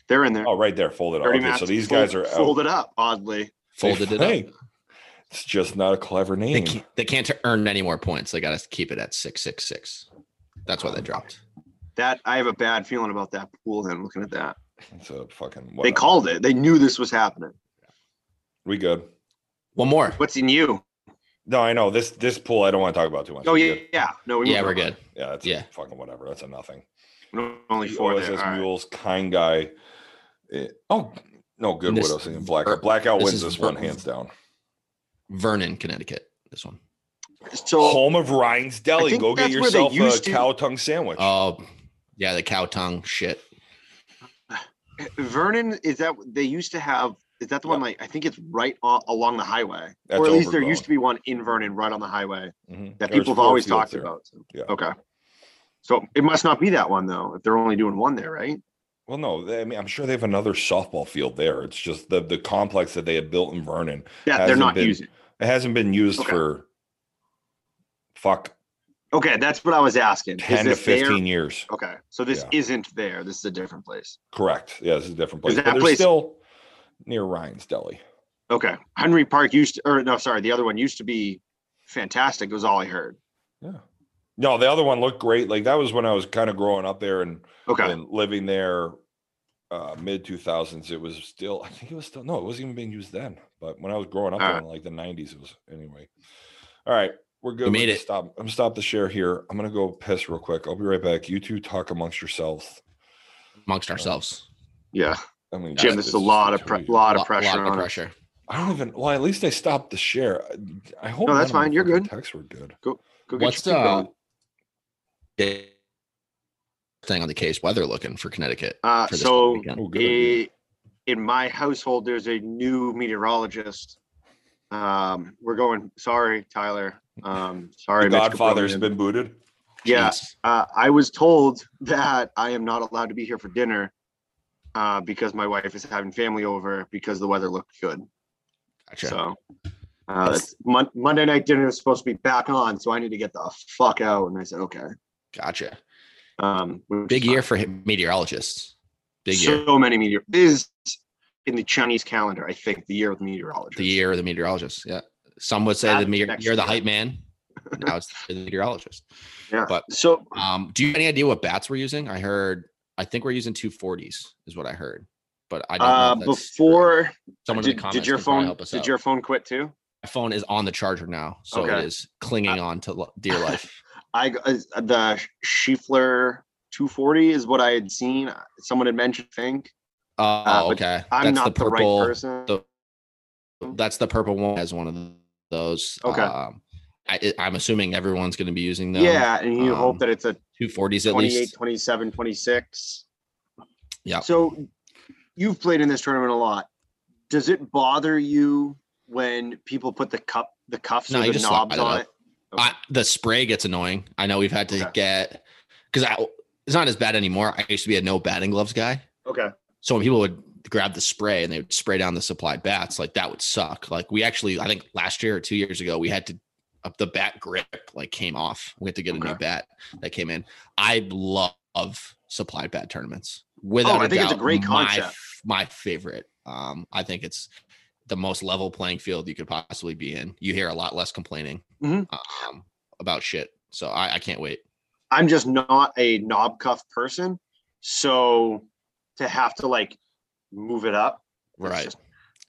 they're in there.
Oh, right there, folded. up.
Dirty
Okay,
Mask
so these
fold-
guys are out.
folded up oddly.
They-
Folded it
hey,
up.
It's just not a clever
They
name.
can't, they can't earn any more points. They got to keep it at 666. That's why they dropped.
That I have a bad feeling about that pool. Then looking at that,
It's a fucking.
they
whatever.
called it. They knew this was happening.
We good?
One more.
What's in you?
No, I know this. This pool, I don't want to talk about too much.
Oh
We
yeah,
good?
yeah. No, we
Yeah,
moved
we're
on.
good.
yeah. That's yeah.
Yeah.
fucking whatever. That's a nothing.
We're Only
The
four.
OSS
There. All right.
Mules, kind guy. Eh, oh no, good.
And
What
this-
I was thinking. Blackout.
Ver-
Blackout
this
wins
is
this
Ver-
one hands down.
Vernon, Connecticut. This one.
So
Home of Ryan's Deli.
think
Go get
that's where they
yourself a
used to-
cow tongue sandwich.
Oh, yeah, the cow tongue shit.
Vernon is that they used to have. Is that the one?
Yeah.
Like I think it's right on, along the highway,
That's
or at least there
overgrown.
used to be one in Vernon right on the highway
Mhm.
that
There's
people have
four
always
fields
talked
there.
about. So-
Yeah.
Okay. So it must not be that one though. If they're only doing one there, right?
Well, no, they, I mean, I'm sure they have another softball field there. It's just the the complex that they had built in Vernon.
Yeah, they're
Hasn't
not
been-
using.
It hasn't been used
Okay.
for fuck
Okay, that's what I was asking. Is
ten to
this there?
fifteen years.
Okay, so this
Yeah.
isn't there. This is a different place.
Correct. Yeah, this is a different place.
Is
But
that
they're
place-
still near Ryan's Deli.
Okay, Henry Park used to, or no, sorry, the other one used to be fantastic. Was all I heard.
Yeah. No, the other one looked great. Like that was when I was kind of growing up there and
Okay,
and living there uh mid 2000s it was still i think it was still no it wasn't even being used then but when i was growing up
All
there
right.
in like the 90s it was anyway all right we're good
We
We're
made
gonna
it.
stop i'm gonna stop the share here i'm gonna go piss real quick i'll be right back you two talk amongst yourselves
Amongst ourselves.
yeah,
i mean
Jim,
God,
this is
this is
a lot of
between
pre-
you.
lot of
Lot-
pressure
lot of
on us.
pressure.
i don't even well at least i stopped the share I- i hope
No, that's
none of my
fine. You're
fucking
good.
texts were good
Go get
What's
your pig
uh,
going.
the thing on the case weather looking for Connecticut?
Uh,
for this
so
weekend?
oh good idea.
a, in my household, there's a new meteorologist. Um, we're going. Sorry, Tyler. Um, sorry,
the
Mitch
godfather's
Capronian.
been booted
Yeah,
Jeez.
uh, I was told that I am not allowed to be here for dinner uh, because my wife is having family over because the weather looked good.
Gotcha.
So uh, that's, Mon- Monday night dinner is supposed to be back on, so I need to get the fuck out. And I said, okay.
Gotcha.
Um, which
Big
is
year
fine.
for meteorologists. Big
so
year.
many meteor is in the Chinese calendar. I think the year of the meteorologist.
The year of the meteorologist. Yeah. Some would say the
That's
meteor,
next
year of the
year.
hype man. Now it's the meteorologist.
So
Um, do you have any idea what bats we're using? I heard. I think we're using two forties is what I heard, but I don't
uh,
know. if that's true.
before
someone in
did,
the comments
did your
can probably
phone
help us
did
out.
your phone quit too?
My phone is on the charger now, so
Okay. Uh,
it is clinging on to lo- dear life.
I g- is- the Schieffler 240 is what I had seen. Someone had mentioned. I think
Oh,
uh, but
okay.
I'm
that's
not
the
the,
purple.
right person.
the- that's the purple one as one of those.
Okay.
Um, I, I- I'm assuming everyone's going to be using them.
yeah, and you hope
um,
that it's a
240s at
28,
least.
27, 26.
Yeah.
So you've played in this tournament a lot. Does it bother you when people put the cup, the cuffs
No,
or
you
the
just
knobs
slide it
on
up.
it?
I, the spray gets annoying. I know we've had to
Okay.
get because I it's not as bad anymore. I used to be a no batting gloves guy,
Okay.
so when people would grab the spray and they would spray down the supplied bats, like that would suck. Like we actually, I think last year or two years ago, we had to up the bat grip like came off. We had to get a new
Okay.
bat that came in. I love supplied bat tournaments. Without
Oh, I think it's a
doubt,
great
my-
concept.
My, favorite. Um, I think it's the most level playing field you could possibly be in. You hear a lot less complaining
Mhm.
um, about shit. So I, I can't wait.
I'm just not a knob cuff person. So to have to like move it up, it's
Right.
just-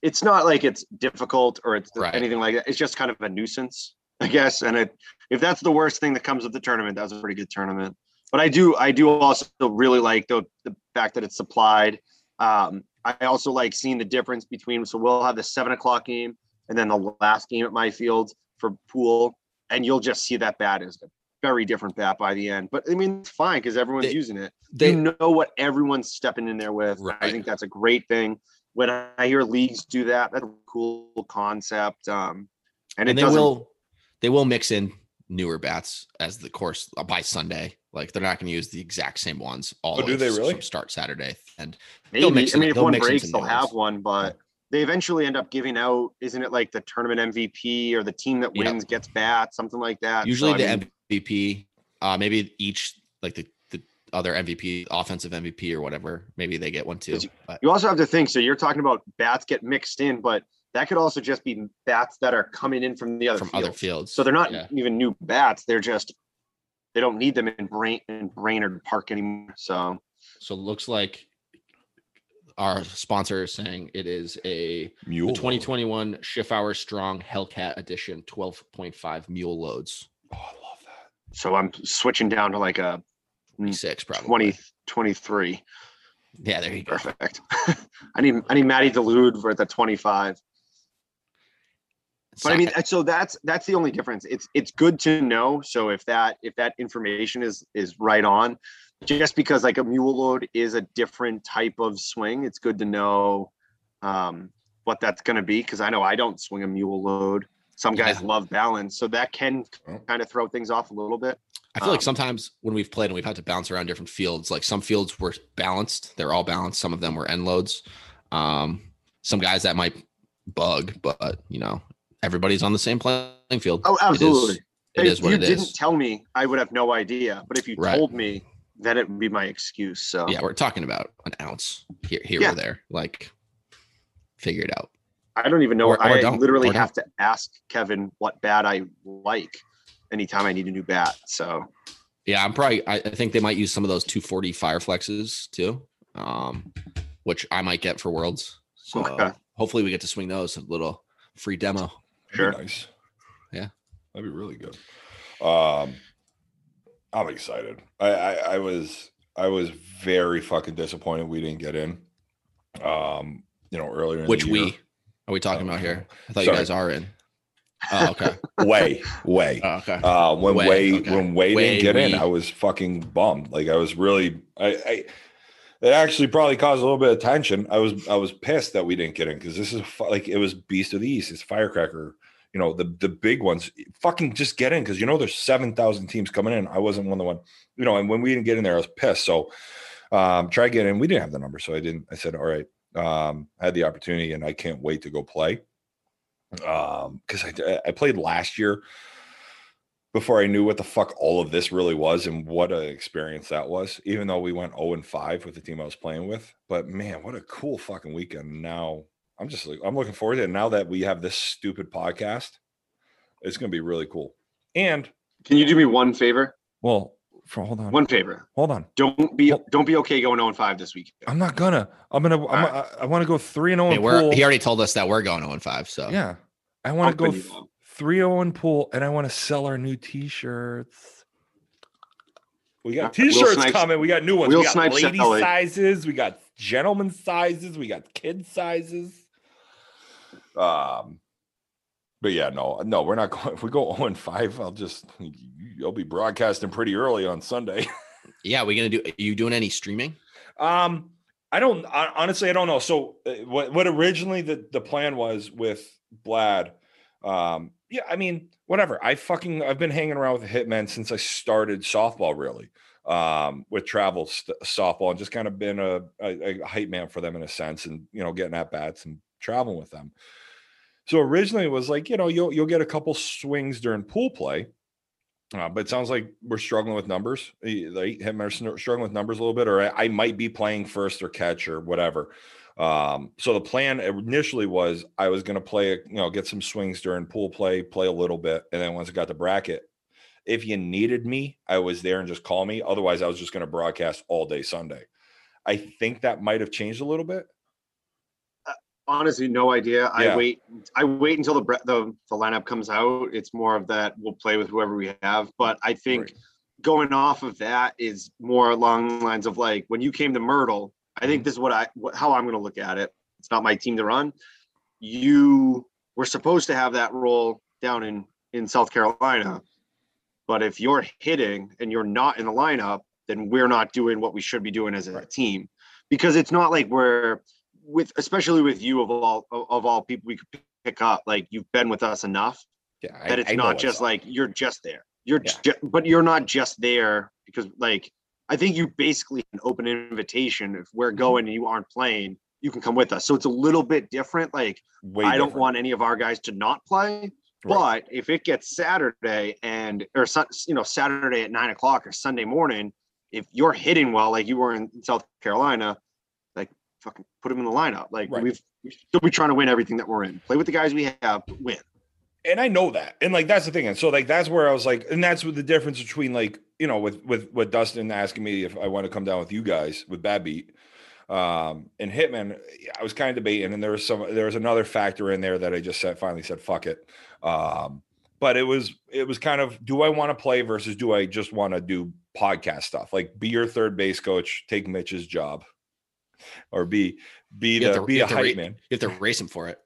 it's not like it's difficult or it's
Right.
anything like that. It's just kind of a nuisance, I guess. And it, if that's the worst thing that comes of the tournament, that was a pretty good tournament. But I do, I do also really like the, the fact that it's supplied. Um, I also like seeing the difference between. So we'll have the seven o'clock game and then the last game at my field for pool, and you'll just see that bat is a very different bat by the end. But I mean, it's fine because everyone's
They-
using it
They,
you know what everyone's stepping in there with. I
Right.
think that's a great thing. When I hear leagues do that, that's a cool concept. Um, and,
and,
it
they
doesn't.
will they will mix in newer bats as the course uh, by Sunday. Like they're not going to use the exact same ones all
Oh,
the
do
way
they
f-
really?
from start Saturday. And
maybe,
mix
I
in-
mean, if
they'll
one
mix in
breaks,
some
they'll
new
have
ones.
one, but they eventually end up giving out. Isn't it like the tournament MVP or the team that
Yeah.
wins gets bats, something like that?
usually
So, I
the
mean,
MVP, uh, maybe each like the, the other MVP, offensive MVP or whatever, maybe they get one too.
Did
But
you also have to think. So you're talking about bats get mixed in, but that could also just be bats that are coming in from the other
from
field.
other fields,
So they're not
Yeah.
even new bats. They're just they don't need them in Brain in Brainerd Park anymore. So
So it looks like our sponsor is saying it is a
Mule.
the 2021 Schiff Hour Strong Hellcat Edition 12.5 mule loads.
Oh, I love that.
so I'm switching down to like a Mm,
Six probably.
20, 23.
Yeah, there you go.
Perfect. I need I need Matty Delude for the 25. But I mean, uh, so that's that's the only difference. It's it's good to know. So if that if that information is is right on, just because like a mule load is a different type of swing, it's good to know um, what that's going to be. Because I know I don't swing a mule load. Some guys
Yeah.
love balance, so that can
Oh.
kind of throw things off a little bit.
I feel like
Um,
sometimes when we've played and we've had to bounce around different fields, like some fields were balanced, they're all balanced. Some of them were end loads. Um, some guys that might bug, but you know, everybody's on the same playing field. It
Oh,
is-
absolutely.
It
if
is what
you
it
didn't
is.
tell me, I would have no idea. But if you
Right.
told me, then it would be my excuse. So
yeah, we're talking about an ounce here, here
Yeah.
or there. Like, figure it out.
I don't even know.
Or- or
I
don't,
literally
or
have to ask Kevin what bat I like anytime I need a new bat. So
Yeah, I'm probably. I, I think they might use some of those 240 Fireflexes too, um, which I might get for Worlds. So
Okay.
hopefully we get to swing those a little free demo.
That'd
sure.
be nice.
Yeah.
That'd be really good. Um, I'm excited. I, I I was I was very fucking disappointed we didn't get in. Um, you know, earlier in
Which
the year.
we are we talking
Oh,
about here? I thought
Sorry.
you guys are in. Oh, okay.
way way
Oh, okay.
uh when
Way,
way,
okay.
when way,
Way,
didn't get in
we-
i was fucking bummed like i was really i i it actually probably caused a little bit of tension i was i was pissed that we didn't get in because this is fu- like it was beast of the east it's firecracker you know the the big ones fucking just get in because you know there's 7000 teams coming in i wasn't one of the one you know and when we didn't get in there i was pissed so um try to get in we didn't have the number so i didn't i said all right um I had the opportunity and i can't wait to go play um because I, I played last year before I knew what the fuck all of this really was and what an experience that was, even though we went 0 and 5 with the team I was playing with. But man, what a cool fucking weekend. Now I'm just like, I'm looking forward to it. Now that we have this stupid podcast, it's going to be really cool. And
Can you do me one favor?
well, for, hold on,
One favor.
hold on.
Don't be
Well-
don't be okay going 0 5 this week.
I'm not gonna, I'm gonna, I'm,
All
I, want to go 3 and 0
Hey,
in
we're,
pool.
he already told us that we're going 0 and 5. So
oh, yeah. I want to
Pumping
go
you up.
3 0 in pool and I want to sell our new t shirts. We got
Will
t-shirts
Snipes-
coming. We got new ones.
Will
we got
Snipes
lady
LA.
sizes. We got gentleman sizes. We got kid sizes. Um, But yeah, no, no, we're not going. If we go 0 and 5, I'll just, I'll be broadcasting pretty early on Sunday.
Yeah, we gonna do. Are you doing any streaming?
Um, I don't I, honestly. I don't know. So uh, what what originally the the plan was with Blad? Um, yeah, I mean, whatever. I fucking I've been hanging around with the Hitmen since I started softball. Really, um, with travel st- softball, and just kind of been a, a, a hype man for them in a sense, and you know, getting at bats and traveling with them. So originally it was like you know you'll you'll get a couple swings during pool play, uh, but it sounds like we're struggling with numbers. Eh, Like him are sn- struggling with numbers a little bit, or I, I might be playing first or catch or whatever. Um, so the plan initially was I was going to play, you know, get some swings during pool play, play a little bit, and then once I got the bracket, if you needed me, I was there and just call me. Otherwise, I was just going to broadcast all day Sunday. I think that might have changed a little bit.
Honestly, no idea.
Yeah.
I wait. I wait until the, bre- the the lineup comes out. It's more of that we'll play with whoever we have. But I think
Right.
going off of that is more along the lines of like when you came to Myrtle. I think this is what I what, how I'm going to look at it. It's not my team to run. You were supposed to have that role down in in South Carolina, but if you're hitting and you're not in the lineup, then we're not doing what we should be doing as a
Right.
team because it's not like we're with especially with you of all of of all people we could pick up like you've been with us enough
Yeah,
that it's not just like you're just there. You're
Yeah.
ju- but you're not just there because like I think you basically an open invitation. If
Mm-hmm.
we're going and you aren't playing, you can come with us. So it's a little bit different. Like
Way
I don't
different.
want any of our guys to not play. But if it gets Saturday and or Sun- you know Saturday at nine o'clock or Sunday morning, if you're hitting well like you were in South Carolina, like fucking put them in the lineup. Like
Right.
we've we still be trying to win everything that we're in. Play with the guys we have, but win.
and I know that, and like that's the thing, and so like that's where I was like, and that's what the difference between like you know with with with Dustin asking me if I want to come down with you guys with Bad Beat, um, and Hitman, I was kind of debating, and there was some there was another factor in there that I just said finally said fuck it, um, but it was it was kind of do I want to play versus do I just want to do podcast stuff like be your third base coach, take Mitch's job, or be be
You have
the
to-
be
you
a
have to
hype
rate-
man.
you have to race him for it.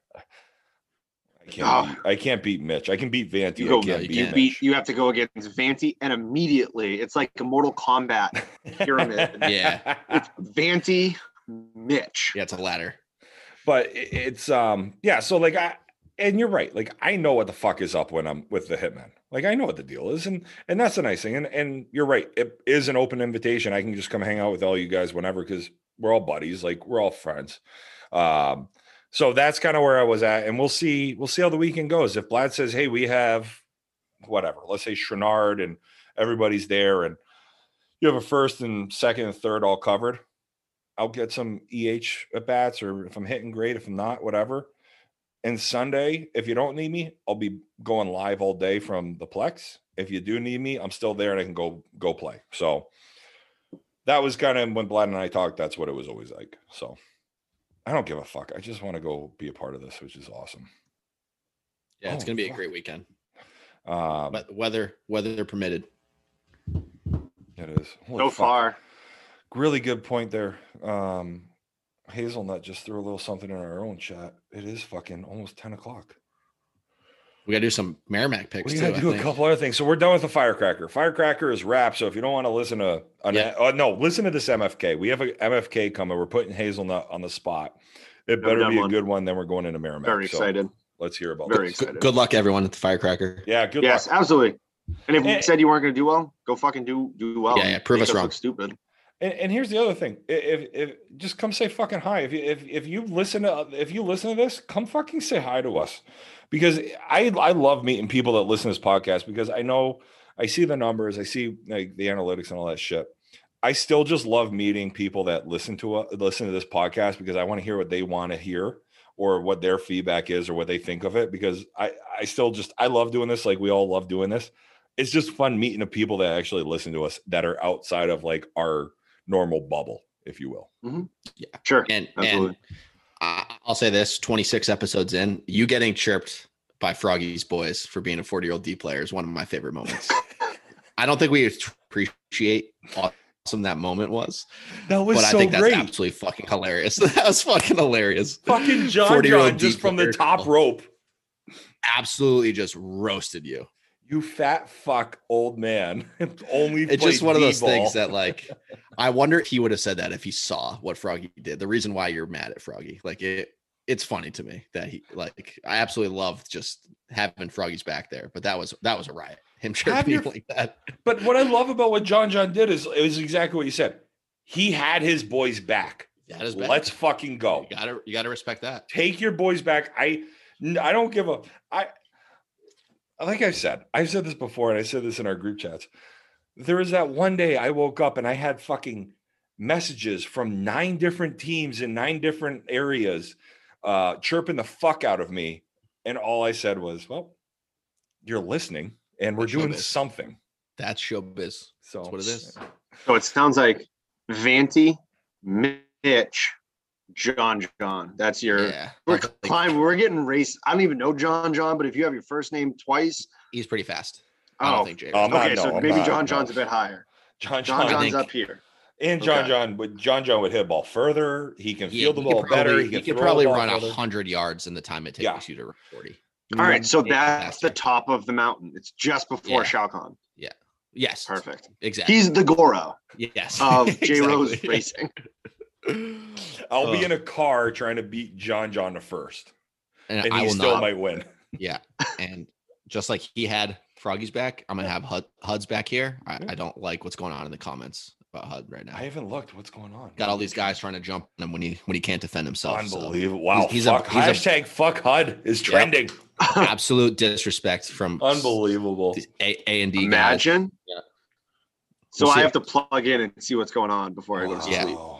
I can't
Ah.
beat, I can't beat Mitch. I can beat Vanty. I
You go-
can't
you
beat
can't
Mitch.
beat you have to go against Vanti, and immediately it's like a Mortal Kombat. pyramid.
Yeah.
Vanti, Mitch.
Yeah, it's a ladder.
but i- it's um yeah, so like I and you're right. Like I know what the fuck is up when I'm with the hitman. Like I know what the deal is and and that's the nice thing. And and you're right. It is an open invitation. I can just come hang out with all you guys whenever cuz we're all buddies. Like we're all friends. Um so that's kind of where I was at and we'll see we'll see how the weekend goes. If Blad says, "Hey, we have whatever. Let's say Chouinard and everybody's there and you have a first and second and third all covered. I'll get some EH at bats or if I'm hitting great, if I'm not, whatever. And Sunday, if you don't need me, I'll be going live all day from the Plex. If you do need me, I'm still there and I can go go play. So that was kind of when Blad and I talked, that's what it was always like. So I don't give a fuck. I just want to go be a part of this, which is awesome.
Yeah, it's
Oh,
gonna be a
fuck.
great weekend,
Um,
but weather weather permitted.
it is. Holy
So
fuck.
far,
really good point there. Um, Hazelnut just threw a little something in our own chat. It is fucking almost 10 o'clock.
We gotta do some Merrimack picks
We
too.
gotta
I
do a
think.
couple other things. So we're done with the firecracker. Firecracker is wrapped. So if you don't want to listen to, an,
Yeah.
oh, no, listen to this MFK. We have a MFK coming. We're putting Hazelnut on the spot. It
No,
better
done
be a
one.
good one. Then we're going into Merrimack.
very
So
excited.
let's hear about
Very
this.
Good-
excited.
Good luck, everyone, at the firecracker.
Yeah, good
yes,
luck.
absolutely. And if
Eh.
you said you weren't going to do well, go fucking do do well.
Yeah, yeah, prove
Make
us wrong.
Look stupid.
And, and here's the other thing: I- if, if just come say fucking hi. If you if if you listen to if you listen to this, come fucking say hi to us, because I I love meeting people that listen to this podcast because I know I see the numbers, I see like the analytics and all that shit. I still just love meeting people that listen to uh, listen to this podcast because I want to hear what they want to hear or what their feedback is or what they think of it because I I still just I love doing this like we all love doing this. It's just fun meeting the people that actually listen to us that are outside of like our normal bubble, if you will.
Sure.
And and
Absolutely.
I, I'll say this: twenty six episodes in, you getting chirped by Froggy's boys for being a forty year old D player is one of my favorite moments. I don't think we appreciate how awesome that moment was,
That was
but I
so
think that's
great.
absolutely fucking hilarious. that was fucking hilarious.
Fucking John
40-year-old
John just
deep
from the
player.
top rope.
absolutely just roasted you.
You fat fuck old man. Only
It's just
played
one of those
D-ball.
things that like I wonder if he would have said that if he saw what Froggy did. The reason why you're mad at Froggy. Like it it's funny to me that he like I absolutely loved just having Froggy's back there, but that was that was a riot. Him
Have
chirping
your-
like that.
But what I love about what John John did is is exactly what you said. He had his boys back.
That is bad.
Let's fucking go.
you gotta you gotta respect that.
Take your boys back. I n- I don't give up. I like I've said, I've said this before, and I said this in our group chats. There was that one day I woke up and I had fucking messages from nine different teams in nine different areas uh chirping the fuck out of me. And all I said was, Well, you're listening and we're
Let's show
doing
this."
something.
That's showbiz.
So
That's what it is.
So it sounds like Vanty, Mitch, John, John. That's
Oh,
your.
yeah.
We're
Like,
climb. We're getting race. I don't even know John, John, but if you have your first name twice,
he's pretty fast. I don't
oh,
think Jake.
Um, I'm not-
okay.
no,
so
I'm
maybe
not,
John,
no.
John's a bit higher.
John
John,
John,
I
John's
think-
up here.
and John
okay.
John would John John would hit a ball further. He can
Yeah,
field the
you
ball
could
better.
probably-
He can
you could
throw the
probably
ball
run
further.
a hundred yards in the time it takes
Yeah.
you to run forty.
All right, so
Yeah,
that's the
faster.
top of the mountain. It's just before
Yeah.
Shao Kahn.
Yes,
Perfect.
Exactly.
He's the Goro
yes.
of
Oh,
J Rose
Exactly.
racing.
I'll be
Ugh.
in a car trying to beat John John to first,
and,
and
I
he
will
still
not.
might win.
Yeah, and just like he had Froggy's back, I'm gonna have Hud, Hud's back here. I, I don't like what's going on in the comments about Hud right now.
I haven't looked. What's going on?
Got all these guys trying to jump on him when he when he can't defend himself. so
unbelievable. Wow.
He's- he's a-
fuck.
he's a-
Hashtag fuck HUD is trending.
absolute disrespect from s-
Unbelievable.
these A, A and D guys.
Imagine.
Yeah.
So
We'll
I
see.
have to plug in and see what's going on before I go to
Wow.
sleep.
All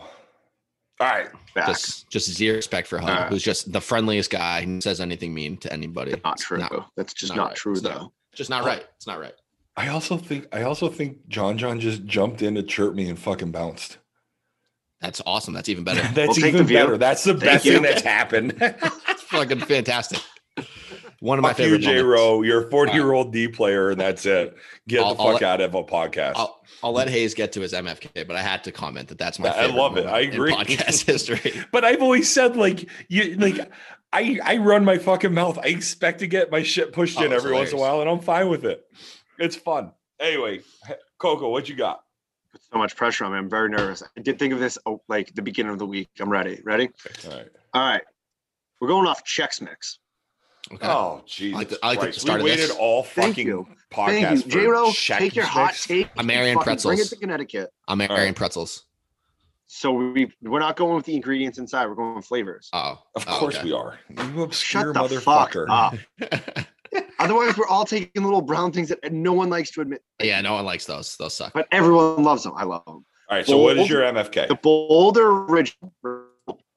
right.
Back.
Just just zero respect for Hud,
Uh,
who's just the friendliest guy who says anything mean to anybody.
not
It's
true. That's just
not
not
right.
true
It's not-
though.
just not right. It's not right.
I also think I also think John John just jumped in to chirp me and fucking bounced.
That's awesome. That's even better.
That's
We'll take the
even
view.
better. That's the best
you.
thing that's happened.
That's fucking fantastic. One of my
Fuck you,
favorite.
J.
moments.
Rowe. You're a 40 year old D player, and that's it. Get
I'll-
the
I'll
fuck
let-
out of a podcast.
I'll, I'll let Hayes get to his MFK, but I had to comment that that's my.
I
favorite
love it.
moment
I
in
agree.
podcast history.
but I've always said, like, you, like, I, I run my fucking mouth. I expect to get my shit pushed
Oh,
in
it's
every once in a
hilarious.
while, and I'm fine with it. It's fun. Anyway, Coco, what you got?
Put so much pressure on me. I'm very nervous. I did think of this oh, like the beginning of the week. I'm ready. Ready?
All right.
All right. We're going off checks mix.
Okay.
Oh, Jesus.
like the- I like the
Christ.
start
we
of
waited
this.
all
Thank
fucking
you.
podcast.
Thank you, J Ro.
for
Take your hot
Shaq's-
take.
I'm
and
marrying
fucking Bring
pretzels.
it to Connecticut.
I'm
right.
Marion Pretzels.
So we we're not going with the ingredients inside. We're going with flavors.
Oh,
Of
oh,
course
okay.
we are. You obscure
Shut the fuck
motherfucker.
up. Otherwise, we're all taking little brown things that no one likes to admit,
yeah, no one likes those. Those suck.
but everyone loves them. I love them.
All right. So, what is
Bold.
your MFK?
The Boulder original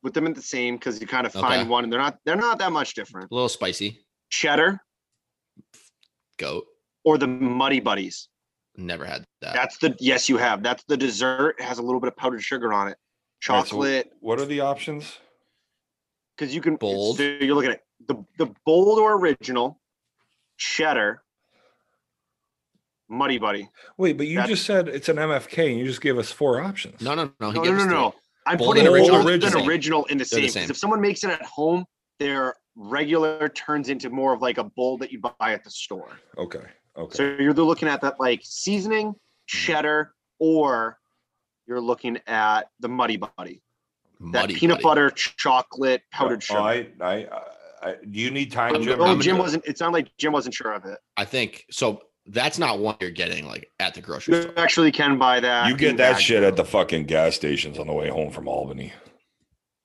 with them in the same because you kind of find
Okay.
one and they're not they're not that much different.
A little spicy.
Cheddar
Goat.
or the Muddy Buddies.
Never had that.
That's the yes you have. That's the dessert. It has a little bit of powdered sugar on it.
Alright, so
Chocolate
what are the options?
because you can. it's-
Bold.
so You're looking at it. the the bold or original cheddar. Muddy Buddy.
Wait, but you
That's-
just said it's an MFK, and you just gave us four options.
no, no, no. He
No,
gave
no, no,
us
no. I'm
Bold
putting
and original
original,
are
original.
the
and
same.
original in the
They're
same.
the
'cause
same.
If someone makes it at home, their regular turns into more of like a bold that you buy at the store.
Okay. Okay.
So you're either looking at that like
Mm.
seasoning, cheddar, or you're looking at the Muddy Buddy.
three.
That
Muddy
peanut
buddy.
butter, chocolate, powdered
Oh,
sugar.
I, I, I, do you need time,
I'm
Jim?
gonna-
Oh,
I'm
Jim wasn't. It sounded like Jim wasn't sure of it.
I think so. That's not one you're getting like at the grocery
You
store.
actually can buy that.
You
in
get that
bag,
shit at the fucking gas stations on the way home from Albany.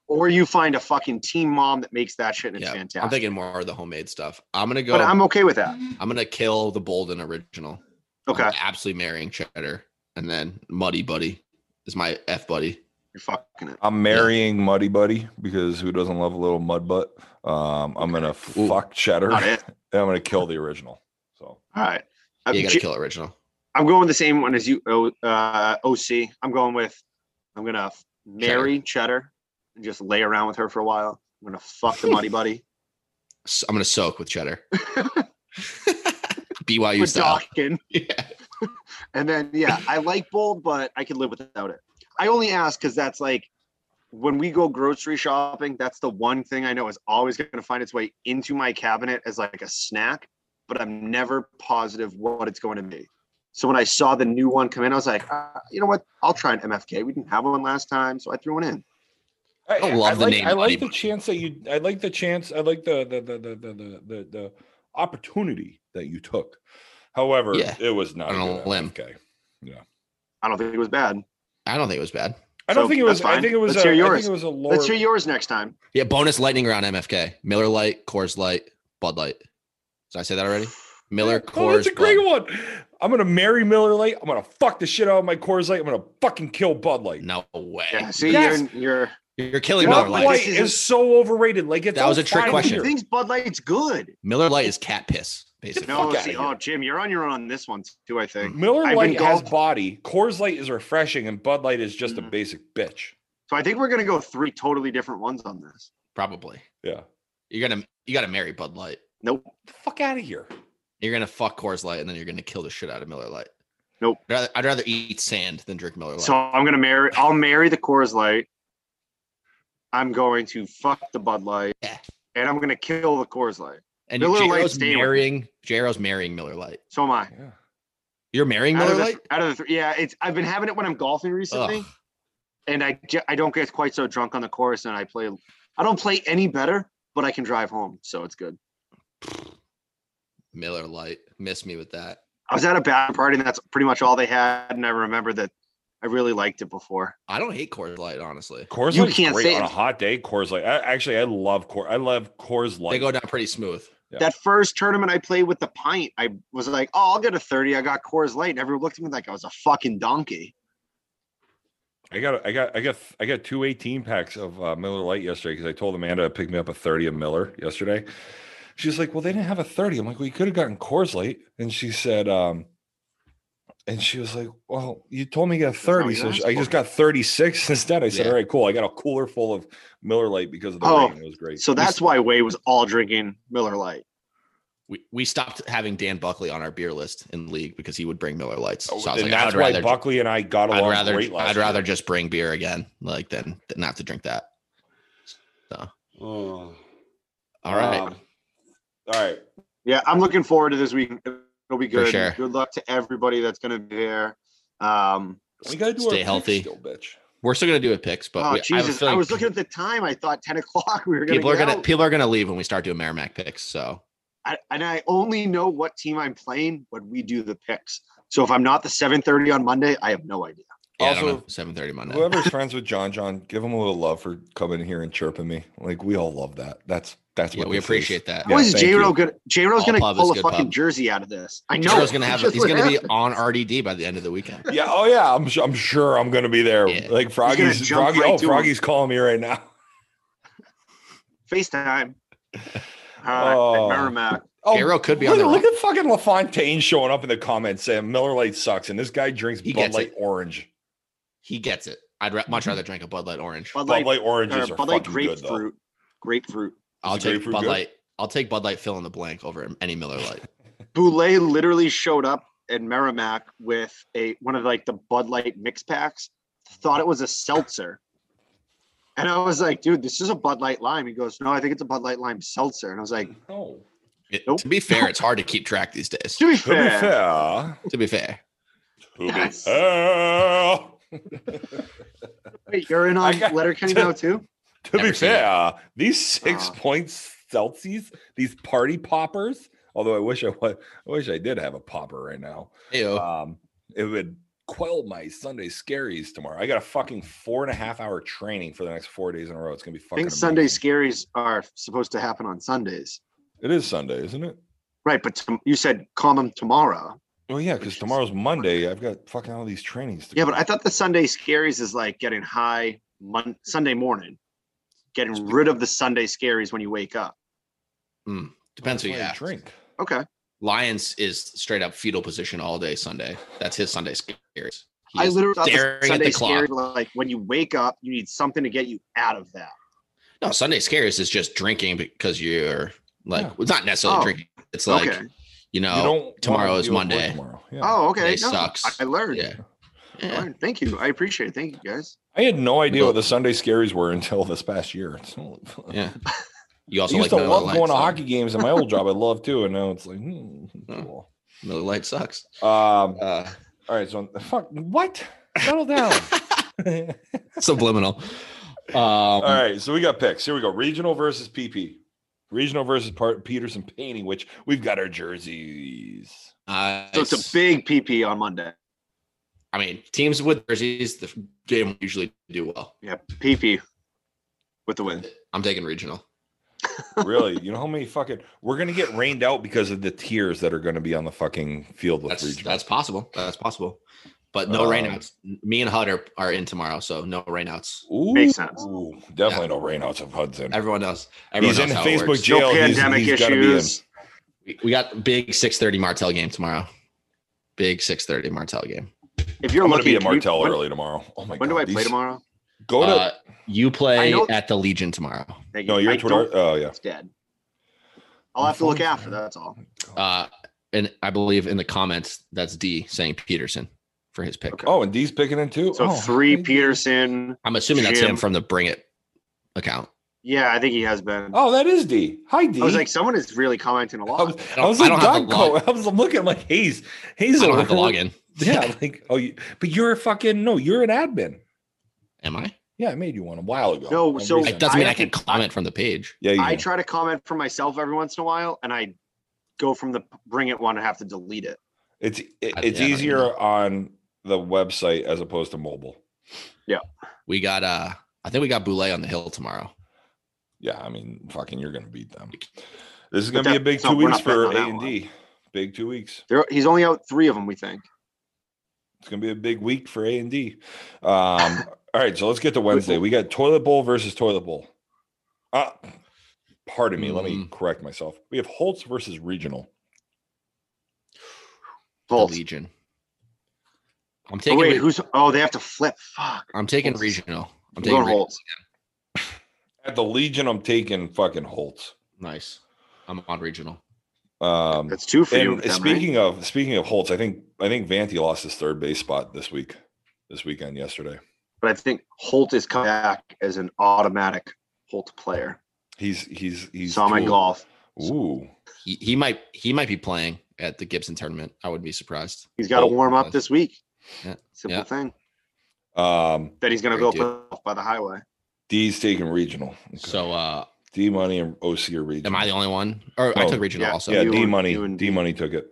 or you find a fucking teen mom that makes that shit. And
Yeah,
it's
I'm
fantastic.
thinking more of the homemade stuff. I'm gonna go.
but I'm okay with that.
I'm gonna kill the bold and original.
Okay,
I'm absolutely marrying cheddar, and then muddy buddy is my f buddy.
you're fucking it.
I'm marrying Muddy Buddy because who doesn't love a little mud butt? Um, I'm gonna
Ooh.
fuck cheddar.
Not it.
And I'm gonna kill the original. So
All right. Uh,
You gotta
J-
kill original.
I'm going the same one as you, O- uh, OC. I'm going with, I'm gonna f- marry Cheddar. and just lay around with her for a while. I'm gonna fuck the muddy buddy.
S- I'm gonna soak with cheddar. BYU
With
style.
Dawkins.
Yeah.
And then yeah, I like bold, but I could live without it. I only ask because that's like when we go grocery shopping, that's the one thing I know is always going to find its way into my cabinet as like a snack, but I'm never positive what it's going to be. So when I saw the new one come in, I was like, uh, you know what? I'll try an MFK. We didn't have one last time, so I threw one in.
I,
I love
I
the
like,
name
I like
Honey
the
Bun.
chance that you. I like the chance. I like the the the the the the, the, the opportunity that you took. However,
Yeah.
it was not
On a limb.
Okay.
I don't think it was bad.
I don't think it was bad.
I don't
So,
think it was.
that's
I
fine.
think it was.
Let's
a,
hear
I
yours.
think it was a lower.
Let's hear yours next time.
Yeah, bonus lightning round MFK. Miller Light, Coors Light, Bud Light. Did I say that already? Miller,
Oh,
Coors.
that's a great
Bud.
one. I'm gonna marry Miller Lite. I'm gonna fuck the shit out of my Coors Light. I'm gonna fucking kill Bud Light.
No way.
Yeah, see,
Yes.
you're,
You're killing
Bud
Miller
Light,
Light.
This
is
isn't-
so overrated. Like it's
That was
all
a trick
fine
you're
question.
beer.
he thinks Bud Light's good.
Miller Light is cat piss, basically.
fuck
No,
outta
see,
here.
oh Jim, you're on your own on this one too. I think
Miller
I've been
Light has
golf-
body. Coors Light is refreshing, and Bud Light is just a
Mm.
Mhm.
basic bitch.
so. I think we're gonna go three totally different ones on this.
Probably.
Yeah.
You're gonna you gotta marry Bud Light.
Nope.
The fuck out of here.
You're gonna fuck Coors Light and then you're gonna kill the shit out of Miller Light.
Nope.
I'd rather, I'd rather eat sand than drink Miller Light.
So I'm gonna marry. I'll marry the Coors Light. I'm going to fuck the Bud Light,
Yeah.
and I'm gonna kill the Coors Light.
and
Miller Lite's
Jaro's
staying with-
marrying Jaro's marrying Miller Light.
So am I.
Yeah.
You're marrying
Out
Miller
of, the,
Light?
out of the three, yeah, it's. I've been having it when I'm golfing recently,
Ugh.
and I ju- I don't get quite so drunk on the course, and I play. I don't play any better, but I can drive home, so it's good.
Miller Light. Miss me with that.
I was at a bachelor party, and that's pretty much all they had, and I remember that I really liked it before.
I don't hate Coors Light, honestly.
Coors
You
Light's
can't
great
say
on
it.
a hot day. Coors Light. I, actually, I love Coors. I love Coors Light.
They go down pretty smooth.
Yeah.
That first tournament I played with the pint, I was like, "Oh, I'll get a 30. I got Coors Light," and everyone looked at me like I was a fucking donkey.
I got I got I got I got two 18 packs of uh, Miller Light yesterday because I told Amanda to pick me up a 30 of Miller yesterday. She's like, "Well, they didn't have a 30." I'm like, "Well, you could have gotten Coors Light." And she said, um, and she was like, "Well, you told me you got
not what
30,
you
so
asked
I just got 36 instead." I said,
Yeah.
"All right, cool. I got a cooler full of Miller Light because of the
Oh,
rain. It was great."
So that's why Way was all drinking Miller Light.
We, we stopped having Dan Buckley on our beer list in league because he would bring Miller Lights.
Oh,
So I was
and
like,
that's
I'd
why
rather,
Buckley and I got
I'd
along
rather,
great last
I'd
year.
rather just bring beer again, like than, than have to drink that.
Oh,
All right.
um, all right.
Yeah, I'm looking forward to this week. It'll be
For
good.
sure.
Good luck to everybody that's going to be there. Um,
We gotta do our
Stay
picks
healthy.
Still, bitch.
We're still gonna do it picks, but we- I,
oh
have a
Jesus! I,
feeling
was looking at the time. I thought 10 o'clock we were going to.
people are gonna people are gonna leave when we start doing Merrimack picks. So
I, and I only know what team I'm playing when we do the picks. So if I'm not the 7:30 on Monday, I have no idea.
yeah, I
Also,
don't know. Seven thirty Monday.
Whoever's friends with John John, give him a little love for coming here and chirping me. Like we all love that. That's that's
yeah,
what
we
this is.
appreciate that.
Yeah,
How is
thank
J Ro
you.
going? J Ro's
All
going to
pub is
pull a
good
fucking
pub.
jersey out of this. I know.
Jaro's gonna
That's
have
just
he's
what
gonna be
happened.
on RDD by the end of the weekend.
Yeah. Oh yeah. I'm su- I'm sure I'm gonna be there.
Yeah.
Like Froggy's
jump
Froggy.
right
oh,
to him.
Froggy's calling me right now.
FaceTime.
Oh.
Uh, Merrimack.
Oh,
J-Ro could be
look,
on the
look at fucking LaFontaine showing up in the comments saying Miller Light sucks, and this guy drinks
He
Bud
gets
Light
it.
orange.
He gets it. I'd ra-
Mm-hmm.
much rather drink a Bud Light orange.
Bud
Bud
Light,
Light oranges
or
are
Bud Light
fucking good though.
grapefruit. Grapefruit.
I'll
the
take
grapefruit
Bud
good?
Light. I'll take Bud Light fill in the blank over any Miller Light.
Boulay literally showed up in Merrimack with a one of like the Bud Light mix packs. Thought it was a seltzer, and I was like, "Dude, this is a Bud Light lime." He goes, "No, I think it's a Bud Light lime seltzer." And I was like,
Oh.
No.
It-
Nope.
To be fair, it's hard to keep track these days.
"To be
To be
fair,
fair.
To be fair,
To
Yes.
be fair.
wait, you're in
I
on
got-
Letterkenny now too."
To
Never
be
seen it.
fair, these six
Uh.
points Celsius, these party poppers. Although I wish I was, I wish I did have a popper right now.
Ew.
Um, it would quell my Sunday scaries tomorrow. I got a fucking four and a half hour training for the next four days in a row. It's gonna be
I
fucking.
think Sunday
amazing.
scaries are supposed to happen on Sundays,
It is Sunday, isn't it?
right? But tom- you said call them tomorrow.
Well, yeah,
Which
because
is-
tomorrow's Monday. I've got fucking all these trainings. To
Yeah,
go
but I thought the Sunday scaries is like getting high mon- Sunday morning, getting rid of the Sunday scaries when you wake up.
Depends who
That's
you
why I
ask.
Drink.
Okay.
Lions is straight up fetal position all day Sunday. That's his Sunday scaries. He
I
is
literally thought
staring
the
at the
Sunday
clock.
scaries were like when you wake up, you need something to get you out of that.
No, Sunday scaries is just drinking because you're like
Yeah.
it's not necessarily
Oh,
drinking. It's like
okay.
you
you
know
don't wanna
tomorrow
be able
is
to work
Monday.
Tomorrow. Yeah.
Oh, okay.
Today sucks.
I learned.
Yeah.
I
Yeah.
learned. Thank you. I appreciate it. Thank you guys.
I had no idea what the Sunday scaries were until this past year. It's all-
Yeah.
I
You also
used
like
to
Miller
love
Lite.
going to
so
hockey games in my old job. I love too, and now it's like, hmm, cool.
Miller Lite sucks.
Um,
Uh,
all right, so fuck what? Settle down.
subliminal. Um,
All right, so we got picks. Here we go. Regional versus PP. Regional versus Par- Peterson Painting, which we've got our jerseys.
So it's a big PP on Monday.
I mean, teams with jerseys, the game will usually do well.
Yeah, PP with the win.
I'm taking regional.
Really? you know how many fucking we're gonna get rained out because of the tears that are gonna be on the fucking field with
That's
regional.
that's possible. That's possible. But no
Um,
rainouts. Me and Hud are, are in tomorrow, so no rainouts.
Ooh,
Makes sense.
ooh, definitely no rainouts of Hudson.
Everyone knows. Everyone
He's in
knows how it
Facebook
works.
jail.
no
He's-
pandemic
he's gotta be in.
issues.
We- We got big 6:30 Martell game tomorrow. Big 6:30 Martell game.
If you're
I'm gonna
lucky,
be at
can you-
Martell
when,
early tomorrow. Oh my god.
When do I
these-
play tomorrow?
Go to
Uh, you
I
play
know-
at the Legion tomorrow.
Thank
no,
you.
you're
I
Twitter.
don't-
Oh yeah.
It's dead. I'll have to look after. That's all.
Uh, and I believe in the comments that's D saying Peterson for his pick.
Oh, and D's picking in too.
So
Oh,
three
hey.
Peterson.
I'm assuming that's
Jim.
him from the Bring It account.
Yeah, I think he has been.
Oh, that is D. Hi D.
I was like, someone is really commenting a
I
lot.
was,
don't-
I was
I
like,
don't have the
Dodco.
log.
I was looking like, Hayes, Hayes,
I don't
a
have the
real-
login.
Yeah, like, oh, you, but you're a fucking no, you're an admin.
Am I?
Yeah, I made you one a while ago.
No,
I
so-
It
resent-
doesn't mean
I
I can comment from the page.
yeah, you
I
can.
try to comment for myself every once in a while, and I go from the bring it one and have to delete it.
it's it,
I-
it's
yeah, I don't
easier
know.
on the website as opposed to mobile.
We got uh I think we got Boulay on the hill tomorrow.
Yeah, I mean, fucking, you're gonna beat them. This is
But
gonna be a
that-
big
so
two
we're
weeks
not betting
for
on
A
that
and D. Big two weeks.
There, he's only out three of them, we think.
It's gonna be a big week for A and D. Um, all right, so let's get to Wednesday. We got toilet bowl versus toilet bowl. Uh, pardon me, let me
Mm.
correct myself. We have Holtz versus regional.
The
Both.
Legion. I'm
Oh,
taking
wait,
re-
who's? Oh, they have to flip. Fuck.
I'm taking
Holtz.
regional. I'm
I'm
taking
going
re-
Holtz.
At the Legion, I'm taking fucking Holtz.
nice. I'm on regional.
Um,
That's two for you.
and
with them, right?
speaking of speaking of Holtz, I think I think Vanty lost his third base spot this week, this weekend yesterday.
But I think Holt is coming back as an automatic Holt player.
He's he's he's
Saw my
tool-
golf.
Ooh,
He he might he might be playing at the Gibson tournament. I wouldn't be surprised.
He's got to
Holt
warm up
does.
this week.
Yeah.
Simple
Yeah.
thing.
um,
Then he's going to go
Great
play golf by the highway.
D's taking regional. Okay.
So uh
D money and OC are regional.
am I the only one? Or I
No.
took regional
Oh, Yeah,
also.
yeah,
you
D
and-
money.
you and
D
D.
money took it.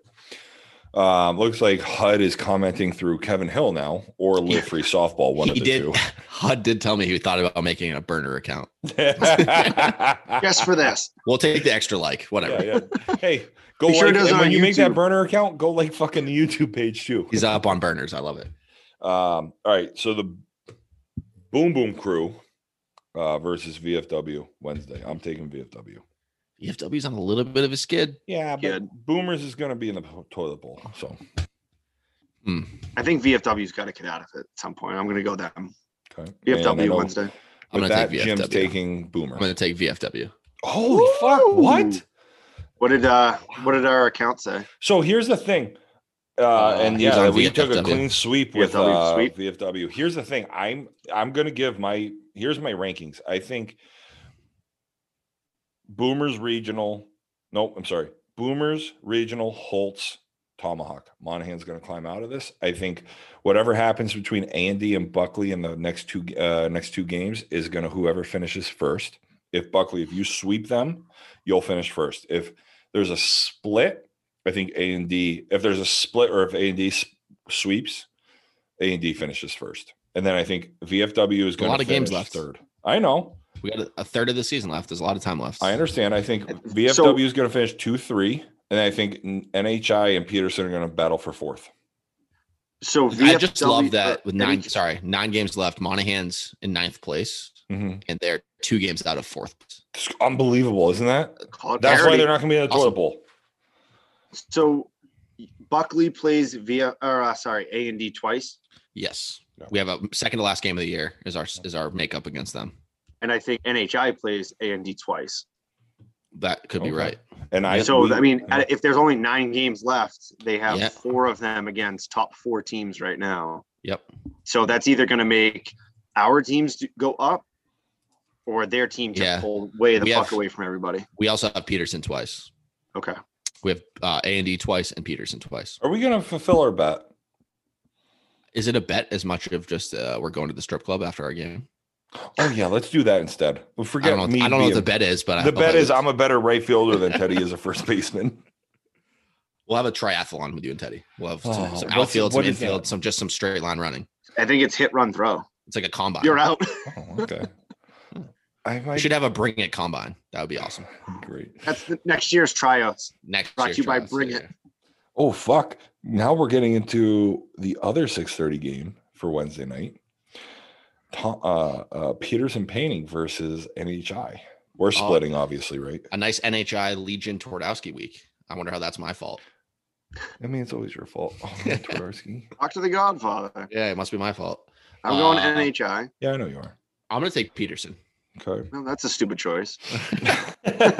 Um, looks like HUD is commenting through Kevin Hill now, or Live Free Softball. One
he
of the
did
two.
Hud did tell me he thought about making a burner account.
Just for this.
We'll take the extra like, whatever.
Yeah, yeah. Hey, go
Be sure it
like,
does
and
it
when
on
you make that
YouTube.
burner account, go like fucking the YouTube page too.
He's up on burners. I love it.
Um, all right, so the Boom Boom Crew uh, versus VFW Wednesday. I'm taking VFW.
EFW's on a little bit of a skid.
Yeah, but
Good.
Boomers is going to be in the po- toilet bowl. So
Hmm.
I think VFW's got to get out of it at some point. I'm going to go them.
okay. And I
VFW
know
Wednesday.
I'm
With
gonna
that,
take
Jim's
VFW.
taking Boomer.
I'm gonna take VFW.
Holy fuck! What?
What did uh what did our account say?
So here's the thing. Uh,
Uh,
and
he's
yeah,
on
we took a
VFW.
clean sweep with
VFW
uh,
sweep.
VFW. Here's the thing. I'm I'm gonna give my here's my rankings. I think Boomers Regional. No, I'm sorry. Boomers Regional Holtz Tomahawk. Monahan's gonna climb out of this. I think whatever happens between Andy and Buckley in the next two uh, next two games is gonna whoever finishes first. If Buckley, if you sweep them, you'll finish first. If there's a split, I think A and D. If there's a split or if A and D s- sweeps, A and D finishes first, and then I think VFW is
A
going
lot
to
of games
finish
left.
third. I know,
We got a, a third of the season left. There's a lot of time left.
I understand. I think
So-
VFW is going to finish two, three, and I think N- NHI and Peterson are going to battle for fourth.
So
I
VFW,
just love that with
uh,
nine.
any-
Sorry, nine games left. Monahan's in ninth place,
Mhm.
and they're two games out of fourth. place.
It's unbelievable, isn't that?
call it
That's why
parity.
they're not going to be in the toilet
Awesome.
bowl.
So Buckley plays via or uh, sorry A and D twice,
Yes,
Yeah.
we have a second to last game of the year. Is our is our makeup against them?
and I think NHI plays A and D twice.
That could be
Okay.
right.
And I
so
we-
I mean,
yeah.
at- if there's only nine games left, they have
Yeah.
four of them against top four teams right now.
Yep.
So that's either going to make our teams do- go up or their team just
Yeah.
pulled way the
We
fuck
have-
away from everybody.
We also have Peterson twice.
Okay.
We have uh, A and D twice and Peterson twice.
Are we gonna fulfill our bet?
Is it a bet as much of just uh, we're going to the strip club after our game?
Oh yeah, let's do that instead. We'll
I
forget
don't know.
me.
I don't know what
being-
the bet is, but I
The
hope I
bet is
lose.
I'm a better right fielder than Teddy is a first baseman.
we'll have a triathlon with you and Teddy. We'll have some,
Oh,
some
what's-
outfield, some
what is
infield,
that?
some just some straight line running.
I think it's hit run throw.
It's like a combine.
You're out.
Oh, okay. I
We
might
should have a bring it combine. That would be awesome.
great.
That's the next year's tryouts.
Next
Brought
year,
to you by
Travis,
Bring
yeah.
It.
Oh fuck! Now we're getting into the other 6:30 game for Wednesday night. Tom, uh, uh, Peterson Painting versus NHI.
Oh.
We're splitting, obviously, right?
A nice NHI Legion Twardowski week. I wonder how that's my fault.
I mean, it's always your fault. Oh, man, Twardowski.
Talk to the Godfather.
Yeah, it must be my fault.
I'm going
Uh,
NHI.
yeah, I know you are.
I'm gonna take Peterson.
Okay.
No, that's a stupid choice. Look,
Look,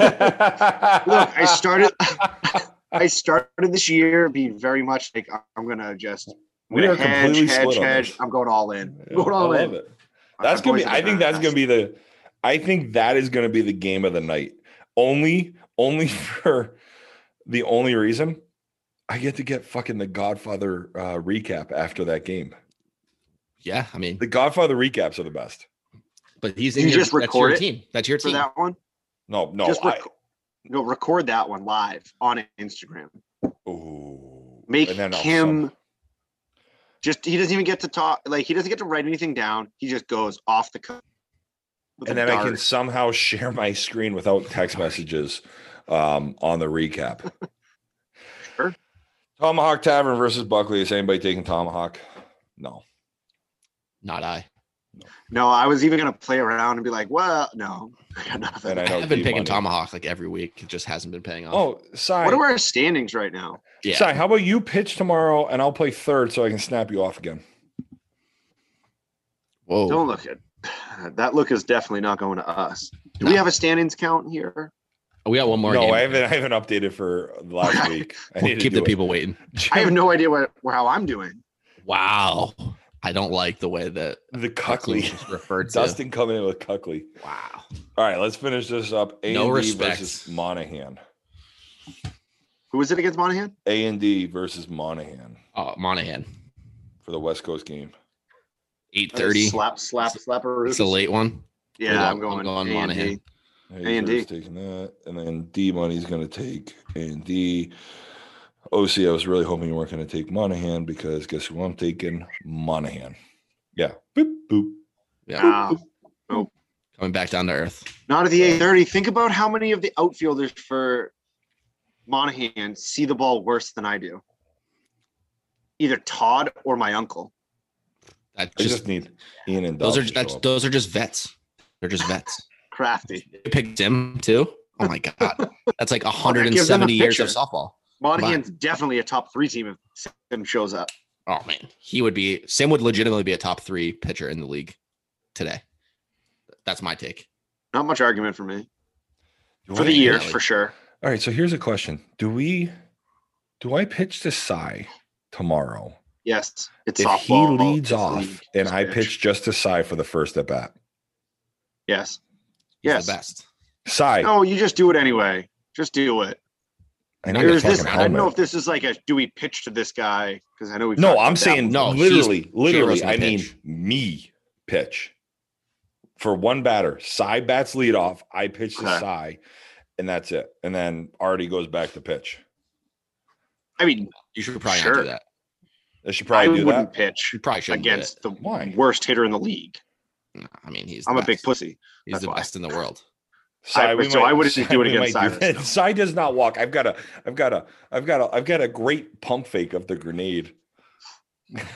I started. I started this year be very much like I'm gonna just.
We
gonna
are completely
hedge,
split on
hedge.
this.
I'm going all in.
Yeah,
I'm going
I
all
love
in.
it. That's gonna be.
boys are
I think that's gonna
fantastic.
be the. I think that is gonna be the game of the night. Only, only for the only reason I get to get fucking the Godfather uh, recap after that game.
Yeah, I mean,
The Godfather recaps are the best.
but he's
You
in your,
just record
that's your team. That's your
for
team.
that one.
No, no.
just
I,
rec- no, record that one live on Instagram.
ooh,
Make
And then I'll
him.
send-
Just he doesn't even get to talk. Like he doesn't get to write anything down. He just goes off the. cuff with
and
a
then I can
dart.
somehow share my screen without text messages um, on the recap.
Sure.
Tomahawk Tavern versus Buckley. Is anybody taking Tomahawk? No.
Not I.
No, I was even gonna play around and be like, "Well, no, I got nothing."
And I know
I've been
D
picking
Money-
Tomahawk like every week. It just hasn't been paying off.
Oh, sorry.
what are our standings right now?
yeah.
Sorry, how about you pitch tomorrow and I'll play third so I can snap you off again? Oh.
Whoa.
Don't look at that. Look is definitely not going to us. Do we
No.
have a standings count here?
we got one more.
no,
game.
I haven't I haven't updated for last week. I
We'll
need to
keep the
do it.
people waiting.
I have no idea what, how I'm doing.
Wow. I don't like the way that
the
Buckley
Cuckley.
was referred to.
Dustin coming in with Cuckley.
Wow.
All right, let's finish this up. A
No
and D
respect.
versus Monahan.
Who was it against Monahan?
A and D versus Monahan
Oh, Monahan.
for the West Coast game.
Eight thirty.
Slap, slap, slapper.
It's a late one.
Yeah, I'm
I'm
going,
going
A and D.
Monahan.
Hazer's
A&D.
taking that, and then D Money's going to take A and D. OC, I was really hoping you weren't going to take Monahan because guess who I'm taking? Monahan. Yeah. Boop boop.
Nah,
Coming back down to earth.
not at the 830. Think about how many of the outfielders for Monahan see the ball worse than I do. Either Todd or my uncle.
That
I
just,
just need Ian and
those are
Dobbs to
that's
show up.
those are just vets. They're just vets.
Crafty.
You picked him too. Oh my god. That's like
that gives them a
170 years of
picture.
softball.
Monahan's definitely a top three team if Sim shows up.
Oh man, he would be. Sim would legitimately be a top three pitcher in the league today. That's my take.
Not much argument for me.
Do
For
I-
the year,
Definitely.
for sure.
All right, so here's a question. Do we do I pitch to Cy tomorrow?
Yes. It's
If he
softball.
leads
It's
off
league.
and
It's
I pitch just to Cy for the first at bat.
Yes.
He's
Yes.
the best.
Cy,
No, you just do it anyway. Just do it.
I
no,
need a
Here's
you're
fucking
this. I don't know
helmet.
if this is like a do we pitch to this guy? Because I know we
No, I'm saying
No,
no.
he's-
Literally, literally,
Jaro's
I
gonna
mean
pitch.
me pitch for one batter. Cy bats lead off. I pitch to
Okay.
Cy, and that's it. And then Artie goes back to pitch.
I mean,
You should probably
Sure.
not do that.
They should
I
probably do
wouldn't
that.
pitch
You probably shouldn't. do
against the
Why?
worst hitter in the league.
it. No, I mean, he's. the
I'm a big
best.
pussy.
He's
that's
the
why.
best in the world.
Cy,
I-
we
so I wouldn't do it
we
against
might
Cy
do that.
right now.
Cy does not walk. I've got a, I've got a, I've got a, I've got a great pump fake of the grenade,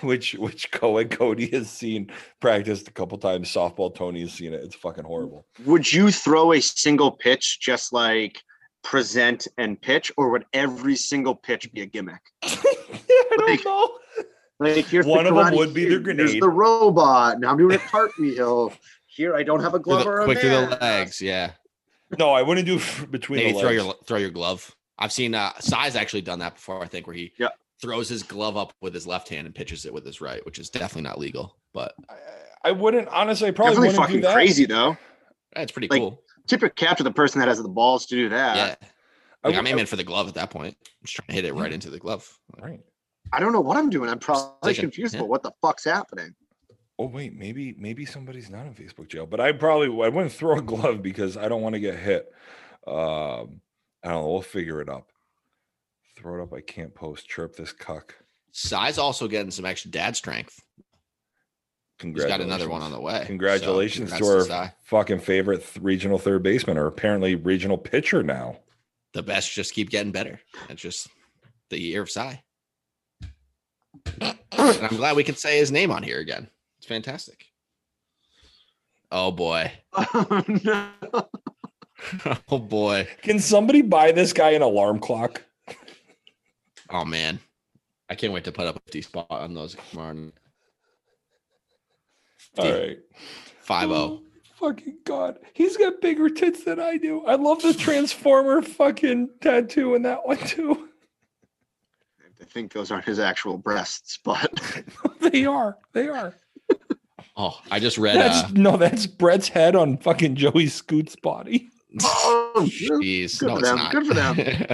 which which Cohen Cody has seen practiced a couple times. Softball Tony has seen it. It's fucking horrible.
Would you throw a single pitch just like present and pitch, or would every single pitch be a gimmick?
I
Like,
don't know.
Like here's
One
the
of 'em
karate
would be the
kid, here's
grenade.
the robot. Now I'm doing a cartwheel. Here I don't have a
Through
glove
the-
or a
quick through the
mask.
legs. Yeah.
No, I wouldn't do f- between
Maybe
the
throw
legs.
your throw your glove. I've seen uh Sai's actually done that before. I think where he
Yeah.
throws his glove up with his left hand and pitches it with his right, which is definitely not legal. But
I- I wouldn't honestly. I probably
Definitely
wouldn't do
fucking
that.
crazy though.
That's pretty
Like,
cool.
Tip your cap to the person that has the balls to do that.
yeah.
I
Like,
would-
I'm aiming for the glove at that point. I'm just trying to hit it right into the glove.
Right.
I don't know what I'm doing. I'm probably
Precision,
confused
yeah.
about what the fuck's happening.
Oh wait, maybe maybe somebody's not in Facebook jail, but I probably I wouldn't throw a glove because I don't want to get hit. Um, I don't know. We'll figure it up. Throw it up. I can't post. Chirp this cuck.
Sai's also getting some extra dad strength. He's
Congratulations.
got another one on the way. So,
Congratulations to
congrats
our
Sai.
fucking favorite th- regional third baseman, or apparently regional pitcher now.
The best just keep getting better. That's just the year of Sai. And I'm glad we can say his name on here again. It's fantastic. Oh boy.
Oh, no.
Oh boy.
Can somebody buy this guy an alarm clock?
Oh man. I can't wait to put up a D spot on those tomorrow.
All
Dude.
right.
5 0.
Oh, fucking god. He's got bigger tits than I do. I love the Transformer fucking tattoo in that one too.
I think those aren't his actual breasts, but
they are. They are.
Oh, I just read.
That's
uh,
no, that's Brett's head on fucking Joey Scoot's body.
oh,
Jeez,
Good
no,
for
it's
them.
not.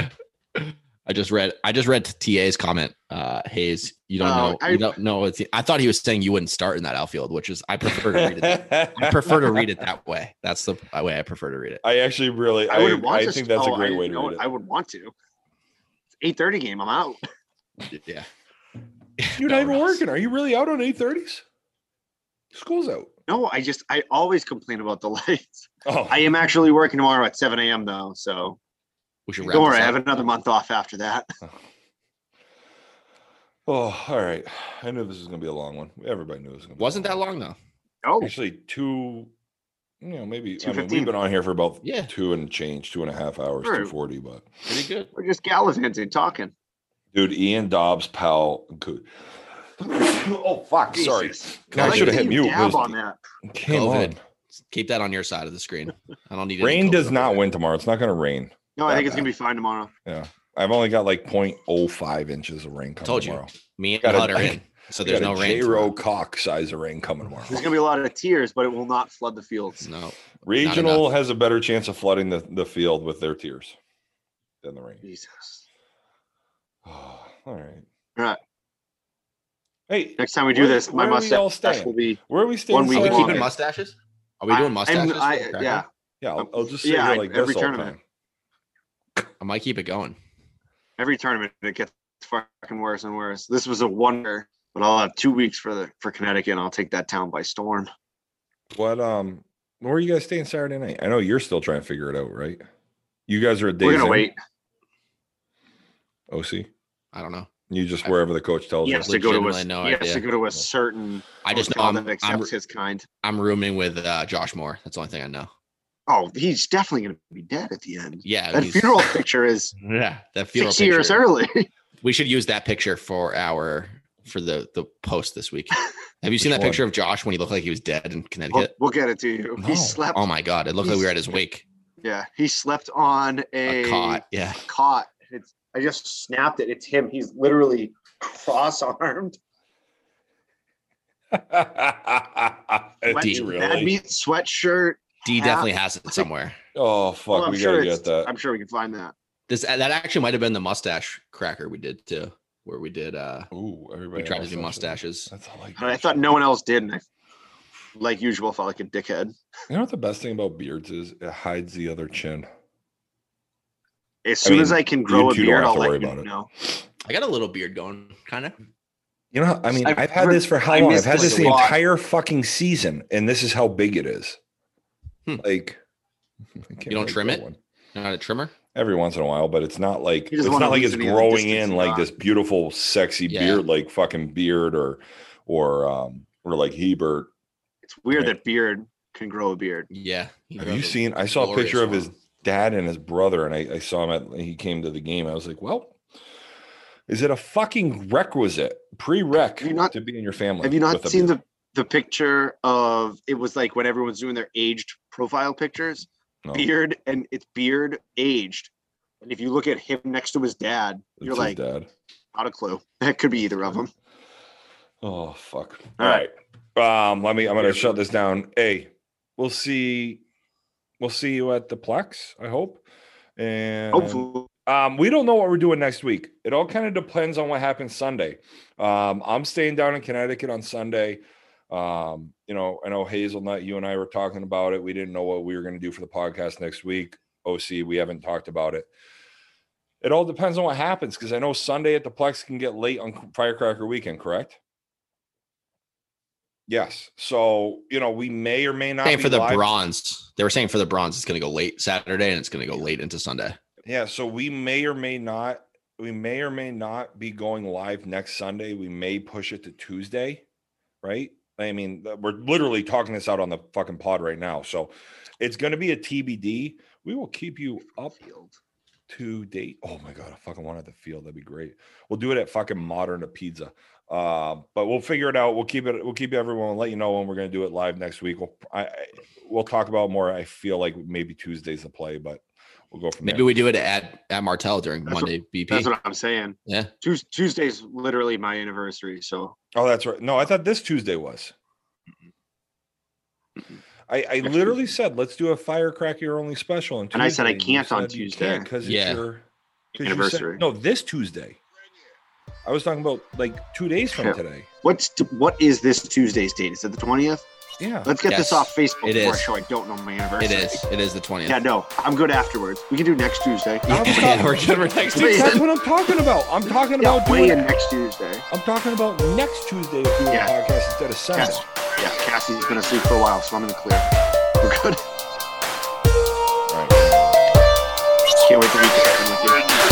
Good for
I just read. I just read TA's comment. Uh, Hayes, you don't
Oh,
know.
I-
you don't know. It's, I thought he was saying you wouldn't start in that outfield, which is I prefer to read it. That, I prefer to read it that way. That's the way I prefer to read it.
I actually really
I
I,
would
I,
want to.
think that's
oh,
a great
I
way to
know
read
it. I
it.
would want to. Eight thirty game. I'm out.
Yeah.
You're
No,
not even
Ross.
working. Are you really out on 830s? School's out.
No, I just I always complain about the lights.
Oh
I am actually working tomorrow at seven a.m. though, so
We should wrap
don't worry. I
this
have
up.
another month off after that.
oh, all right. I knew this was gonna be a long one. Everybody knew it was gonna be a
Wasn't that long though?
Oh,
Actually, two you know, maybe I mean
2:15.
we've been on here for about
Yeah.
two and change, two and a half hours,
Sure.
two forty, but
Pretty good.
we're just gallivanting, talking.
dude, Ian Dobbs, Powell, Coo- Oh fuck, sorry.
Jesus.
God, I
like
should have
that
hit
you
mute. It
Dab
was-
on that.
Came
COVID.
on.
Keep that on your side of the screen. I don't need any
Rain
COVID
does
over
not
there.
win tomorrow. It's not going to rain.
No, I
that
think it's gonna
bad.
be fine tomorrow.
I've only got like 0.05 inches of rain coming
Told you.
tomorrow.
Me and
Gotta-
Hutter in, so
I
there's no
got a
rain.
J-Ro
tomorrow.
Cock size of rain coming
There's
tomorrow.
gonna be a lot of tears, but it will not flood the fields.
No,
Regional has a better chance of flooding the, the field with their tears than the rain.
Jesus.
All right.
All right.
Hey,
Next time we do
Where-
this, my
where are we all
mustache
staying?
will be.
where are we staying?
One week
Are we
so
long.
long?
keeping mustaches? Are we doing
I'm-
mustaches? for
I-
the cracker?
yeah,
Yeah, I'll, I'll just sit
Yeah,
here
I-
like
every
this all the
tournament.
time.
I might keep it going.
every tournament it gets fucking worse and worse. This was a wonder, but I'll have two weeks for the for Connecticut, and I'll take that town by storm.
What um, where are you guys staying Saturday night? I know you're still trying to figure it out, right? You guys are a day.
We're gonna wait.
OC,
I don't know.
you just
I-
wherever the coach tells
He
you.
has to go to a
Legitimately no
he has to
idea.
go to a certain
I just know
hotel
I'm,
that
I'm,
accepts his kind.
I'm rooming with uh, Josh Moore. That's the only thing I know.
Oh, he's definitely gonna be dead at the end.
Yeah,
That
he's-
funeral picture is
Yeah, that funeral
six
picture.
years early.
We should use that picture for our for the the post this week. Have you seen
Which
that picture of Josh when he looked like he was dead in
we'll,
Connecticut?
we'll get it to you.
No.
He slept.
Oh my God! It looked like we were at his wake.
yeah, he slept on a,
A cot. Yeah.
cot. It's I just snapped it. It's him. He's literally cross armed.
Did you
Bad meat sweatshirt.
D
Half-
definitely has it somewhere.
Oh fuck,
Well, I'm
we
sure
gotta
it's-
get that.
I'm sure we can find that.
This uh, that actually might have been the mustache cracker we did too, where we did uh
Ooh, everybody
we tried to
else
do
does it.
mustaches.
That's all I,
And I
got.
thought no one else did, and I, like usual, felt like a dickhead.
You know what the best thing about beards is? It hides the other chin.
As soon
mean,
as I can grow a
two don't
beard,
have
I'll
to
let
worry
you
about it.
know.
I got a little beard going, kind of.
Mm-hmm.
You know, I mean, I've,
I've
had
re-
this for how
I
long? I've
missed
had
this
this
a
the
lot.
entire fucking season, and this is how big it is.
Hmm.
Like, I can't
You don't
really
trim
grow
it?
one.
Not a trimmer.
every once in a while, but it's not like
You
it's
just wanna
not like
lose
it's
any of the
growing
distance
in
you
like
got.
this beautiful, sexy
Yeah.
beard, like fucking beard or or um or like Hebert.
It's weird
Right.
that beard can grow a beard.
Yeah. he
Have
grows
you
a
seen? I saw a
glorious
picture of
one.
his dad and his brother, and I, I saw him at he came to the game. I was like, well, is it a fucking requisite prereq
Have you not-
to be in your family?
Have you not
with a
seen
beard?
the the picture of it was like when everyone's doing their aged profile pictures,
No.
beard and it's beard aged. And if you look at him next to his dad,
It's
you're
his
like,
dad?
not a clue. That could be either of them.
Oh fuck!
All
All right, Um, let me. I'm gonna shut this down. Hey, we'll see. We'll see you at the Plex. I hope. And
Hopefully,
um, we don't know what we're doing next week. It all kind of depends on what happens Sunday. Um, I'm staying down in Connecticut on Sunday. Um, you know, I know Hazelnut, you and I were talking about it. We didn't know what we were going to do for the podcast next week. OC, we haven't talked about it. It all depends on what happens because I know Sunday at the Plex can get late on Firecracker weekend, correct? Yes. So, you know, we may or may not
Saying
be
for the
live.
bronze, they were saying for the bronze, it's going to go late Saturday and it's going to go late into Sunday.
Yeah, so we may or may not we may or may not be going live next Sunday. We may push it to Tuesday, right? I mean, th- we're literally talking this out on the fucking pod right now. So it's going to be a TBD. We will keep you up to date. Oh my god, I fucking wanted the field. That'd be great. We'll do it at fucking modern to pizza. Uh, but we'll figure it out. We'll keep it. We'll keep everyone. We'll let you know when we're going to do it live next week. We'll I, I- we'll talk about it more. I feel like maybe Tuesday's the play, but we'll go from there.
Maybe we do it at at Martell during
That's
Monday BP.
that's what I'm saying.
yeah,
Tues- Tuesday's literally my anniversary, so
Oh, that's right. No, I thought this Tuesday was. I, I
Next
literally said, let's do a firecracker only special. On Tuesday.
And I said, I
you
can't on
said you
Tuesday.
can't 'cause it's
Yeah.
your 'cause you said-
anniversary.
no, this Tuesday. I was talking about like two days from
Yeah.
today.
What's t- what is this Tuesday's date? Is it the twentieth?
Yeah.
Let's get
Yes,
this off Facebook
it
before
is.
I show I don't know my anniversary.
it is. It is the twentieth.
Yeah, no, I'm good afterwards. We can do next Tuesday.
I'm talking-
we're good for next
Wait,
season.
that's what I'm talking about. I'm talking
Yeah,
about
weigh
doing
in next Tuesday.
I'm talking about next Tuesday if doing
Yeah.
a podcast instead of Sunday.
Yes. Yeah, Cassie's been asleep for a while, so I'm in the clear. We're good.
All right.
Can't wait to be with you.